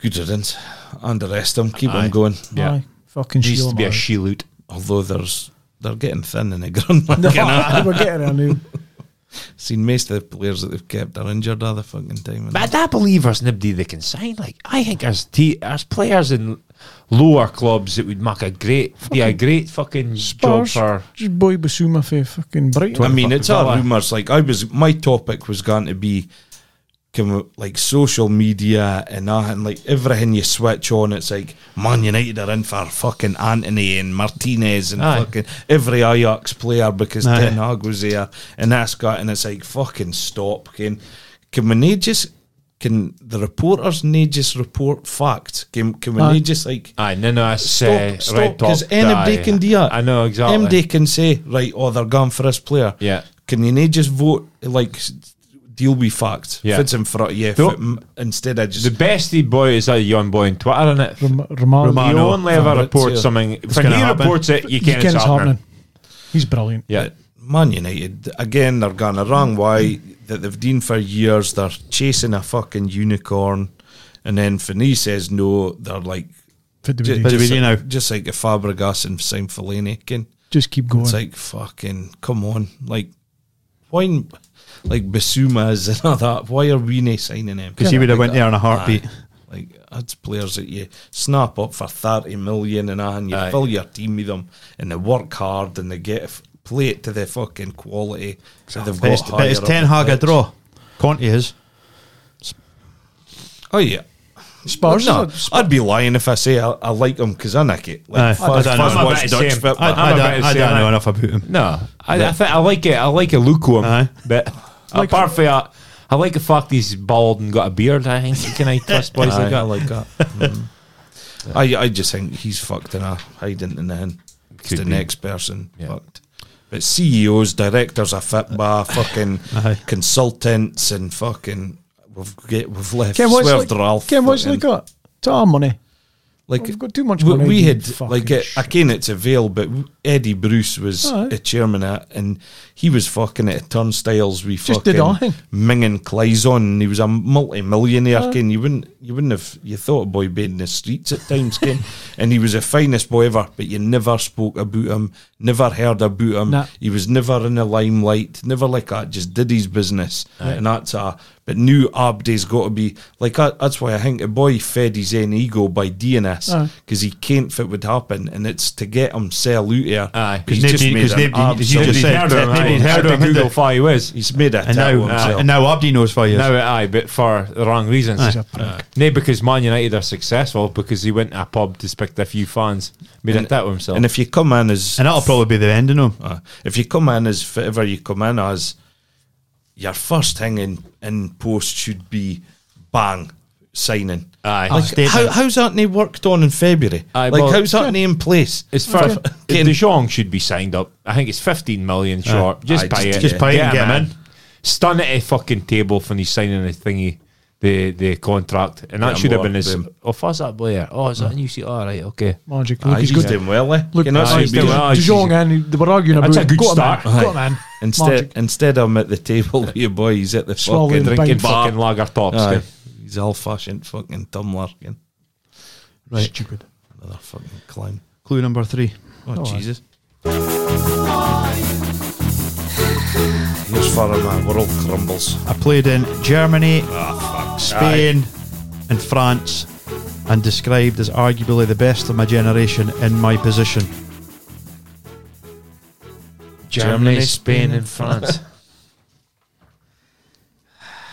G: Good riddance. And the rest of them keep on going.
E: Yeah.
F: Aye, fucking
E: Needs to
F: shield.
E: be a
F: man.
E: shiloot.
G: Although there's they're getting thin in the ground. Like,
F: No,
G: you know.
F: we're getting a new.
G: Seen most of the players that they've kept are injured all the fucking time. and
E: But I believe there's nobody they can sign. Like I think there's t- there's players in lower clubs that would make a great be a great fucking job
F: Spurs.
E: for.
F: Just boy Basuma for fucking Brighton.
G: I mean, it's all
E: Villa.
G: rumours. Like I was, my topic was going to be, can we, like social media and that, and like everything you switch on, it's like Man United are in for fucking Anthony and Martinez and
E: Aye.
G: fucking every Ajax player because
D: Aye.
G: Ten Hag was there and that's got, and it's like fucking stop. Can can we not just? Can the reporters not just report facts? Can can we
F: Aye.
G: not just like
E: Aye, no, no, it's uh,
G: stop, stop,
E: red top.
G: because anybody
E: Aye.
G: can do that.
E: I know exactly.
G: Anybody can say, right, oh, they're going for this player.
E: Yeah.
G: Can you not just vote, like, s- deal with facts?
E: Yeah.
G: If it's in front of you, if
E: The-
G: it m- instead of just...
E: The bestie boy is a young boy on Twitter, isn't it?
F: Rom- Romano.
E: He only ever
G: Romano,
E: reports
G: too.
E: something. When
D: gonna
E: he
D: happen.
E: reports it, you
F: You
E: can't
F: can't
E: stop happening.
F: happening. He's brilliant.
E: Yeah.
G: Man United, again, they're going a wrong way that they've done for years. They're chasing a fucking unicorn. And then Finney says no, they're like...
F: Fit the
G: ju-
F: video.
D: But we do now.
G: like, just like if Fabregas and Sam Fellaini can...
F: Just keep going.
G: It's like fucking come on, like why, n- like Basumas and all that. Why are we not signing him?
D: Because he would have went there in a heartbeat.
G: Like that's players that you snap up for thirty million and that, and you
E: Aye.
G: fill your team with them, and they work hard and they get f- play it to their fucking quality. So they've
D: But
G: got
D: it's, but it's
G: higher up
D: Ten
G: the
D: Hag a
G: pitch.
D: draw. Conte is.
G: Oh yeah.
F: Spurs,
G: no,
F: isn't it?
G: I'd be lying if I say I, I like him because I nick it.
D: Aye.
G: Like,
D: I
G: first, first
D: don't know.
G: watch
E: I'm about to
G: Dutch
E: say-
G: football.
E: I
D: I,
E: don't
D: don't,
E: know about
D: I
E: his
D: don't
E: surname.
D: know enough about him.
E: No, I, I think I like it. I like a lukewarm,
D: Aye.
E: but apart from that, I like the fact he's bald and got a beard. I think can I trust boys like
G: Aye, I
E: that?
G: like that. Mm. I, I just think he's fucked and I hiding in the end. He's
E: Could
G: the
E: be.
G: next person
E: Yeah.
G: fucked. But CEOs, directors of FITBA, fucking
D: Aye.
G: consultants and fucking we've get we've left
F: Ken, what's
G: Swerved
F: like,
G: Ralph.
F: Ken, what's
G: fucking-
F: like got? It's our money.
G: like
F: We've got too much
G: we,
F: money,
G: we
F: you
G: had
F: fucking
G: like it, I
F: shit.
G: came it's a veil, but w- Eddie Bruce was
F: Aye.
G: a chairman at, and he was fucking at turnstiles. We
F: Just
G: fucking
F: did aye.
G: minging Cly's on, and he was a multi-millionaire. Ken, you wouldn't you wouldn't have you thought a boy been in the streets at times, Ken, and he was the finest boy ever, but you never spoke about him, never heard about him.
F: Nah.
G: He was never in the limelight, never like that. Just did his business, and that's a. But new Abdi's got to be like that, that's why I think a boy fed his own ego by doing this
F: Aye.
G: because he can't fit would happen, and it's to get himself out here.
E: Aye.
G: he's
D: 'Cause
G: just
D: nobody-
G: made
D: 'cause
G: an
D: nobody- as you
G: absolute-
D: just said,
E: heard of him.
D: He'd
E: aye.
D: heard
E: Had
D: of
E: to
D: him,
E: Google
D: hadn't
E: five ways.
G: He's made a
D: And now,
G: himself.
D: and now Abdi knows for you.
E: Now, aye, but for the wrong reasons.
F: He's a prick.
E: Nay, because Man United are successful because he went to a pub to speak to a few fans, made a tit with himself.
G: and if you come in as
D: and that'll probably be the end of him.
E: Ah.
G: Uh, if you come in as whatever you come in as, your first thing in, in post should be bang. signing.
E: Aye.
G: Like,
E: Ah,
G: how, how's that not worked on in February?
E: Aye,
G: like,
E: well,
G: how's that not in place?
E: It's far,
G: For-
E: De
G: Ken-
E: Jong should be signed up. I think it's 15 million short. just
G: Aye,
E: pay
G: just-
E: it.
G: just
D: pay it and get him in.
E: Stun at a fucking table when he's signing the thingy, the the contract. And
G: Get
E: that
G: him
E: should have
G: more,
E: been his.
G: boom.
E: Oh, what's that player? Oh, is that a new seat? All right, okay.
F: Magic. Look,
G: Aye,
F: he's
G: he's
F: good.
G: doing well, eh?
F: Look,
G: Can I
E: aye,
G: say
E: he's
G: be-
E: doing well.
F: De Jong and they were arguing
E: That's
F: about
E: a
F: it.
E: good
F: Got him in,
E: start.
F: Got him in.
G: Instead,
F: Magic.
G: instead, I'm at the table with your boy. He's at the fucking
F: Swallowing the
E: Drinking
F: Bang.
E: fucking lager tops.
G: Aye.
E: yeah.
G: He's old fashioned fucking dumb larkin.
D: Stupid.
G: Another fucking clown.
D: Clue number three.
G: Oh, Jesus. Here's far of my world crumbles.
D: I played in Germany,
E: Ah,
D: Spain, and France, and described as arguably the best of my generation in my position.
E: Germany, Spain, and France.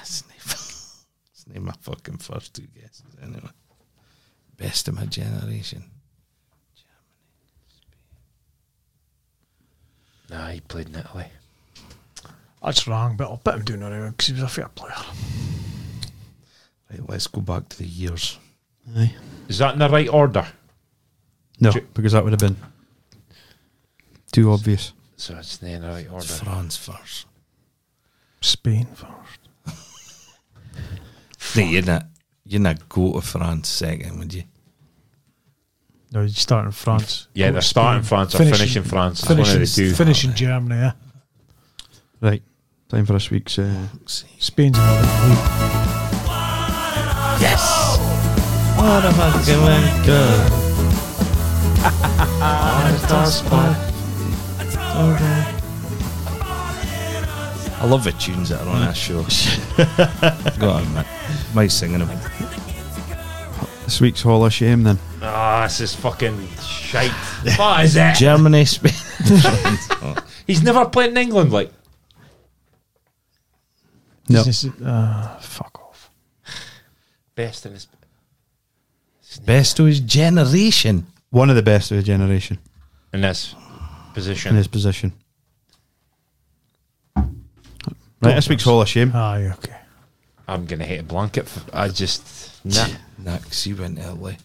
G: It's not, fuck- it's not my fucking first two guesses anyway. Best of my generation.
E: nah, he played in Italy.
F: That's wrong, but I'll bet him doing it anyway because he was a fair player.
G: Right, let's go back to the years.
E: Is that in the right order?
D: No,
E: Ge-
D: because that would have been too obvious.
E: So it's not in the right order.
G: France first.
F: Spain first.
G: No, you're not. You're not go to France second, would you?
F: No, you start in France.
E: Yeah,
F: Go
E: they're
F: to
E: starting
F: Spain.
E: France or
F: Finish in-
E: finishing France. It's one of
F: Finish in,
E: the two.
F: finish in Germany, yeah.
D: Right, time for this week's. Uh,
F: Spain's in the league.
G: Yes. What a fucking wanker. I love the tunes that are on that show. Got on, mate. My singing them.
D: this week's Hall of Shame, then.
E: Ah, this is fucking shite. what is that?
G: Germany, Spain.
E: He's never played in England, like.
D: No.
F: This is- uh, fuck off.
E: Best in his.
G: Best of his generation.
D: One of the best of his generation
E: In this position.
D: in his position. Right, this week's Hall of Shame.
F: Aye, okay.
E: I'm going to hate a blanket. For, I just. Nah.
G: Nah, 'cause he went to Italy.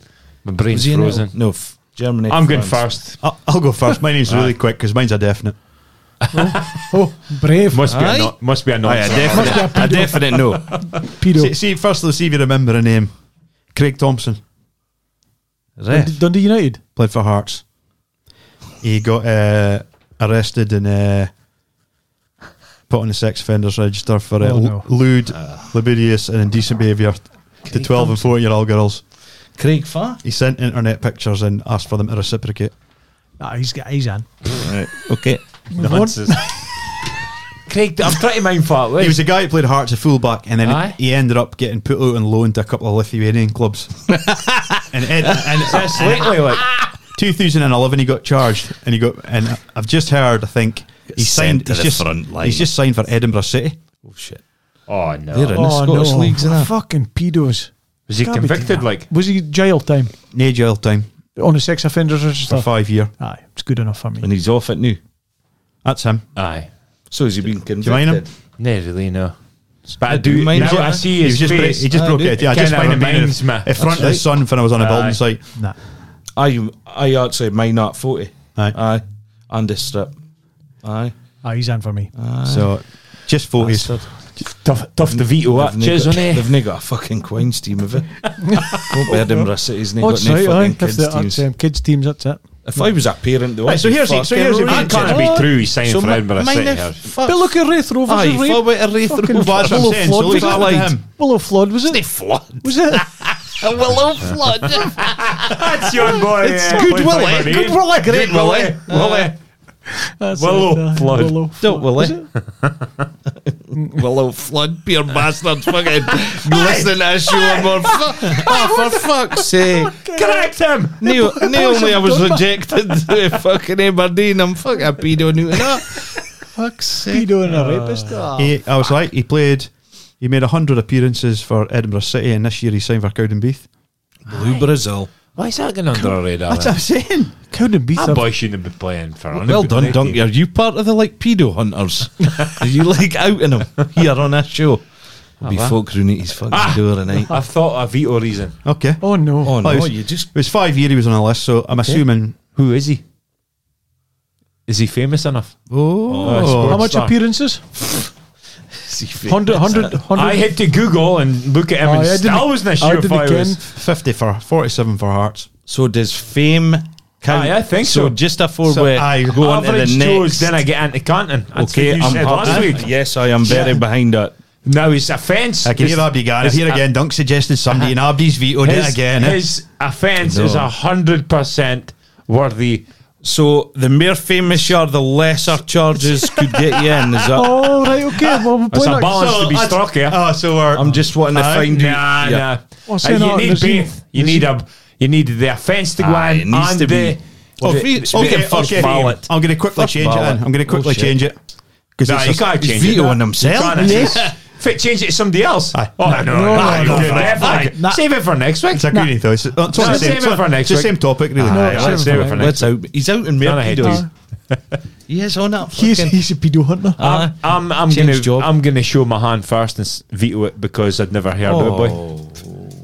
E: My brain's
G: he in
E: frozen.
G: Italy? No, f- Germany.
E: I'm going
G: France.
E: first.
D: I'll, I'll go first. Mine is really quick because mine's a definite.
F: Oh, brave.
E: Must be, a
G: Aye.
E: no, must be a
D: Oh,
G: Aye, a
E: nonsense.
G: definite, a definite no.
F: Pedo.
D: See, see, firstly, see if you remember a name. Craig Thompson.
G: Ref.
F: Dund- Dundee United.
D: played for Hearts. He got uh, arrested and uh, put on the sex offenders register for uh,
F: Oh, no.
D: l- lewd,
G: Ah.
D: laborious, and indecent behaviour to 12 and 14 year old girls.
G: Craig Farr.
D: He sent internet pictures and asked for them to reciprocate.
F: Ah, he's got eyes on.
G: Right, okay.
F: Move on.
E: Nonsense. Craig, I'm trying to mind fart.
D: He
E: Wait.
D: was a guy who played Hearts a fullback, and then
E: Aye.
D: he ended up getting put out on loan to a couple of Lithuanian clubs. and, and, and it's this-
E: Lately, like.
D: 2011 he got charged and he got and I've just heard I think he
G: Sent
D: signed
G: to
D: he's
G: the
D: just,
G: front line.
D: he's just signed for Edinburgh City
G: Oh shit.
E: Oh,
G: They're in
E: no.
G: the Scottish leagues and that.
F: Fucking pedos.
E: Was he
F: Can't be doing
E: convicted,
F: that.
E: like?
F: Was he jail time?
D: no jail time
F: On a sex offenders
D: for
F: register?
D: five year
F: Aye, it's good enough for me.
G: And he's off at new.
D: that's him
E: Aye.
G: So has he been convicted?
D: do you mind him
E: Not really, no. But I
G: do
E: do.
G: mind
E: now
G: it.
E: I see his
D: he just,
E: face.
D: he just
G: Ah,
D: broke
G: dude,
D: it yeah, I
E: it
D: just
E: kinda
D: find him being
E: reminds
D: in,
E: me.
D: in front of
G: right.
D: his son when I was on a building
E: Aye.
D: site
F: Nah.
G: I I actually mine at forty.
D: Aye.
G: Aye. And a strip. Aye.
F: Aye, Ah, he's on for me.
G: Ah,
D: so just 40s
G: Bastard.
E: tough, tough to veto that.
G: They've
E: Cheers,
G: got,
E: innit?
G: they've not got a fucking Queen's team of it. Go to Edinburgh City's not
F: Oh,
G: got
F: it's
G: no
F: right, aye.
G: fucking
F: That's
G: kids
F: the
G: teams.
F: that's, um, kids teams, that's it.
G: If I was a parent, though,
D: Right,
G: I'd
D: so
G: be
D: here's the- so
G: fucking
D: here's the-
E: That
G: raging.
E: can't be true. He's signing
G: So
E: for
G: mi-
E: Edinburgh
G: mine
E: City.
G: if-
E: here.
G: fuck-
F: But look at Wraith Rovers.
G: Aye,
F: and Raith-
G: full way to Raith
F: fucking
G: Rovers.
D: That's what I'm
F: Willow
D: saying, so
F: Flood
D: leave
F: was
D: that
F: it?
D: alone.
F: Willow Flood, was it?
G: flood.
F: Was Ah, it?
G: A willow flood.
E: That's your boy.
G: It's good willie. Good willie. Great willie.
E: Willie.
F: That's
E: Willow
F: it, aye,
E: Flood.
F: Willow
G: Don't
F: Flood. Was it?
G: willie. willow flood. Pure bastards. Fucking glistening to a shoe or more. Fu- oh, for fuck's sake.
E: Correct him.
G: Neil, Neil,
F: have
G: I was
F: done that.
G: rejected to fucking Aberdeen. I'm fucking a pedo Newton. Ah, Fuck's sake.
F: Pedo and a
E: Ah.
F: rapist. Ah,
D: he, I was like he played he made 100 appearances for Edinburgh City and this year he signed for Cowdenbeath
G: Blue Brazil.
E: Why is that going under a radar?
D: that's what I'm saying
F: Cowden beat
E: That
F: them.
E: Ah, boy shouldn't be playing for
G: Well done, Donkey. Are you part of the like pedo hunters? Are you like outing them here on this show? be folk who need his fucking door a night.
E: I thought a veto reason.
D: Okay.
F: Oh no.
G: Oh, no,
D: it was-
G: you just
D: It was five year he was on the list, so I'm assuming.
E: Who is he? Is he famous enough?
D: Oh,
F: How much
E: Star.
F: appearances?
G: see
F: 100, 100, 100.
E: I had to Google and look at him,
F: Aye,
E: and
F: I didn't-
E: still wasn't
F: I
E: sure if
F: didn't
E: I was.
F: ken.
D: 50 for 47 for Hearts.
G: So does fame count?
E: Aye, I think so.
G: just a four
D: So
G: way
D: I
G: go on to the
E: Average
G: next.
E: Joe's, then I get anti Canton.
G: okay,
E: you
G: I'm
E: said
G: hard-
E: last week.
G: Yes, I am very behind that.
E: Now his offence.
D: I can
E: is-
D: hear Abdi going. I
E: is-
D: hear again. Dunk suggested somebody and Abdi's vetoed it again. eh?
E: uh, His offence is
G: No.
E: a hundred percent worthy.
G: So the more famous you are, the lesser charges could get you in. Is that?
F: Oh, right, okay. Well, we're
E: It's
F: playing
E: a balance to be
D: that's-
E: struck here.
G: uh,
D: Oh, so we're,
G: I'm just wanting to find you.
E: nah,
G: yeah.
E: nah.
F: Well,
E: Uh,
F: say
E: you
F: not,
E: need
F: there's he-
E: both. You
F: there's
E: need
F: he-
E: a. You need the offence to go
G: Aye,
E: in
G: Ah, it needs
E: and
G: to be-
E: the.
G: Oh,
E: the-
G: free-
E: it's
G: okay,
E: being
G: okay.
E: first ballot.
D: I'm going to quickly
G: First
D: change it.
G: ballot.
D: In. I'm going to quickly
G: Bullshit.
D: change it because
E: Nah, you can't change it.
G: veto on
E: You
G: himself.
E: can't. If it change it to somebody else. Oh no, no,
F: no,
E: no,
F: no,
E: you
F: no.
E: definitely.
F: Nah.
E: Save it for next week.
D: It's a greenie though. It's, it's, all
E: No,
D: the same,
E: save it
D: it's,
E: for
D: all- it's
E: next
D: the
E: week.
D: same topic really.
E: Aye,
F: save
E: let's
F: it
E: save
F: for
E: it for next
G: Let's out. He's out in
E: None ahead,
G: Merpedo. He is Ah. on that.
F: He's,
G: fucking-
F: he's a pedo hunter.
G: Aye.
E: I'm I'm
G: Change
E: gonna
G: job.
E: I'm gonna show my hand first and s- veto it because I'd never heard of it. Boy.
G: Oh,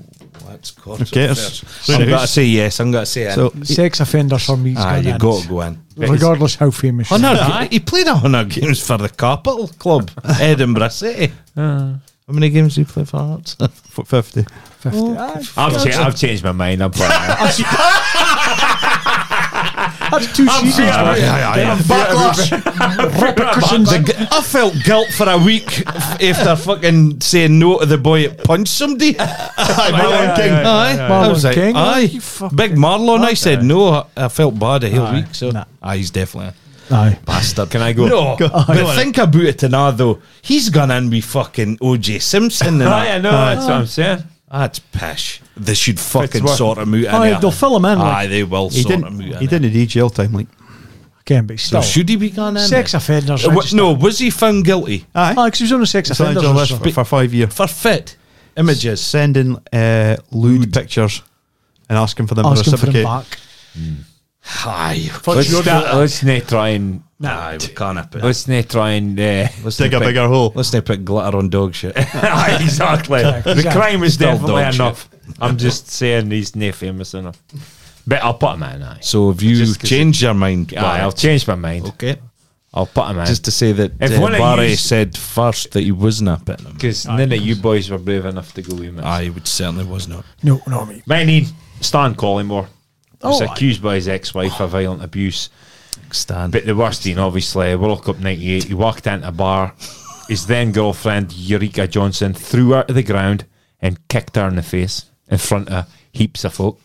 G: that's
D: Okay,
G: controversial.
D: so
G: I'm
D: who's-
G: gonna say yes. I'm gonna say
D: So
F: Sex offenders for me.
G: Ah, you got to go Oh, in.
F: Regardless how famous. you
G: Hundred.
F: are.
G: He played a hundred games for the Capital Club, Edinburgh City.
F: Uh,
G: How many games did he play for Hearts?
D: f- fifty.
E: I've, cha- I've changed my mind. I'm playing.
F: That's two seasons.
E: yeah,
F: right? Repercussions.
G: The gu- I felt guilt for a week f- after fucking saying no to the boy that punched somebody. aye,
E: Marlon King.
G: Aye, I was
F: Marlon
G: like,
F: King, aye,
G: aye.
F: you fucking
G: Big Marlon, I said no. I felt bad a whole week, so
F: Nah.
G: aye, he's definitely
F: Aye.
G: a bastard.
E: Can I go?
G: No,
E: Go.
G: but think about it now, though. He's gone in with fucking OJ Simpson. And
E: Aye, I know. That's what I'm saying.
G: That's pish. They should fucking
E: Fitzworth.
G: sort him out.
F: Aye,
G: innit?
F: they'll fill him in, like-
G: Aye, they will
D: He
G: sort
D: didn't.
G: him out.
D: He
G: innit?
D: didn't need jail time. Like
F: Again, but
G: So
F: still.
G: should he be gone in?
F: sex offenders.
G: Uh, wa-
F: register.
G: no, was he found guilty
D: aye,
F: Ah, 'cause he was on a sex
D: it's on
F: offenders.
D: the list
F: register.
D: for, for five year.
G: for fit images?
D: Sending uh, lewd, pictures and asking for them to
F: Asking for them
D: reciprocate.
F: back.
G: Aye,
E: Let's, start, let's not try and
G: Aye, we can't up it.
E: let's not try and uh,
G: Let's
D: Dig
G: not
D: a
G: put-
D: bigger hole.
G: oh, Let's not put glitter on dog shit.
E: Aye, exactly. The crime is
G: Still
E: definitely
G: dog shit.
E: enough. I'm just saying he's not famous enough. But I'll put him in. Aye,
G: so if you
E: Just 'cause
G: change your mind,
E: aye
G: Barry,
E: I'll change my mind.
G: okay.
E: I'll put him in.
G: Just to say that
E: If
G: uh,
E: one of
G: Barry
E: yous-
G: said first that he was not putting him.
E: because none of you boys were brave enough to go with me.
G: Aye, which certainly was not.
F: No, no, mate.
E: My need Stan Collymore was
F: Oh, aye.
E: accused by his ex-wife of violent abuse.
G: Stand.
E: But the worst thing, obviously, World Cup 98, he walked into a bar. His then girlfriend, Eureka Johnson, threw her to the ground and kicked her in the face in front of heaps of folk.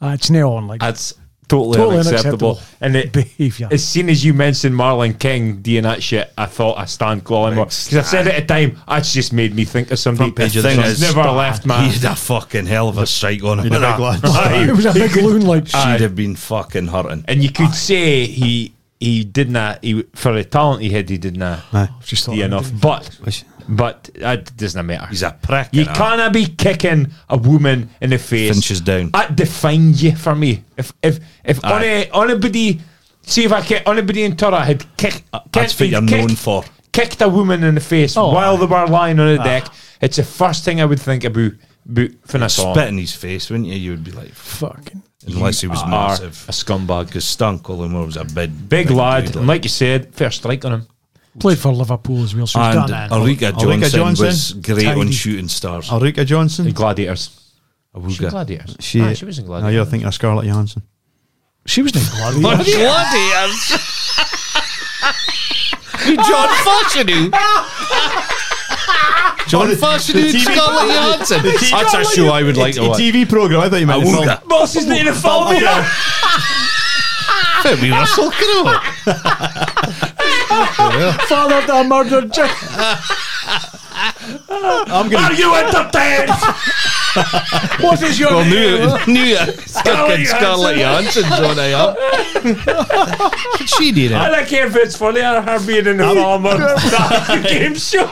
F: Ah, it's nail on. Like,
E: That's totally,
F: Totally
E: unacceptable.
F: unacceptable
E: And it,
F: behaviour.
E: as soon as you mentioned Marlon King doing that shit, I thought I stand calling Because I said at the time, that's just made me think of somebody.
G: Front page
E: The
G: of the
E: thing
G: Sun.
E: is, never left
G: he
E: my.
G: had a fucking hell of a strike on him.
F: it was a big loon. Like,
G: She'd have been fucking hurting.
E: And you could say he he didn't he for the talent he had he didn't
F: just thought
E: be
F: I
E: enough.
F: didn't-
E: But but that doesn't matter.
G: He's a prick.
E: you
G: innit?
E: can't be kicking a woman in the face.
G: Inches down.
E: That defines you for me. If if if on a, anybody see if I can anybody in Torah had kicked
G: That's what you're known for.
E: kicked a woman in the face while they were lying on the deck. It's the first thing I would think about about finna song.
G: Spit in his face, wouldn't you? You would be like,
F: fucking.
G: unless he was massive.
E: a scumbag.
G: Because Stan Collingwood was a big,
E: Big lad,
G: dude,
E: and like you said, fair strike on him.
F: Played for Liverpool as well. So he's
G: And
F: done that.
G: Ulrika Johnson,
D: Johnson, Oh,
G: was great on
F: tidy.
G: shooting stars.
D: Ulrika
E: The
D: Johnson.
E: gladiators. She
G: Awuga.
E: gladiators.
D: She,
E: Ah, she was in
D: No,
E: gladiators.
D: you're thinking of Scarlett Johansson.
F: She was named Gladiator.
G: John Foshanu. John Foshanu and Scarlett Johansson. That's a show I would like to
D: A
G: watch.
D: TV program. I thought you meant the film.
G: Awuga.
E: Boss is not in a film here.
G: We Russell Crowe.
F: Father of the murdered chick.
E: Are you entertained?
F: What is your
G: Well,
F: name?
G: new, new eh, fucking Scarlett Johansson, John I am. She did
E: I
G: it.
E: don't care if it's funny or her being in the film or the game show.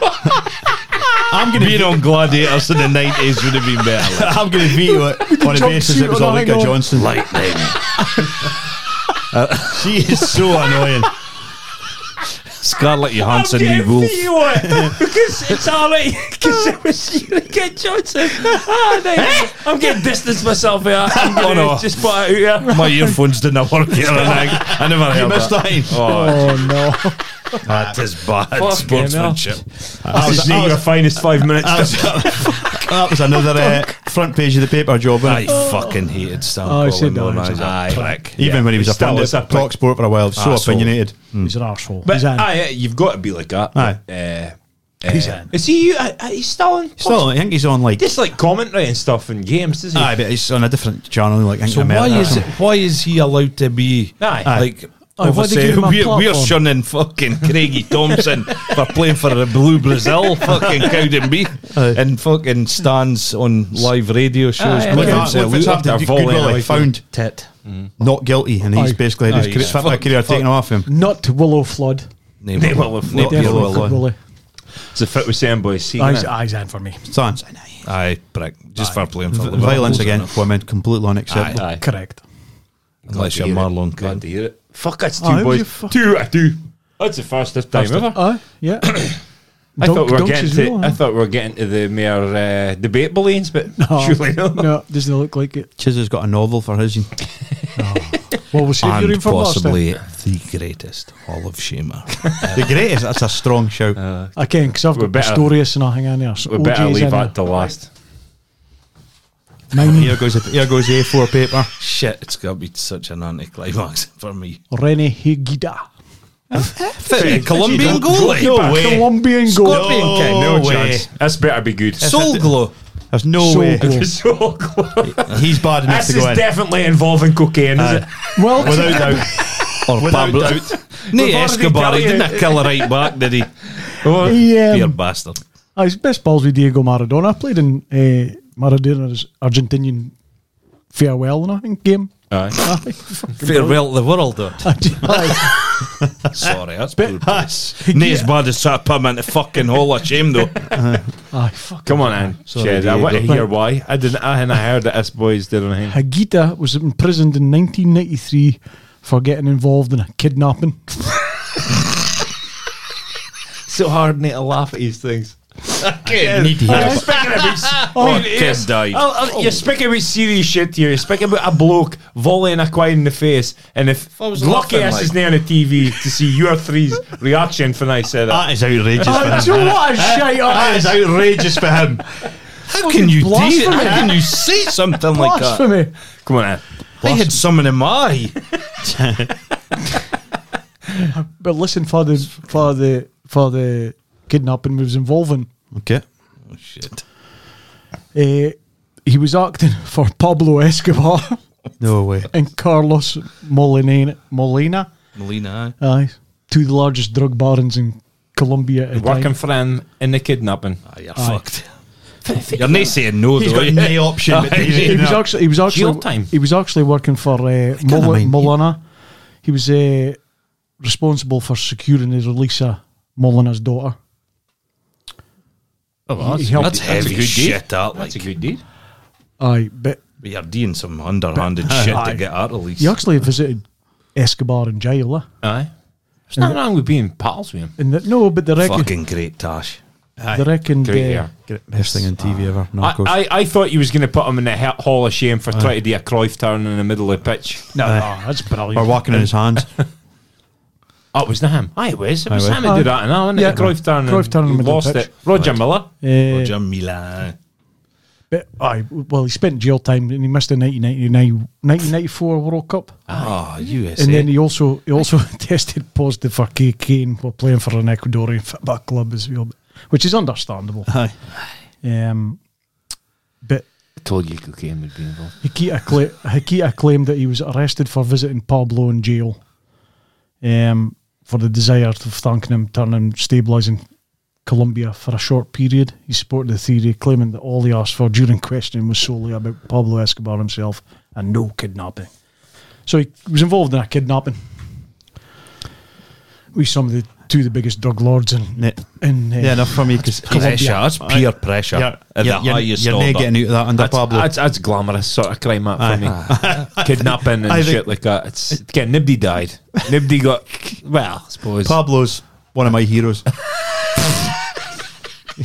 G: I'm gonna being on Gladiators in the nineties would have been better.
D: I'm going to veto it on the
F: jump
D: basis
F: suit
D: it was
F: on a
D: Ulrika
F: hangover.
D: Johnson.
G: Lightning.
D: She is so annoying.
G: Scarlett Johansson
E: I'm
G: wee
E: getting
G: wolf.
E: you on it, because it's all right because it was you again, Johnson. Ah, then, I'm getting distance myself here. I'm gonna
G: Oh, no.
E: just put it out here.
G: My earphones didn't work here, and I, I never heard
D: missed
G: that.
D: that.
G: Oh,
F: Oh
G: that is bad
E: hell.
G: sportsmanship.
E: That was
D: I was-
E: your finest five minutes.
D: That was another uh, front page of the paper job. wasn't
G: I
D: it?
G: fucking hated Stan
F: Oh, I
G: Colin
F: said that
G: more
F: one,
G: than I was
F: I
G: a prick.
D: Even when he was
E: he
D: a
E: still
D: pundit,
E: was a
D: at
E: prick.
D: talk sport for a while, so
G: Asshole.
D: opinionated.
E: Hmm.
F: no, he's an arsehole.
E: But
F: he's an,
E: aye, aye, you've got to be like that.
D: Aye.
E: Uh,
F: He's
E: uh,
F: in.
E: Is he? Uh, he's still in.
D: Still, I think he's on like.
E: Just like commentary and stuff in games, does he?
D: Aye, but he's on a different channel. Like, I think
G: So why
D: America or
G: is it,
D: something.
G: why is he allowed to be
E: Aye.
G: like?
F: Aye, why'd they
G: obviously,
F: give him a
G: we're, we're
F: platform?
G: shunning fucking Craigie Thompson for playing for the Blue Brazil, fucking Cowden Beef, and fucking stands on live radio shows.
E: Aye,
G: playing
E: okay.
D: What if- what if it's
G: Salute
D: after
G: after
D: Good
G: volley
D: Will, like,
G: away.
D: found
G: tit?
D: not guilty, and he's
F: Aye.
D: basically
G: Aye,
D: his career,
G: he's
D: fuck,
G: fucking-
D: career taken off him.
F: not Willow Flood.
G: Name
E: Name
G: it.
E: all of
G: Name
E: Will
G: it.
F: Definitely
G: Will
F: could
G: alone.
F: Willie.
E: It's a fit with Sam Boy scene.
F: Aye,
E: innit?
F: he's, aye, he's in for me.
D: Sans.
G: Aye, prick. Just for playing for Liverpool.
D: Violence against women, completely unacceptable.
E: Aye.
F: Correct.
G: Unless you're
E: Glad to hear
G: Marlon
E: it. Glad
G: Cohen.
E: to hear it. Fuck, that's two
F: Aye, was
E: boys.
F: you fuck-
E: two out of two. That's the fastest time ever.
F: Aye, yeah.
E: I
F: Dunk-
E: thought we were
F: dunks
E: getting
F: is
E: to.
F: real,
E: I
F: huh?
E: thought we were getting to the mere uh, debate lanes, but
F: No,
E: surely not.
F: Oh. No, doesn't look like it.
D: Chizza's got a novel for his.
F: Well, we'll save your
G: And
F: info
G: possibly the greatest Hall of Shamer.
D: the greatest, that's a strong shout.
F: I can, because I've
E: We're
F: got
E: better-
F: Pistorius and I hang in there. So
E: We better
F: OJ's
E: leave
F: in
E: that to
F: there.
E: last.
F: Mine,
D: Here goes the, here goes the A4 paper.
G: Shit, it's got to be such an anticlimax for me.
F: Rene Higuita.
G: Colombian goalie.
F: No way. Colombian goal.
G: Scorpion King.
E: No,
D: No way.
E: chance. This better be good.
G: Soul glow.
D: There's no
F: So
D: way.
F: good.
E: so close.
D: He's bad enough
E: This
D: to
E: is
D: go in.
E: definitely involving cocaine, is it?
F: Well,
D: Without doubt.
G: Or
D: Without
G: Pablo.
D: doubt.
G: Nee,
E: We've already
G: Escobar, he
E: got
G: didn't
E: you.
G: kill a right back, did he?
F: he, um,
G: Dear bastard.
F: Ah, his best balls with Diego Maradona. I played in uh, Maradona's Argentinian farewell and I think game.
E: Aye.
F: Aye, fucking brilliant.
G: Farewell to the world, though.
F: Aye.
G: Sorry, that's poor pass. Nee, as bad as trying to put him into fucking Hall of Shame, though.
F: Aye, fuck.
E: Come on, Anne. Shit, I want to hear why. I didn't. I hadn't heard that this boys did anything.
F: Hagita was imprisoned in 1993 for getting involved in a kidnapping.
E: So hard not to laugh at these things.
G: Fucking need
E: You're speaking about.
G: Oh, kid died.
E: I'll- I'll- Oh, You're speaking about serious shit here. You're speaking about a bloke volleying a coin in the face, and if,
G: I was
E: lucky
G: laughing,
E: ass is
G: like-
E: not on the TV to see your three's reaction when I said that. Ah,
D: That is outrageous for
E: Oh,
G: Ah,
D: him.
F: do what a shite
D: That is outrageous for him.
G: How can you do
F: blasphemy.
G: that? How can you say something like uh, that?
F: Blasphemy.
E: Come on, Anne.
G: I had someone in my eye.
F: But listen for the for the for the kidnapping moves involving.
D: Okay.
G: Oh, shit.
F: Uh, he was acting for Pablo Escobar
D: No way.
F: and Carlos Molina. Molina.
G: Molina,
F: Aye. Two of the largest drug barons in Colombia. at the time.
E: Working for him in the kidnapping.
G: aye. Aye, Ah, you're fucked. You're not saying no,
D: He's
G: though.
D: got no option
G: Ah,
D: but to
F: he
D: say
F: was
D: no.
F: actually he was actually
E: Jail time.
F: he was actually working for uh,
D: I
F: Mul-
D: mean-
F: Molina. He was uh, responsible for securing the release of Molina's daughter.
E: that's-
F: He helped-
G: Oh, That's heavy shit, that. Like,
E: That's a good deed.
F: Aye, but
G: But you're doing some underhanded shit
F: Aye.
G: to get out of least.
F: he actually visited Escobar in jail. Eh?
E: Aye. There's nothing wrong with being pals with him.
F: And the, no, but the reckon
G: Fucking great, Tash.
F: the reckon
E: Great
F: uh,
E: year.
D: Best thing on TV ever.
E: I,
D: Narcos.
E: I, I thought you was going to put him in the he- Hall of Shame for trying to do a Cruyff turn in the middle of the pitch.
F: no, no, that's
D: Or
F: brilliant.
D: walking in his hands.
E: Oh, it was not him. Aye, it was. It was
D: Aye,
E: him who
F: aye.
E: did that. And I went
F: Yeah.
E: yeah. Cruyff turn. and
F: Cruyff turn in the
E: he
F: middle of
E: lost
F: the pitch.
E: it. Roger Miller.
D: Eh.
F: Uh,
G: Roger Milan.
F: but, aye, well, he spent jail time and he missed the 1999 1994 World Cup.
G: Ah, USA.
F: And then he also he also tested positive for cocaine while playing for an Ecuadorian football club as well, which is understandable.
D: Aye.
F: Um, but
E: I told you cocaine would be involved.
F: Hikita, cla- Hikita claimed that he was arrested for visiting Pablo in jail um, for the desire of thanking him, turning, stabilising Colombia for a short period. He supported the theory, claiming that all he asked for during questioning was solely about Pablo Escobar himself and no kidnapping. So he was involved in a kidnapping with some of the two of the biggest drug lords in,
D: Ne-
F: in uh,
D: Yeah, enough for me because
G: pressure. That's pure pressure.
D: You're,
G: at
D: you're,
G: the
D: you're,
G: highest
D: you're
G: order.
D: not getting out of that under
E: That's,
D: Pablo.
E: that's, that's glamorous sort of crime act for me. Kidnapping and
D: I think-
E: shit like that. It's again, Nibdi died. Nibdi got well, I suppose.
D: Pablo's one of my heroes.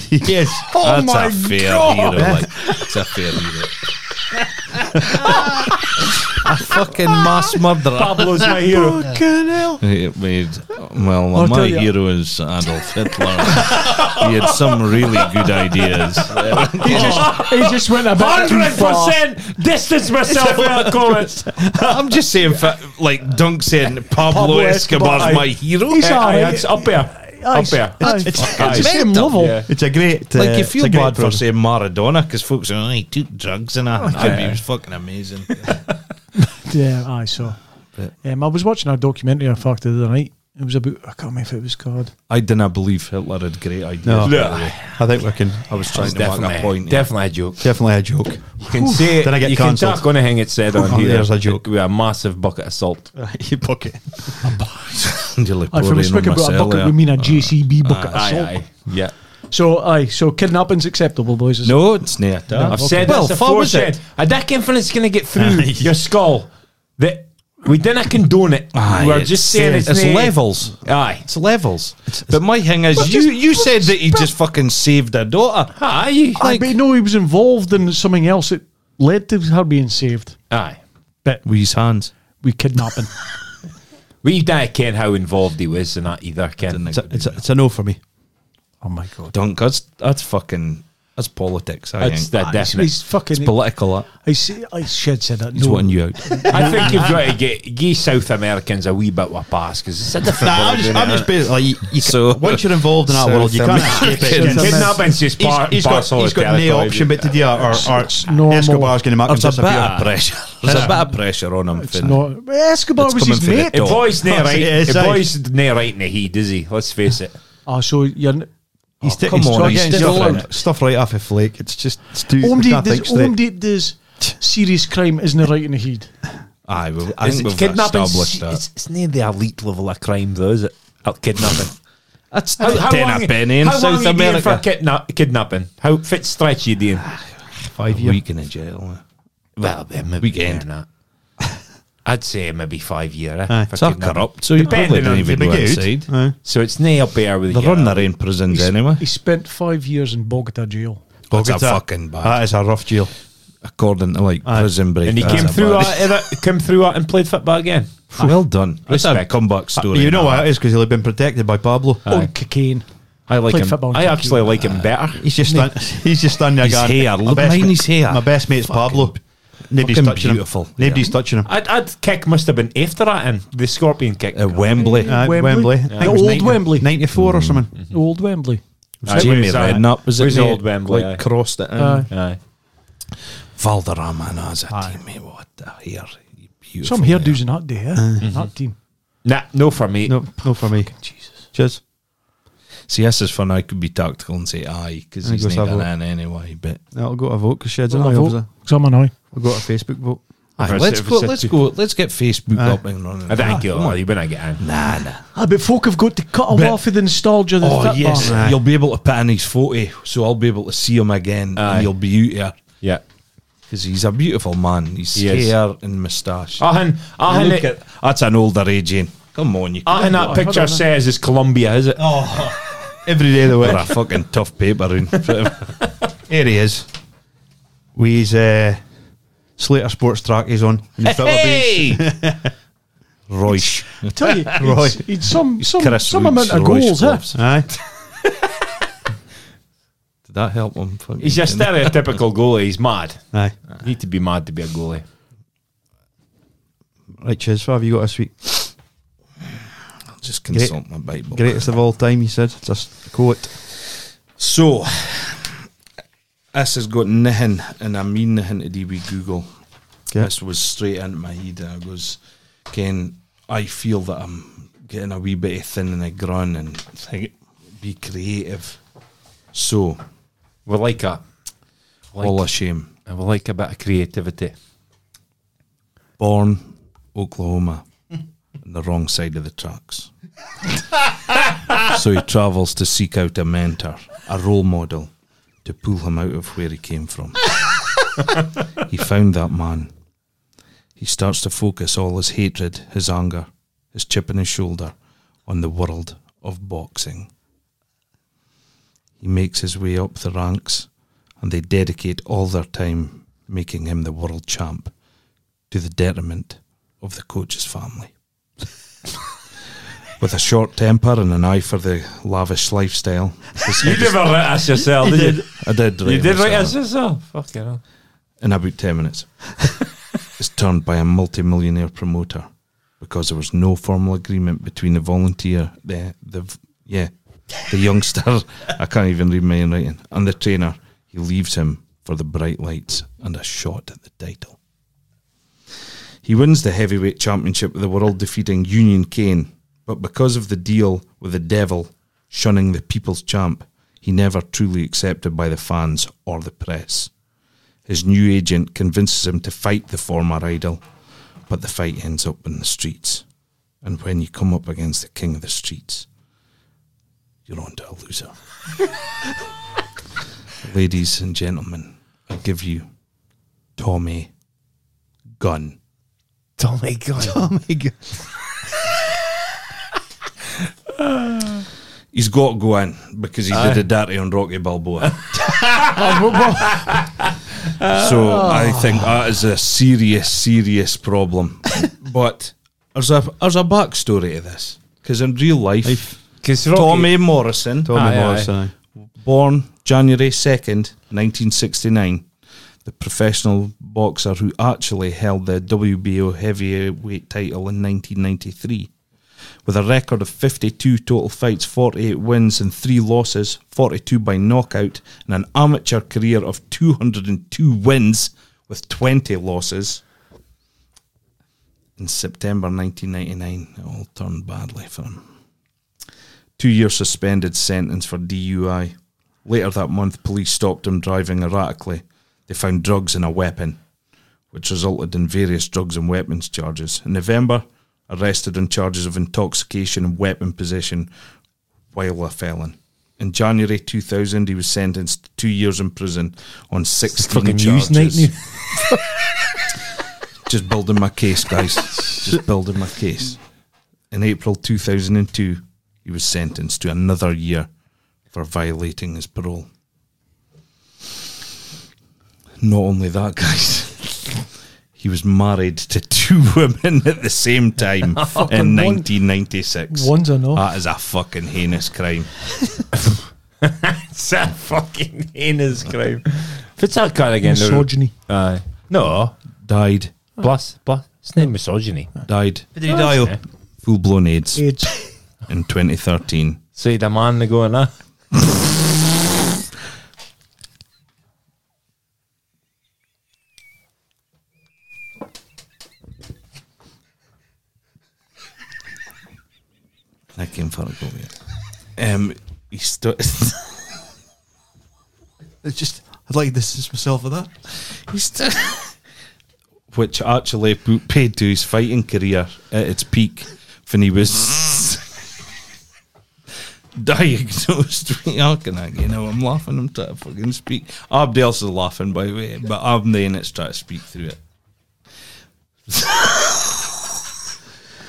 D: yes.
G: Oh That's
F: my
G: a fair
F: God.
G: hero. Like, it's a fair hero. a fucking mass murderer.
E: Pablo's my hero.
G: It made, well,
F: I'll
G: my
F: tell you.
G: hero is Adolf Hitler. he had some really good ideas.
F: He just, he just went a bit too far.
E: 100% distance myself from that comment.
G: I'm just saying, fa- like Dunk said, Pablo,
F: Pablo Escobar,
G: Escobar's
F: aye.
G: my hero.
F: He's
G: Eh,
F: all
E: Aye,
F: right.
E: it's up there. Up there.
F: It's,
D: It's-
F: it's,
E: it's
F: the same
G: mental.
F: level.
E: Yeah.
D: It's a great. Uh,
G: Like you
D: it's
G: feel
D: a great
G: bad for
D: product.
G: saying Maradona because folks are, oh, he took drugs and that. That'd be fucking amazing.
F: Yeah, aye, so. Um, I was watching a documentary, in fact, the other night. It was about, I can't remember if it was called.
G: I didn't believe Hitler had great ideas.
D: No.
G: by the way.
D: I think we can
G: I was trying to make
E: Definitely,
G: a point. yeah.
E: definitely a joke.
D: definitely a joke.
E: You can say it.
D: Then I get
E: you can
D: cancelled.
E: tack on a hang it said on
D: Oh,
E: here.
D: there's a joke.
E: With a massive bucket of salt.
D: you bucket.
G: You're like
F: Aye, if
G: pouring
F: we
G: on
F: speak about a
G: myself,
F: bucket,
G: yeah. Uh,
F: we mean a JCB bucket of
E: Aye,
F: salt.
E: aye. Yeah.
F: So, aye, so kidnapping's acceptable, boys. is it?
G: No, it's not.
E: I've said
G: well,
E: well, this before,
G: was
E: said,
G: it?
E: a dick infinite's going to get through your skull. That we didn't condone it.
G: Aye,
E: We're just saying it's,
G: it's
E: nae-
G: levels.
E: Aye.
G: It's levels. but my thing is, you
E: just-
G: you said that he just fucking saved a daughter.
E: Aye.
F: Aye, but you know, he was involved in something else that led to her being saved.
E: Aye.
G: With his hands.
F: We kidnapping.
E: We don't care how involved he was in that either, Ken.
G: Didn't
D: It's a, it's, a, it's a no for me.
F: oh my god.
G: Dunk. That's that's fucking that's politics. I
E: That's
G: think.
E: the
F: He's,
E: definite.
F: he's fucking.
G: it's political. That.
F: I see. I should say that.
G: He's
F: no.
G: wanting you out.
E: I think you've got to get give South Americans a wee bit of a pass because it's a different
D: Nah,
E: world.
D: I'm just,
E: innit?
D: I'm just basically like, you, you ca-
G: So-
D: once you're involved in that
G: So
D: world, you can't escape it.
F: Americans.
E: Kidnapping's just
D: He's,
E: part
D: he's
E: and
D: got,
E: parcel
D: he's
E: of
D: got no
E: territory.
D: option but to do that, or, or
F: It's normal.
D: Escobar's going to make him
G: There's a bit
D: disappear.
G: of pressure. There's a bit of pressure on him.
F: It's
G: Finn.
F: not. Escobar
G: It's
F: was
G: coming
F: his
G: for the
F: mate.
E: If
G: dog.
E: boy's not right,
D: Yes,
E: if
D: aye.
E: boy's not right in the heat, is he? Let's face it.
F: Ah, so you're. n-
D: He's, t-
G: come
D: he's
G: on,
D: trying
G: he's
D: to get
G: still
D: stuff,
G: in.
D: right, stuff right off a flake. It's just it's too.
F: Home
D: it's
F: date
D: not
F: does,
D: think straight.
F: home date does serious crime isn't it right in the heat.
G: Aye, well, I think we've established that.
E: It's, it's near the elite level of crime, though, is it? Uh, kidnapping.
G: That's ten a penny in
E: how long
G: South
E: you doing for
G: America.
E: kidna- kidnapping? How fit stretch you doing?
D: Five
G: A
D: years.
G: week in a jail. eh?
E: Well, then maybe
G: Weekend.
E: more than that. I'd say maybe five year. Eh, for
G: It's all
E: kidnapping.
G: corrupt, so you probably
E: Depending
G: didn't
E: on
G: even
D: the
G: go
D: good.
G: outside.
D: Aye.
E: So it's near up there with
G: They
E: the
G: run their own prisons anyway.
F: He spent five years in Bogota jail.
G: That's a
D: Bogota.
G: fucking bad.
D: That is a rough jail.
G: According to like prison break.
E: And he
G: that's
E: came
G: a
E: through,
G: bad-
E: uh, came through uh, and played football again.
G: Well done. That's a
E: Respect.
G: comeback story.
D: you know why it is because he'll have been protected by Pablo.
F: On cocaine.
E: I like
F: Played
E: him.
F: football in
E: I
F: Turkey.
E: actually like him better.
D: He's just stand, he's just standing there.
G: His
D: going,
G: hair,
D: "My
G: look,
D: best
G: mine,
D: mate-
G: his hair.
D: My best mate's Pablo. Nobody's
G: fucking
D: touching
G: beautiful.
D: him. Nobody's touching him.
E: I'd, I'd kick must have been after that, and the scorpion kick.
G: At Wembley.
D: Uh, Wembley. I think
F: The
D: it was
F: old Wembley.
D: ninety-four or
G: Mm.
D: something.
F: Old Wembley.
E: Aye,
G: Jamie
E: where's, uh,
G: Redknapp was it?
E: where's
G: mate?
E: old Wembley, aye.
G: Like crossed it in.
F: Aye.
E: Aye.
G: Valderrama and as a teammate. What the hair? Beautiful
F: Some hairdos in that day,
G: Ah.
F: eh? That team.
E: Nah, no for me.
D: No, no for me. Jesus. Cheers.
G: See, this is fun. I could be tactical and say aye because
D: I
G: he's
D: guess
G: not
D: I've-
G: in it anyway. But
D: No, I'll go to vote because Sheds
F: I'll
D: and I
F: vote.
D: obviously.
F: Cause I'm an eye.
D: We'll go to Facebook vote.
E: Aye,
G: let's
E: if
G: go.
E: it's a-
G: Let's go. Let's get Facebook
D: Aye.
G: up and running.
E: I think you'll. You're gonna get in.
G: Ah, Nah, nah.
F: Ah, but folk have got to cut
G: But-
F: them off with the nostalgia. of The
G: Oh
F: football.
G: yes,
D: Aye.
G: you'll be able to put in his photo, so I'll be able to see him again,
E: Aye.
G: and you'll be out here
E: Yeah.
G: because he's a beautiful man. He's
E: He is. Oh,
G: hair and moustache.
E: Ahan, ahan,
G: Look
E: it,
G: at that's an older age, Ian. Come on, you. You're
E: ahan that picture says is Colombia, is it?
D: Every day of the week.
G: a fucking tough paper round.
D: Here he is. We his uh, Slater Sports track he's on. And his hey!
G: Royce,
F: tell you,
D: Roy.
F: it's, it's some some,
G: Chris
F: some
G: Woods,
F: amount of
G: Royce
F: goals, huh?
G: gloves.
D: Aye.
G: Did that help him?
E: He's a stereotypical goalie. He's mad.
D: Aye.
E: Need to be mad to be a goalie.
D: Right, Chiz, what have you got this week?
G: I'll just consult my Bible.
D: Greatest of all time, you said. Just quote.
G: So, this has got nothing, and I mean nothing to do with Google.
D: Yeah.
G: This was straight into my head. and I was, Ken, I feel that I'm getting a wee bit of thin in the ground and think, be creative. So,
E: We like a, like,
G: all a shame.
E: we like a bit of creativity.
G: Born Oklahoma, on the wrong side of the tracks. so he travels to seek out a mentor, a role model, to pull him out of where he came from. he found that man. He starts to focus all his hatred, his anger, his chip on his shoulder on the world of boxing. He makes his way up the ranks, and they dedicate all their time making him the world champ to the detriment of the coach's family. With a short temper and an eye for the lavish lifestyle, his
E: You
G: head is-
E: never write us yourself, did, you?
G: I did.
E: You
G: write
E: did write
G: myself
E: us yourself? Fucking hell.
G: in about 10 minutes is turned by a multi-millionaire promoter because there was no formal agreement between the volunteer the the v- yeah the youngster I can't even read my own writing and the trainer he leaves him for the bright lights and a shot at the title he wins the heavyweight championship with the world defeating Union Kane but because of the deal with the devil shunning the people's champ he never truly accepted by the fans or the press his new agent convinces him to fight the former idol, but the fight ends up in the streets. And when you come up against the king of the streets, you're on to a loser. Ladies and gentlemen, I give you Tommy Gunn.
F: Oh,
H: Tommy God. Tommy God.
G: He's got to go in because he did a dirty on Rocky Balboa. so I think that is a serious, serious problem. But there's a there's a backstory to this because in real life,
E: Because
G: Tommy Morrison,
D: Tommy
E: Aye, aye.
D: Morrison. aye.
G: born January second, nineteen sixty nine. The professional boxer who actually held the WBO heavyweight title in 1993 with a record of 52 total fights, 48 wins and 3 losses, 42 by knockout, and an amateur career of 202 wins with 20 losses. In September 1999, it all turned badly for him. Two year suspended sentence for DUI. Later that month, police stopped him driving erratically. They found drugs and a weapon which resulted in various drugs and weapons charges. In November, arrested on charges of intoxication and weapon possession while a felon. In January 2000, he was sentenced to two years in prison on 16
E: fucking news
G: charges.
E: night now.
G: Just building my case, guys. Just building my case. In April 2002, he was sentenced to another year for violating his parole. Not only that, guys. He was married to two women at the same time in 1996.
F: One's enough.
G: That is a fucking heinous crime.
E: It's a fucking heinous crime. If it's that kind again,
F: Misogyny.
E: Aye. No.
G: Died.
E: Plus, plus. It's not misogyny.
G: Died. Did he die? Full blown AIDS
F: AIDS.
G: in 2013.
E: So you had a man to go in there.
G: That came for a goal, yeah. Um, he stu-
D: It's just, I'd like to distance myself with that.
G: he stu- which actually p- paid to his fighting career at its peak when he was diagnosed with alkanak. You know, I'm laughing, I'm trying to fucking speak. Abdi else is laughing, by the way, but I'm the one that's trying to speak through it.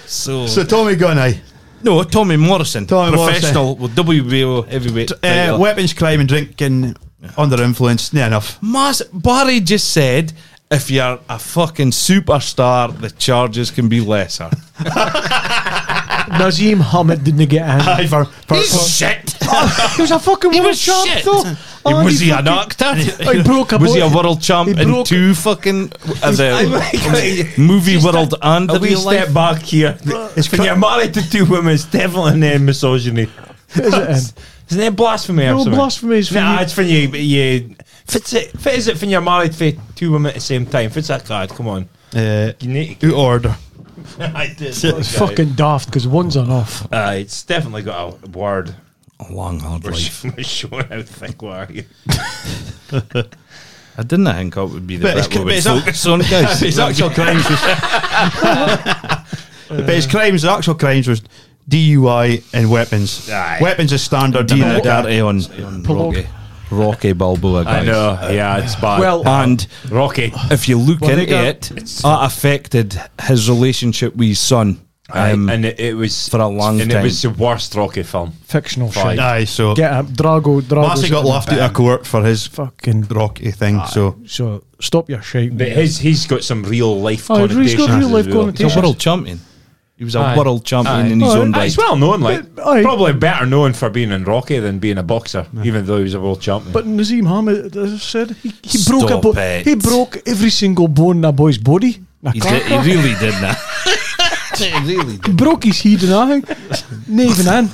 G: so,
D: So Tommy Gunn, aye.
G: no, Tommy Morrison,
D: Tommy Morrison.
G: professional with WBO heavyweight.
D: Uh,
G: title.
D: weapons, crime, and drinking under influence. Near enough.
G: Mass Barry just said, if you're a fucking superstar, the charges can be lesser.
F: Nazim Hamid didn't get in.
D: Aye, for, for,
G: He's shit.
F: he was a fucking
G: He
F: world
G: was
F: champ,
G: shit.
F: though.
G: He-
F: And
G: was Oh, he an
F: fucking-
G: actor?
F: He broke a
G: was he a
F: bullet.
G: world champ
F: He
G: in
F: broke-
G: two fucking uh, the movie world and the
E: A wee
G: real
E: step
G: life?
E: back here.
D: It's
E: when
D: cut-
E: you're married to two women, it's definitely not misogyny.
F: Is it in?
E: Isn't it blasphemy or
F: No,
E: something?
F: blasphemy is when
E: Nah,
F: you-
E: it's when you... you if it's, if it is it when you're married to two women at the same time, if it's that card, come on.
D: uh,
E: You need
D: out of order.
E: I did.
F: It's fucking daft because one's enough.
E: Uh, it's definitely got a word.
G: A long hard
E: We're
G: life.
E: sh- we're sure how thick we are. here.
G: I didn't think that would be the
D: But it's
G: bit we would
D: good- but it's not-
G: focus on, guys.
D: his actual crimes was. but his crimes, his actual crimes was DUI and weapons.
E: Aye.
D: Weapons is standard.
G: Didn't
D: DUI.
G: dirty on, eh, on
F: Prologue.
G: Rocky, Rocky Balboa, guys.
E: Yeah, it's bad.
F: Well,
G: And
E: Rocky.
G: if you look
F: Well, they
G: into
F: got-
G: it, that affected his relationship with his son.
E: Aye,
G: Um,
E: and it, it was
G: for a long
E: and
G: time.
E: it was the worst Rocky film.
F: Fictional
E: Five.
F: shit.
D: Aye, so
F: Get up, Drago. Drago.
D: Massey got laughed out of court for his
F: Fucking.
D: rocky thing. So
F: So stop your shit.
E: But
F: mate.
E: his he's got some real life
F: Oh, he's
E: connotations.
F: got real life
E: as well.
G: He's
F: connotations.
G: a world champion. He was a
E: Aye.
G: world champion
E: Aye.
G: in his
F: Oh,
G: own
E: Aye,
G: right.
E: He's well known, like
F: But, aye.
E: probably better known for being in Rocky than being a boxer, even though he was a world champion.
F: But Nazim Hamid, as I said, eh, he, he broke a
G: Stop
F: bo-
G: it.
F: He broke every single bone in that boy's body. Nou, Now,
G: He,
F: can't-
G: did, he really did that. he really
F: he
G: did.
F: broke his head and everything. Not even then.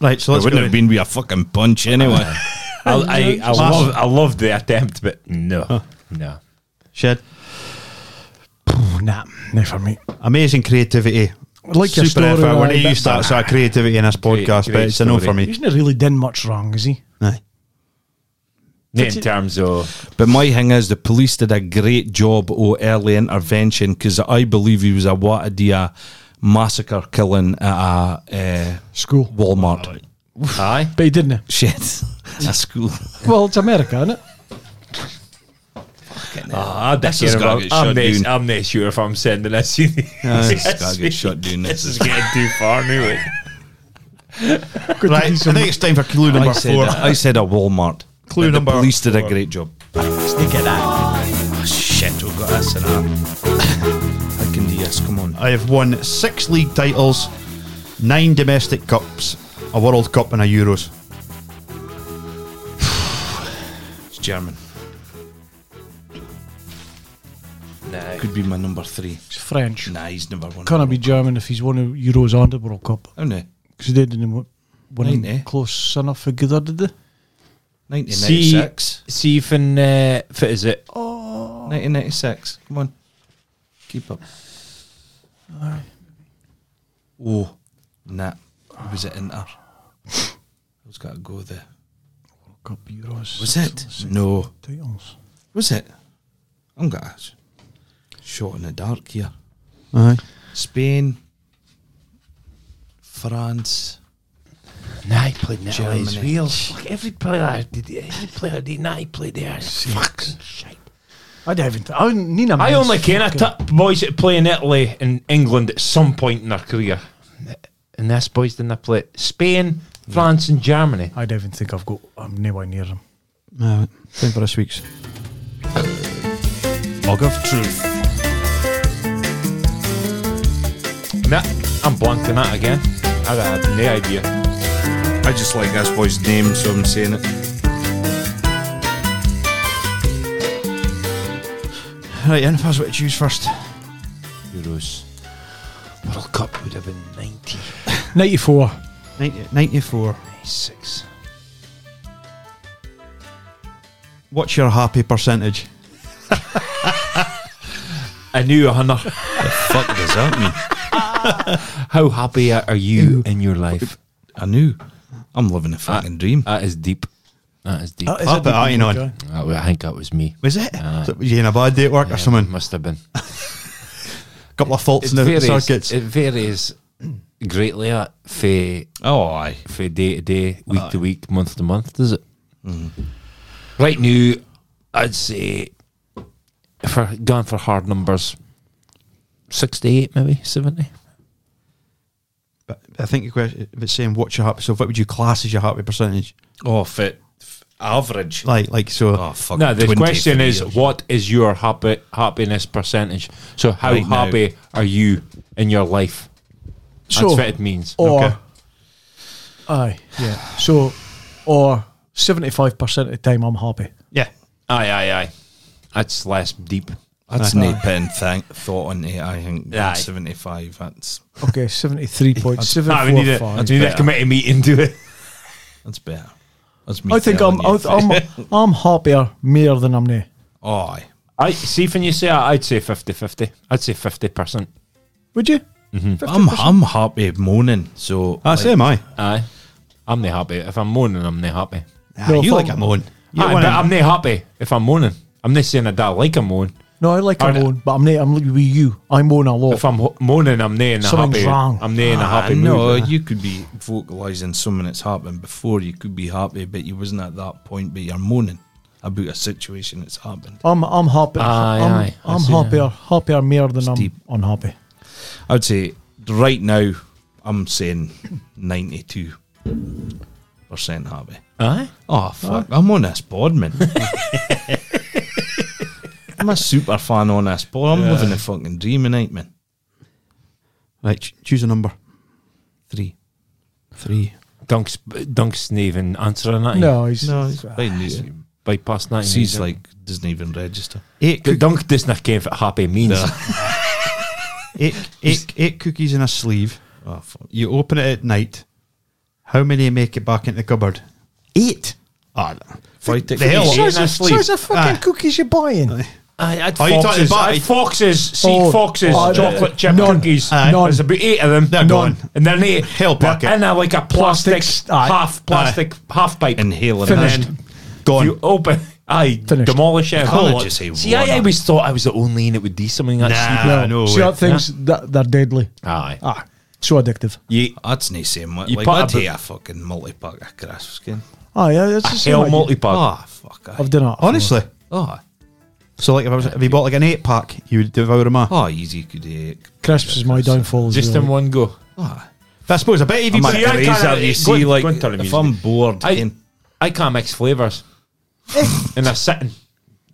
G: It
D: right, so let's go.
G: wouldn't have
D: in.
G: been with a fucking punch anyway.
E: I, I, I love I love the attempt, but no, no.
D: Shed
F: Oh, nah, never for me.
D: amazing creativity.
F: Like your
D: Super
F: story, eh,
D: effort.
F: aye,
D: When you
F: but-
D: start sort of creativity in this podcast, but
E: great
D: it's a no
E: story.
D: for me.
F: He's not really done much wrong, is he?
D: Aye.
E: Not in terms of
G: But my thing is, the police did a great job o early intervention because I believe he was a what idea massacre killing at a uh,
F: School.
G: Walmart.
E: aye.
F: But he didn't.
G: Shit, a school.
F: Well, it's America, isn't it?
E: Ah, I don't
G: has
E: care
G: gotta
E: about-
G: get shut
E: I'm
G: down.
E: not, I'm not sure if I'm sending this.
G: this guy get shut down.
E: This
G: This
E: is
G: is
E: getting too far now. like.
D: Right, I think it's time for clue number
G: I said,
D: four.
G: I said a Walmart.
D: Clue
G: But
D: number
G: The police did
D: four.
G: a great job. Sneak at that. Shit, we've got this in our. I can do this. Come on.
D: I have won six league titles, nine domestic cups, a World Cup, and a Euros.
G: It's German.
E: No.
G: Could be my number three.
F: It's French.
G: Nah, he's never won.
F: Can't be German if he's won a Euros and the World Cup.
G: Oh no.
F: Because they didn't win
G: Ain't
F: win
G: they?
F: eh, close enough together, did they?
G: 1996.
E: See if in uh, if it is it.
F: Oh,
G: 1996. Come on. Keep up. Oh, nah. It was at Inter. I was got to go there.
F: World Cup Euros.
G: Was it? No.
F: Titles.
G: Was it? I'm gonna shot in the dark here.
D: Aye.
G: Spain, France.
H: Nah, he played
G: Germany.
H: Netherlands. Real. Fuck, every player did every player did nah, he played there. Fucking shit.
F: I don't even. I wouldn't- Nina.
E: I
F: Mann's
E: only ken a
F: fucking-
E: top boys that play in Italy and England at some point in their career. And this boys didn't play Spain, France, and Germany.
F: I don't even think I've got. I'm nowhere near him.
D: Aye, time for this week's.
G: Mug of truth.
E: Nah, I'm blanking that again. I had no idea.
G: I just like this boy's name, so I'm saying it.
D: Right, and first, what to choose first?
E: Euros. World Cup would have been 96.
F: 94.
D: 90, 94. What's your happy percentage?
E: I knew, Hannah.
G: Fuck does that mean?
E: How happy are you in your life?
G: I knew. I'm living a fucking dream.
E: That is deep. That is deep.
D: Up it, aye, you know.
E: That wa- I think that was me.
D: Was it?
E: Aye.
D: So, were you in a bad day at work or something?
E: Must have been.
D: A couple of faults in the circuits.
E: It varies greatly uh, for
G: Oh, aye.
E: for day to day, week
G: Oh,
E: to week, month to month, does it?
G: Mm-hmm.
E: Right now, I'd say for going for hard numbers, sixty-eight, maybe seventy.
D: But I think the question if it's saying what's your happy. So what would you class as your happy percentage?
G: Oh, fit. f- Average.
D: Like, like so.
G: Oh, fuck.
E: No, the
G: 23
E: question is,
G: years.
E: what is your happy happiness percentage? So, how
G: Right now.
E: happy are you in your life? That's
F: So-
E: what it means.
G: oh.
F: Or.
D: Okay.
F: Aye. Yeah. So, or 75% of the time I'm happy.
D: Yeah.
E: Aye, aye, aye. That's less deep.
G: That's an eight pen thank thought on it, I think.
E: Aye.
G: 75. That's
F: Okay, 73.745.
E: Ah, we need a,
G: That's
E: we need a
G: better.
E: committee meeting to it.
G: that's better. That's me
F: I think I'm,
G: telling
F: I'm,
G: you.
F: I'm, I'm happier more than I'm now.
G: Oh, aye.
E: I see. When you say that, I'd say 50-50. I'd say fifty percent.
F: Would you?
G: I'm, I'm happy moaning. So
D: That's
G: like,
D: Ah, am I.
E: Aye. I'm not happy. If I'm moaning, I'm not happy.
D: Ah, you
F: fuck.
D: like a moan. You
E: Aye,
D: wanna-
E: but I'm not happy if I'm moaning. I'm not saying I don't like a moan.
F: No, I like
E: Or
F: I
E: the-
F: moan, but I'm not. I'm like with you. I moan a lot.
E: If I'm ho- moaning, I'm not in a
F: Something's
E: happy.
F: wrong.
E: I'm not in a
G: Ah,
E: happy
G: no,
E: mood.
G: you could be vocalising something that's happened before. You could be happy, but you wasn't at that point. But you're moaning. about a situation that's happened.
F: I'm I'm happy.
E: Aye,
F: I'm,
E: aye, I
F: I'm
E: see,
F: happier, happier more than
G: Steep.
F: I'm unhappy.
G: I would say right now, I'm saying 92% happy.
E: Aye.
G: Oh, fuck. I'm on this board, man. I'm a super fan on this board. I'm living the fucking dream tonight, man.
D: Right, ch- choose a number.
G: Three.
D: Three.
E: Dunk's Dunk's not even answering that.
F: No, he's
G: No, it's fine.
E: He's
G: He's,
E: bypassed that.
G: he's like, doesn't even register.
D: Eight,
E: The
D: coo-
E: dunk does not care if it happy means.
D: eight, eight, eight cookies in a sleeve.
G: Oh, fuck.
D: You open it at night. How many make it back into the cupboard? Eight. Ah,
G: Five tick-
D: the hell-
G: Eight in
F: Size
G: a
F: of,
G: sleeve.
F: size of
D: Aye.
F: fucking cookies you're buying?
E: I had
D: Are you talking
E: foxes.
D: about-
E: I had foxes. Sea
F: Oh,
E: foxes.
F: oh,
E: chocolate
F: uh,
E: chip
F: none,
E: cookies.
F: aye.
E: There's about eight of them.
D: They're gone.
E: And they're not.
D: Hell
E: They're
D: pocket.
E: In a, like a plastic
F: Plastics, aye.
E: half plastic half pipe.
G: Inhaling it.
E: And then
D: Gone.
E: you open. I
F: Finished.
E: demolish it.
G: Can't I just say
E: See,
G: one
E: I
G: up?
E: always thought I was the only one that would do something like that.
D: Nah, no
F: See
D: way.
F: that things that they're deadly.
E: Aye.
F: Ah, so addictive.
E: You
G: That's not saying much.
E: You
G: Like,
E: put
G: I'd
E: a bit-
G: hate a fucking multi-pack of crisp skin.
F: Oh yeah, it's
E: a
F: the same
E: hell
F: idea.
E: multi pack.
G: Oh, fuck. aye.
F: I've done that.
D: Honestly.
G: Oh,
D: So, like, if, I was, if you bought like an eight pack, you would devour them all.
G: oh, easy could eat.
F: crisps is my downfall. as
E: Just
F: well.
E: in one go.
G: Oh,
D: I suppose, I bet if you
G: I'm a
D: put
E: See, I
G: grazer,
E: kinda-
G: you
E: go
G: see,
E: and-
G: like,
E: go and tell him
G: if
E: easy.
G: I'm bored,
E: I-
G: then
E: I can't mix flavours. and I'm sitting.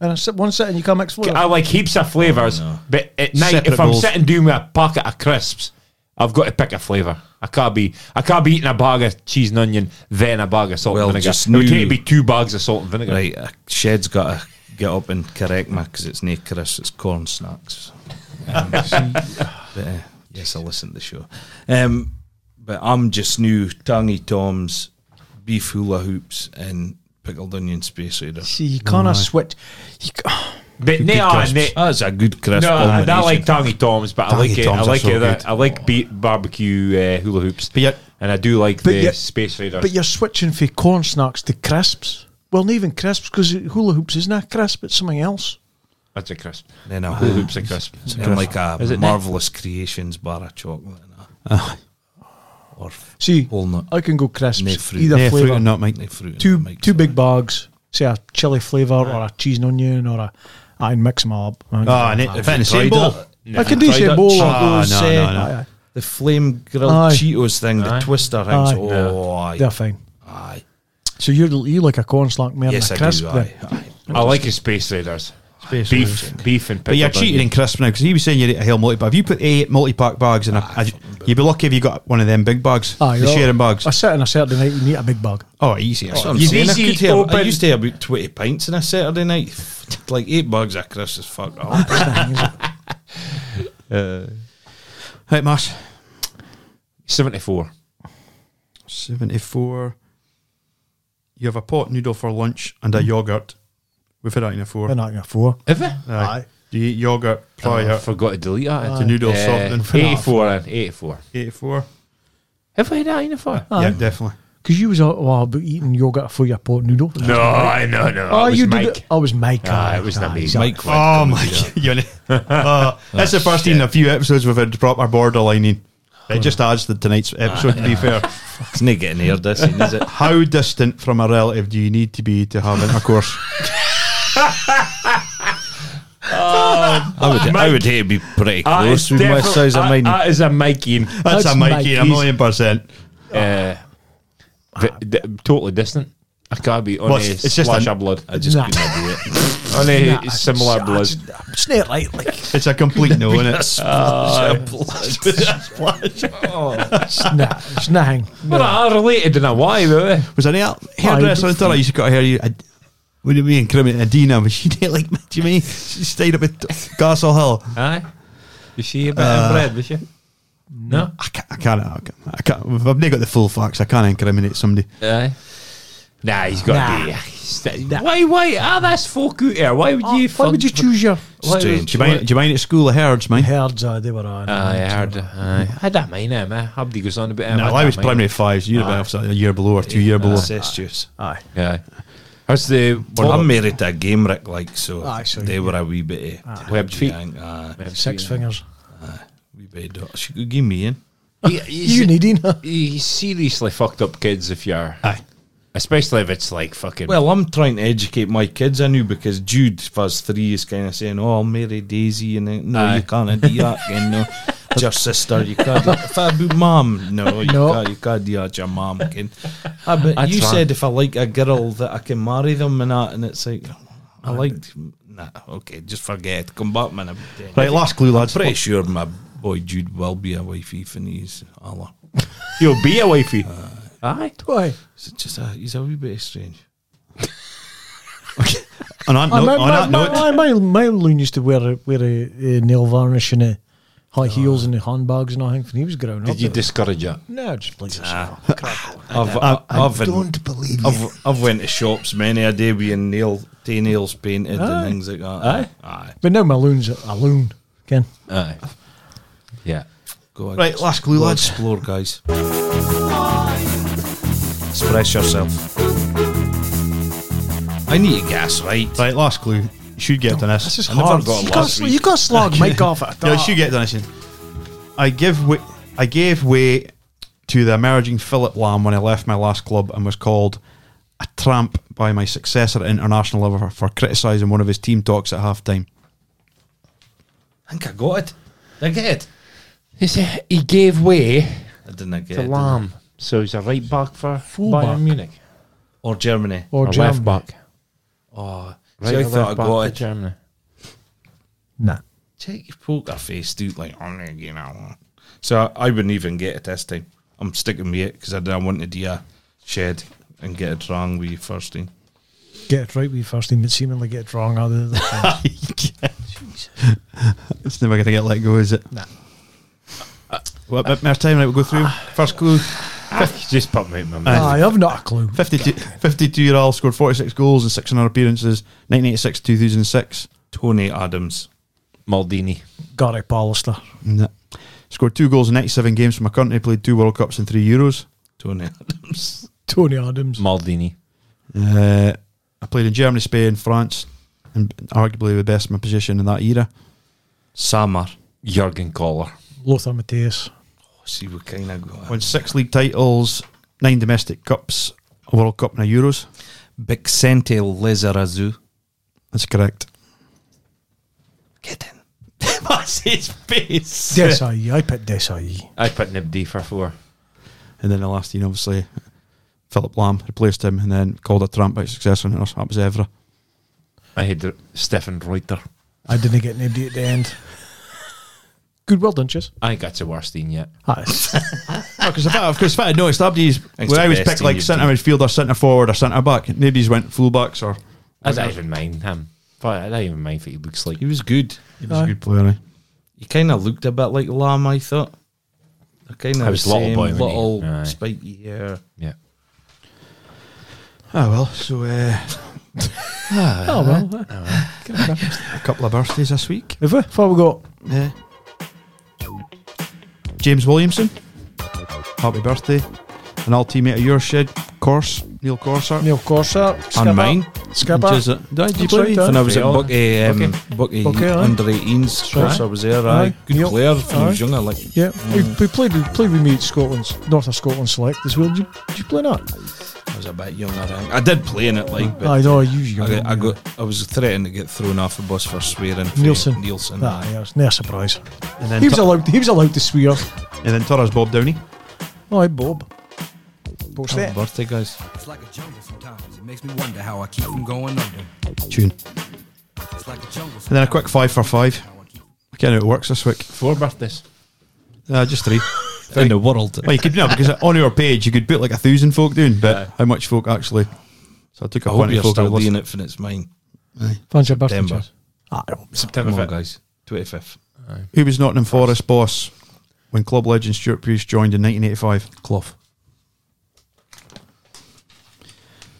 F: And I sit one sit and you can't mix flavour.
E: I like heaps of flavours,
G: no.
E: but at night,
D: Separate
E: if I'm
D: goals.
E: sitting doing with a packet of crisps, I've got to pick a flavour. I can't be I can't be eating a bag of cheese and onion, then a bag of salt
G: Well,
E: and vinegar.
G: just
E: it would
G: knew-
E: take to be two bags of salt and vinegar.
G: Right, uh, Shed's got to get up and correct me because it's not Chris, it's corn snacks. Um, but, uh, yes, I listen to the show. Um, but I'm just new Tangy Tom's, beef hula hoops, and pickled onion space radar.
F: See, you
E: Oh
F: can't switch. You ca-
E: But nah, nah,
G: That's a good crisp.
E: no, I, I
G: combination.
E: like Tangy Toms, but I
D: Tangy
E: like it. I
D: Toms are
E: like
D: so
E: it. that-
D: good.
E: I like beat barbecue uh, hula hoops,
D: But yet-
E: and I do like the
F: yet-
E: space raiders.
F: but you're switching from corn snacks to crisps. Well, not even crisps because hula hoops isn't a crisp; it's something else.
E: That's a crisp.
G: Then a
E: Hula hoops are crisp.
G: Then like a
E: Is it Uh. not?
G: marvelous creations bar of chocolate. And a, or f-
F: See,
G: whole nut.
F: I can go crisps
G: No fruit.
F: either
D: yeah, fruit
F: flavour.
D: and nut, mate.
G: no fruit in
F: two
G: it, Mike,
F: two
G: so-
F: big bags, say a chili flavour or a cheese and onion or a. I mix them all up.
D: Ah, and it, in the same
G: tried
D: bowl.
G: that?
F: I can do
G: tried
F: say
G: it.
F: bowl or
D: Ah,
F: those.
D: no,
F: eh,
D: no, no.
F: aye, aye.
G: The flame grilled
F: Aye.
G: Cheetos thing,
E: Aye.
G: the twister things.
F: Aye.
G: Oh, aye.
F: They're fine.
G: aye.
F: So you're you like a corn slack man
G: Yes,
F: and a
G: I
F: crisp.
G: do.
F: then.
G: Aye. aye.
E: I like a space raiders.
D: Space
E: beef, beef, and
D: But you're
E: pickled
D: cheating
E: onion.
D: in crisp now because he was saying you're at a hell multi pack. If you put eight multi pack bags in a,
G: Ah,
D: a- you'd be lucky if you got one of them big bags,
F: Aye,
D: the
F: well,
D: sharing
F: I
D: bags.
F: sit on a Saturday night and eat a big bag.
D: Oh, easy.
G: That's what I'm
E: You'd
G: saying. I,
E: easy
G: could have, I
E: open-
G: used to have about 20 pints on a Saturday night. like eight bags of crisps is fuck Oh, off.
D: Right, Mash.
E: 74.
D: 74. You have a pot noodle for lunch and a yogurt. We've had that in a four.
F: We're not going four.
E: Is it?
D: Aye. Do you eat yogurt prior
E: I forgot to delete that.
D: to noodle
E: Uh,
D: something?
E: 84 and 84.
D: 84.
E: Have I had that in a fire?
D: Yeah, definitely.
F: Because you was all well, about eating yogurt for your pot noodle.
E: No, I no, no.
F: Oh,
E: it was
F: you did
E: Mike.
F: it. I was Mike.
E: Ah,
F: aye,
E: it was not
F: aye,
E: me.
F: exactly.
G: Mike,
D: Oh my god. uh, that's the first in a few episodes we've had proper borderlining. It just adds to tonight's episode, to be fair.
G: It's not getting aired, this thing, is it?
D: How distant from a relative do you need to be to have intercourse?
G: I would, I would hate to be pretty
E: That is
G: close with my
E: defi-
G: size of
E: that-
G: mine.
E: That is a Mikey.
D: That's,
F: That's
D: a Mikey, a
F: Mikey's-
D: million percent.
E: Uh, v- d- totally distant. I can't be on
D: Well,
E: a
D: it's- it's just
E: splash
D: an-
E: of blood.
G: I just
F: Nah.
G: couldn't do it.
E: On a similar
F: Ah,
E: blood.
F: it's- It's not right. Like,
D: It's a complete no, isn't it?
F: nah, it's nothing.
E: Well, I related in a way, though. eh?
D: Was there any al- hairdresser until I used to cut hair? You, I, what do you mean, criminal Adina? Was she not like do you mean she stayed up at Castle Hill?
E: Aye. Was she a bit of bread, was she? No.
D: I can't, I can't, I can't, I can't I've not got the full facts. I can't incriminate somebody.
E: Aye. Nah, he's got
F: Nah. Oh,
E: to be. he's- Why, why? Ah, that's folk out there. Why would you?
F: Why would you
E: fuck-
F: choose your
E: why would-
G: Strange.
D: Do you mind? Do you mind at school of herds, mate?
F: herds? Uh, they were on.
E: Aye, I heard. Aye. I don't mind him. eh. Abdi goes on a bit. eh,
D: No,
E: don't
D: I was
E: mind.
D: primary fives. You'd have been a year below or two year below.
G: Incestuous.
F: Aye.
E: Yeah. How's the
G: Well, I'm
E: what-
G: married to a game rick, like, so
F: Aye, so
G: they
F: you-
G: were a wee bit of
E: webbed feet?
G: Aye, aye,
F: Six
E: eh?
F: fingers.
G: wee bit of dot. She could give me in.
E: He- he's-
F: You need him.
E: he seriously fucked up kids if you're
D: Aye.
E: especially if it's like fucking.
G: Well, I'm trying to educate my kids. I knew because Jude, Fuzz Three, is kind of saying, "Oh, I'll marry Daisy," and then, no,
E: Aye.
G: you can't do that. And no, it's your sister. You can't. do- If I be mum, no, you
F: No.
G: can't. You can't do that. it's Your mum can. Ah, but
E: That's
G: you
E: right.
G: said if I like a girl that I can marry them and that, and it's like I liked. Nah, okay, just forget. Come back, man. I'm dead.
D: Right, last clue, lads.
G: Pretty sure my boy Jude will be a wifey for he's Allah.
E: you'll be a wifey. Aye.
F: Why?
G: It's just a, he's a wee bit strange.
D: On that
F: I
D: note,
F: my,
D: on
F: my,
D: that
F: my,
D: note,
F: my, my, my loon used to wear a, wear a, a nail varnish and a high heels and a handbags and all that. When he was growing up,
E: Did you
F: there was-
E: discourage it?
F: No, just like this.
G: I've, I, have i don't believe I've, I've went to shops many a day with nail, day nails painted
F: Aye.
G: and things like that.
E: Aye.
G: Aye.
F: But now my loon's a, a loon. Ken.
E: Aye. Yeah.
G: Go on.
D: right, last clue,
G: Go
D: lads.
G: Explore, guys. Express yourself. I need a gas, right?
D: Right, last clue. You should get done this.
G: I never got
F: You
G: last
F: got,
G: week.
F: you got slog Mike off at
D: No, you
F: that.
D: should get done this. I give way. I gave way to the emerging Philip Lam when I left my last club and was called a tramp by my successor at international level for, for criticising one of his team talks at half time.
G: I think I got it. Did I get it?
E: He said he gave way
G: I didn't get
E: to
G: it.
E: Lam, so he's a right back for
F: Fullback.
E: Bayern Munich
G: Or Germany.
F: Or
E: or,
F: Germany.
E: left back.
G: Oh,
E: Right
G: see, I
E: or
G: thought I
E: left back
G: got
E: for
G: it.
E: Germany.
F: Nah.
G: Check your poker face, dude. Like, "Oh, I'm not getting that one. So I, I wouldn't even get it this time. I'm sticking with it because I didn't want to do a shed and get it wrong with you first team.
F: Get it right with you first team, but seemingly get it wrong. Other than
D: It's never going to get let go, is it?
F: Nah.
D: Well, bit more time, right? We'll go through. First clue
E: Just put me in my
D: Aye.
E: mouth.
F: I have not a clue.
D: 52, 52 year old scored 46 goals and 600 appearances, 1986 2006.
G: Tony Adams.
E: Maldini.
F: Gary Pallister.
D: Nah. Scored two goals in 97 games for my country, played two World Cups and three Euros.
G: Tony Adams.
F: Tony Adams.
E: Maldini.
D: Uh, I played in Germany, Spain, France, and arguably the best in my position in that era.
G: Samar.
E: Jurgen Koller.
F: Lothar Matthäus.
G: See what kind of go.
D: Won six league titles, nine domestic cups, a World Cup, and a Euros.
G: Bixente Lezarazu.
D: That's correct.
G: Get in.
E: That's his face.
F: Desai. I picked Desai.
E: I put Nibdi for four.
D: And then the last team, obviously, Philip Lam replaced him and then called a tramp by successor. And that was Evra.
E: I had R- Stefan Reuter.
F: I didn't get anybody at the end. Good well done, Chess.
E: I ain't got to worst team yet.
F: Aye.
D: Because if, I- of course, if I had noticed, Abdi's,
G: Thanks
D: when
G: to
D: I was
G: best
D: picked
G: team
D: like
G: you've
D: centre
G: done.
D: midfield or centre forward or centre back, nobody's went fullbacks or.
E: I don't even mind him. But I don't even mind what he looks like.
G: He was good.
D: He
F: was a
D: good player,
G: He kind of looked a bit like Lam, I thought. They're Kind of
E: I was
G: the
E: little
G: same,
E: boy when he-
G: little
E: aye.
G: spiky hair.
E: Yeah.
D: Oh, well. So, uh,
F: oh, well.
D: a couple of birthdays this week.
F: Have we? What we got?
D: Yeah. Eh? James Williamson, happy birthday. An old teammate of yours, Shed, course, Neil Corser.
F: Neil Corser.
G: And mine.
F: Skipper.
D: Which is it? Did I- did you
F: That's
D: play
F: right,
D: with
F: aye.
G: When I was at
E: Fiona.
G: Bucky, um, Bucky,
F: Bucky, aye.
G: under 18s,
F: Aye.
G: course, I was there. Aye.
F: Aye.
G: Good
F: Yep.
G: player from
F: Aye.
G: was younger. Like,
F: Yeah, we, we played we played with me at Scotland's North of Scotland select as well. Did you, did you play that?
G: I was a bit younger. I think. I did play in it, like, but
F: I know you. you
G: I, got, I got, I was threatened to get thrown off the bus for swearing. for
F: Nielsen.
G: Nielsen.
F: Nah,
G: aye.
F: Ah, yeah, it's no surprise.
D: And then,
F: He was
D: Tur-
F: allowed. He was allowed to swear.
D: and then Torres Bob Downey.
F: Aye, Bob. What's
G: Happy
F: that?
G: birthday, guys.
I: It's like a jungle sometimes. It makes me wonder how I keep from going under.
D: Tune.
I: It's like a jungle
D: And then a quick five for five. I can't know how it works this week.
E: Four birthdays.
D: Uh, just three.
G: In the world.
D: well, you could know because on your page you could put like a thousand folk doing, but how much folk actually? So I took a
G: I hope
D: point of
G: you're
D: folk. out
G: still
D: of the list.
G: doing it for it's mine.
F: Fancy your birthday?
G: Denver.
F: Jess? Aye, I hope so.
E: September
G: Come on,
E: 5th.
G: guys. 25th.
D: Who was Nottingham Forest boss when club legend Stuart Pearce joined in 1985? Clough.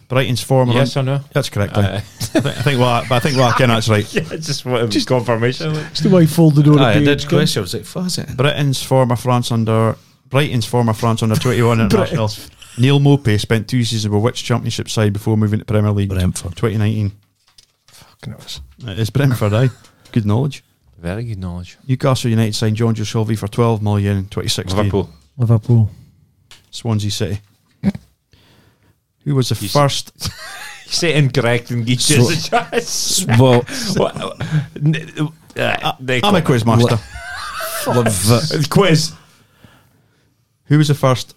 D: Brighton's former.
E: Yes or no?
D: that's correct.
E: Aye.
D: aye. Uh, I, think, I think well, I- but I think well, I can that's right.
E: Yeah, just wanted just confirmation.
F: It's the way he folded over.
G: Aye, I
F: the
G: did
F: page.
G: question. I was like, fuck is it?
D: Britain's former France under Brighton's former France under 21 international Neil Mopey spent two seasons with which championship side before moving to Premier League?
G: Brentford.
D: 2019.
F: Fucking knows.
D: It is Brentford, aye. Good knowledge.
E: Very good knowledge.
D: Newcastle United signed John Joe Shelby for 12 million in 2016.
E: Liverpool.
F: Liverpool.
D: Swansea City. Who was the
E: He's-
D: first?
E: say incorrect and get
G: So-
E: just a chance.
G: Well,
E: Well, n- uh, they
D: I'm a
E: call it.
D: quiz master.
G: the-
E: Quiz.
D: Who was the first,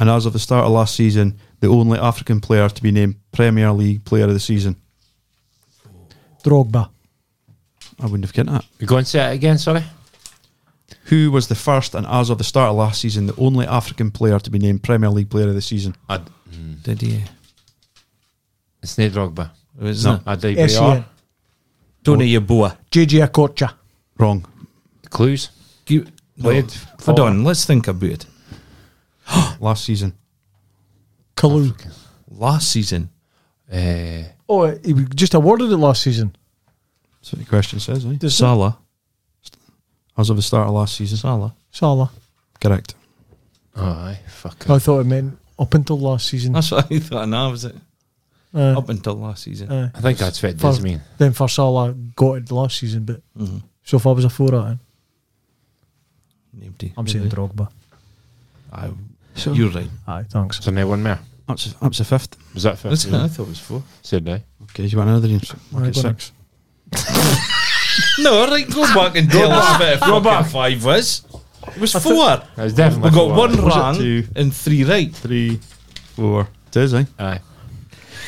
D: and as of the start of last season, the only African player to be named Premier League Player of the Season?
F: Drogba.
D: I wouldn't have gotten that.
E: You go and say it again, sorry.
D: Who was the first, and as of the start of last season, the only African player to be named Premier League Player of the Season?
E: I,
G: did he?
E: it's not Drogba.
G: Was
D: No.
G: it?
E: I did
F: SCN.
G: Tony Yeboah.
F: JJ Akocha.
D: Wrong.
E: Clues.
G: You, no.
E: Played
G: Hold
E: for-
G: on, let's think about it.
D: Last season.
F: Kalu.
G: Last season,
E: Uh,
F: Oh, he was just awarded it last season.
D: That's what the question says, eh?
F: Does
G: Salah,
D: As of the start of last season.
G: Salah.
F: Salah.
D: Correct.
E: oh, aye, fuck.
F: I thought it meant up until last season.
G: That's what I thought. Now was it
F: Uh,
G: up until last season?
F: uh,
E: I think that's what it does
F: Fuck.
E: mean.
F: then for Salah, got it last season, but
G: Mhm.
F: so far was a four out. of it.
G: Nobody.
F: I'm saying Drogba.
G: I,
D: So
G: you're right.
F: Aye, thanks.
E: So now one more.
D: up to, up to fifth.
E: Was that fair?
G: That's it, I thought it was four.
E: Said I.
D: Okay, do you want another name?
F: Aye,
D: Okay,
F: go on.
D: six.
G: No, right. Go back and tell us what go back. five was. It was four.
E: That was definitely.
G: We got
E: four.
G: one
D: Was it
G: wrong
D: two?
G: and three right.
D: Three, four. It is, eh?
E: Aye.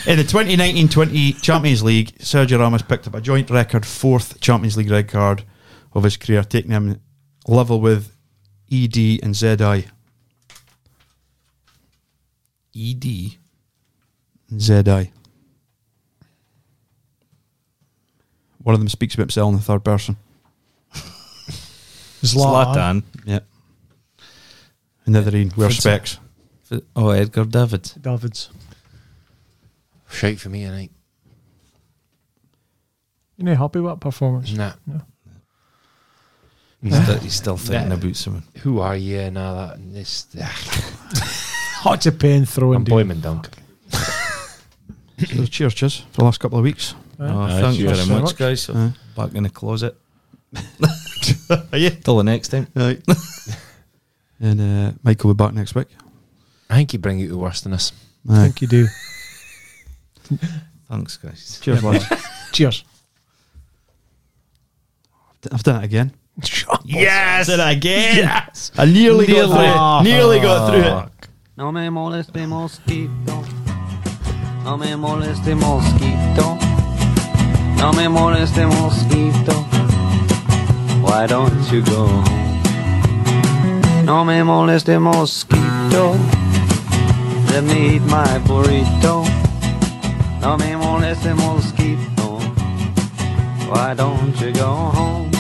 D: In the 2019-20 Champions League, Sergio Ramos picked up a joint record fourth Champions League red card of his career, taking him level with ED and ZI. E
G: Ed.
D: ZI. One of them speaks about himself in the third person.
G: Zlatan.
F: Zlatan.
D: Yeah. Another one. Wear
G: Fritz.
D: specs.
G: Oh, Edgar Davids.
F: Davids.
E: Shite for me tonight.
F: You know, happy with that performance.
E: Nah.
G: He's
D: Eh?
G: still, he's still thinking
E: Nah.
G: about someone.
E: Who are you and all that? And this,
F: Hot a pen throwing. dude.
E: employment dunk.
D: so cheers, cheers for the last couple of weeks.
G: Oh,
E: Aye,
G: thank you
E: cheers.
G: very
F: Thanks
G: much,
F: very
G: guys.
D: Aye.
G: Back in the closet.
D: Are you?
G: Till the next time.
D: Right. and uh, Michael will be back next week.
E: I think you bring out the worst in us.
F: I
D: Aye.
F: think you do.
G: Thanks, guys.
D: Cheers, lads.
F: Cheers.
D: I've done it again.
E: Yes! Did I get
D: I nearly, got through it. Nearly got through it.
J: No me moleste mosquito. No me moleste mosquito. No me moleste mosquito. Why don't you go home? No me moleste mosquito. Let me eat my burrito. No me moleste mosquito. Why don't you go home?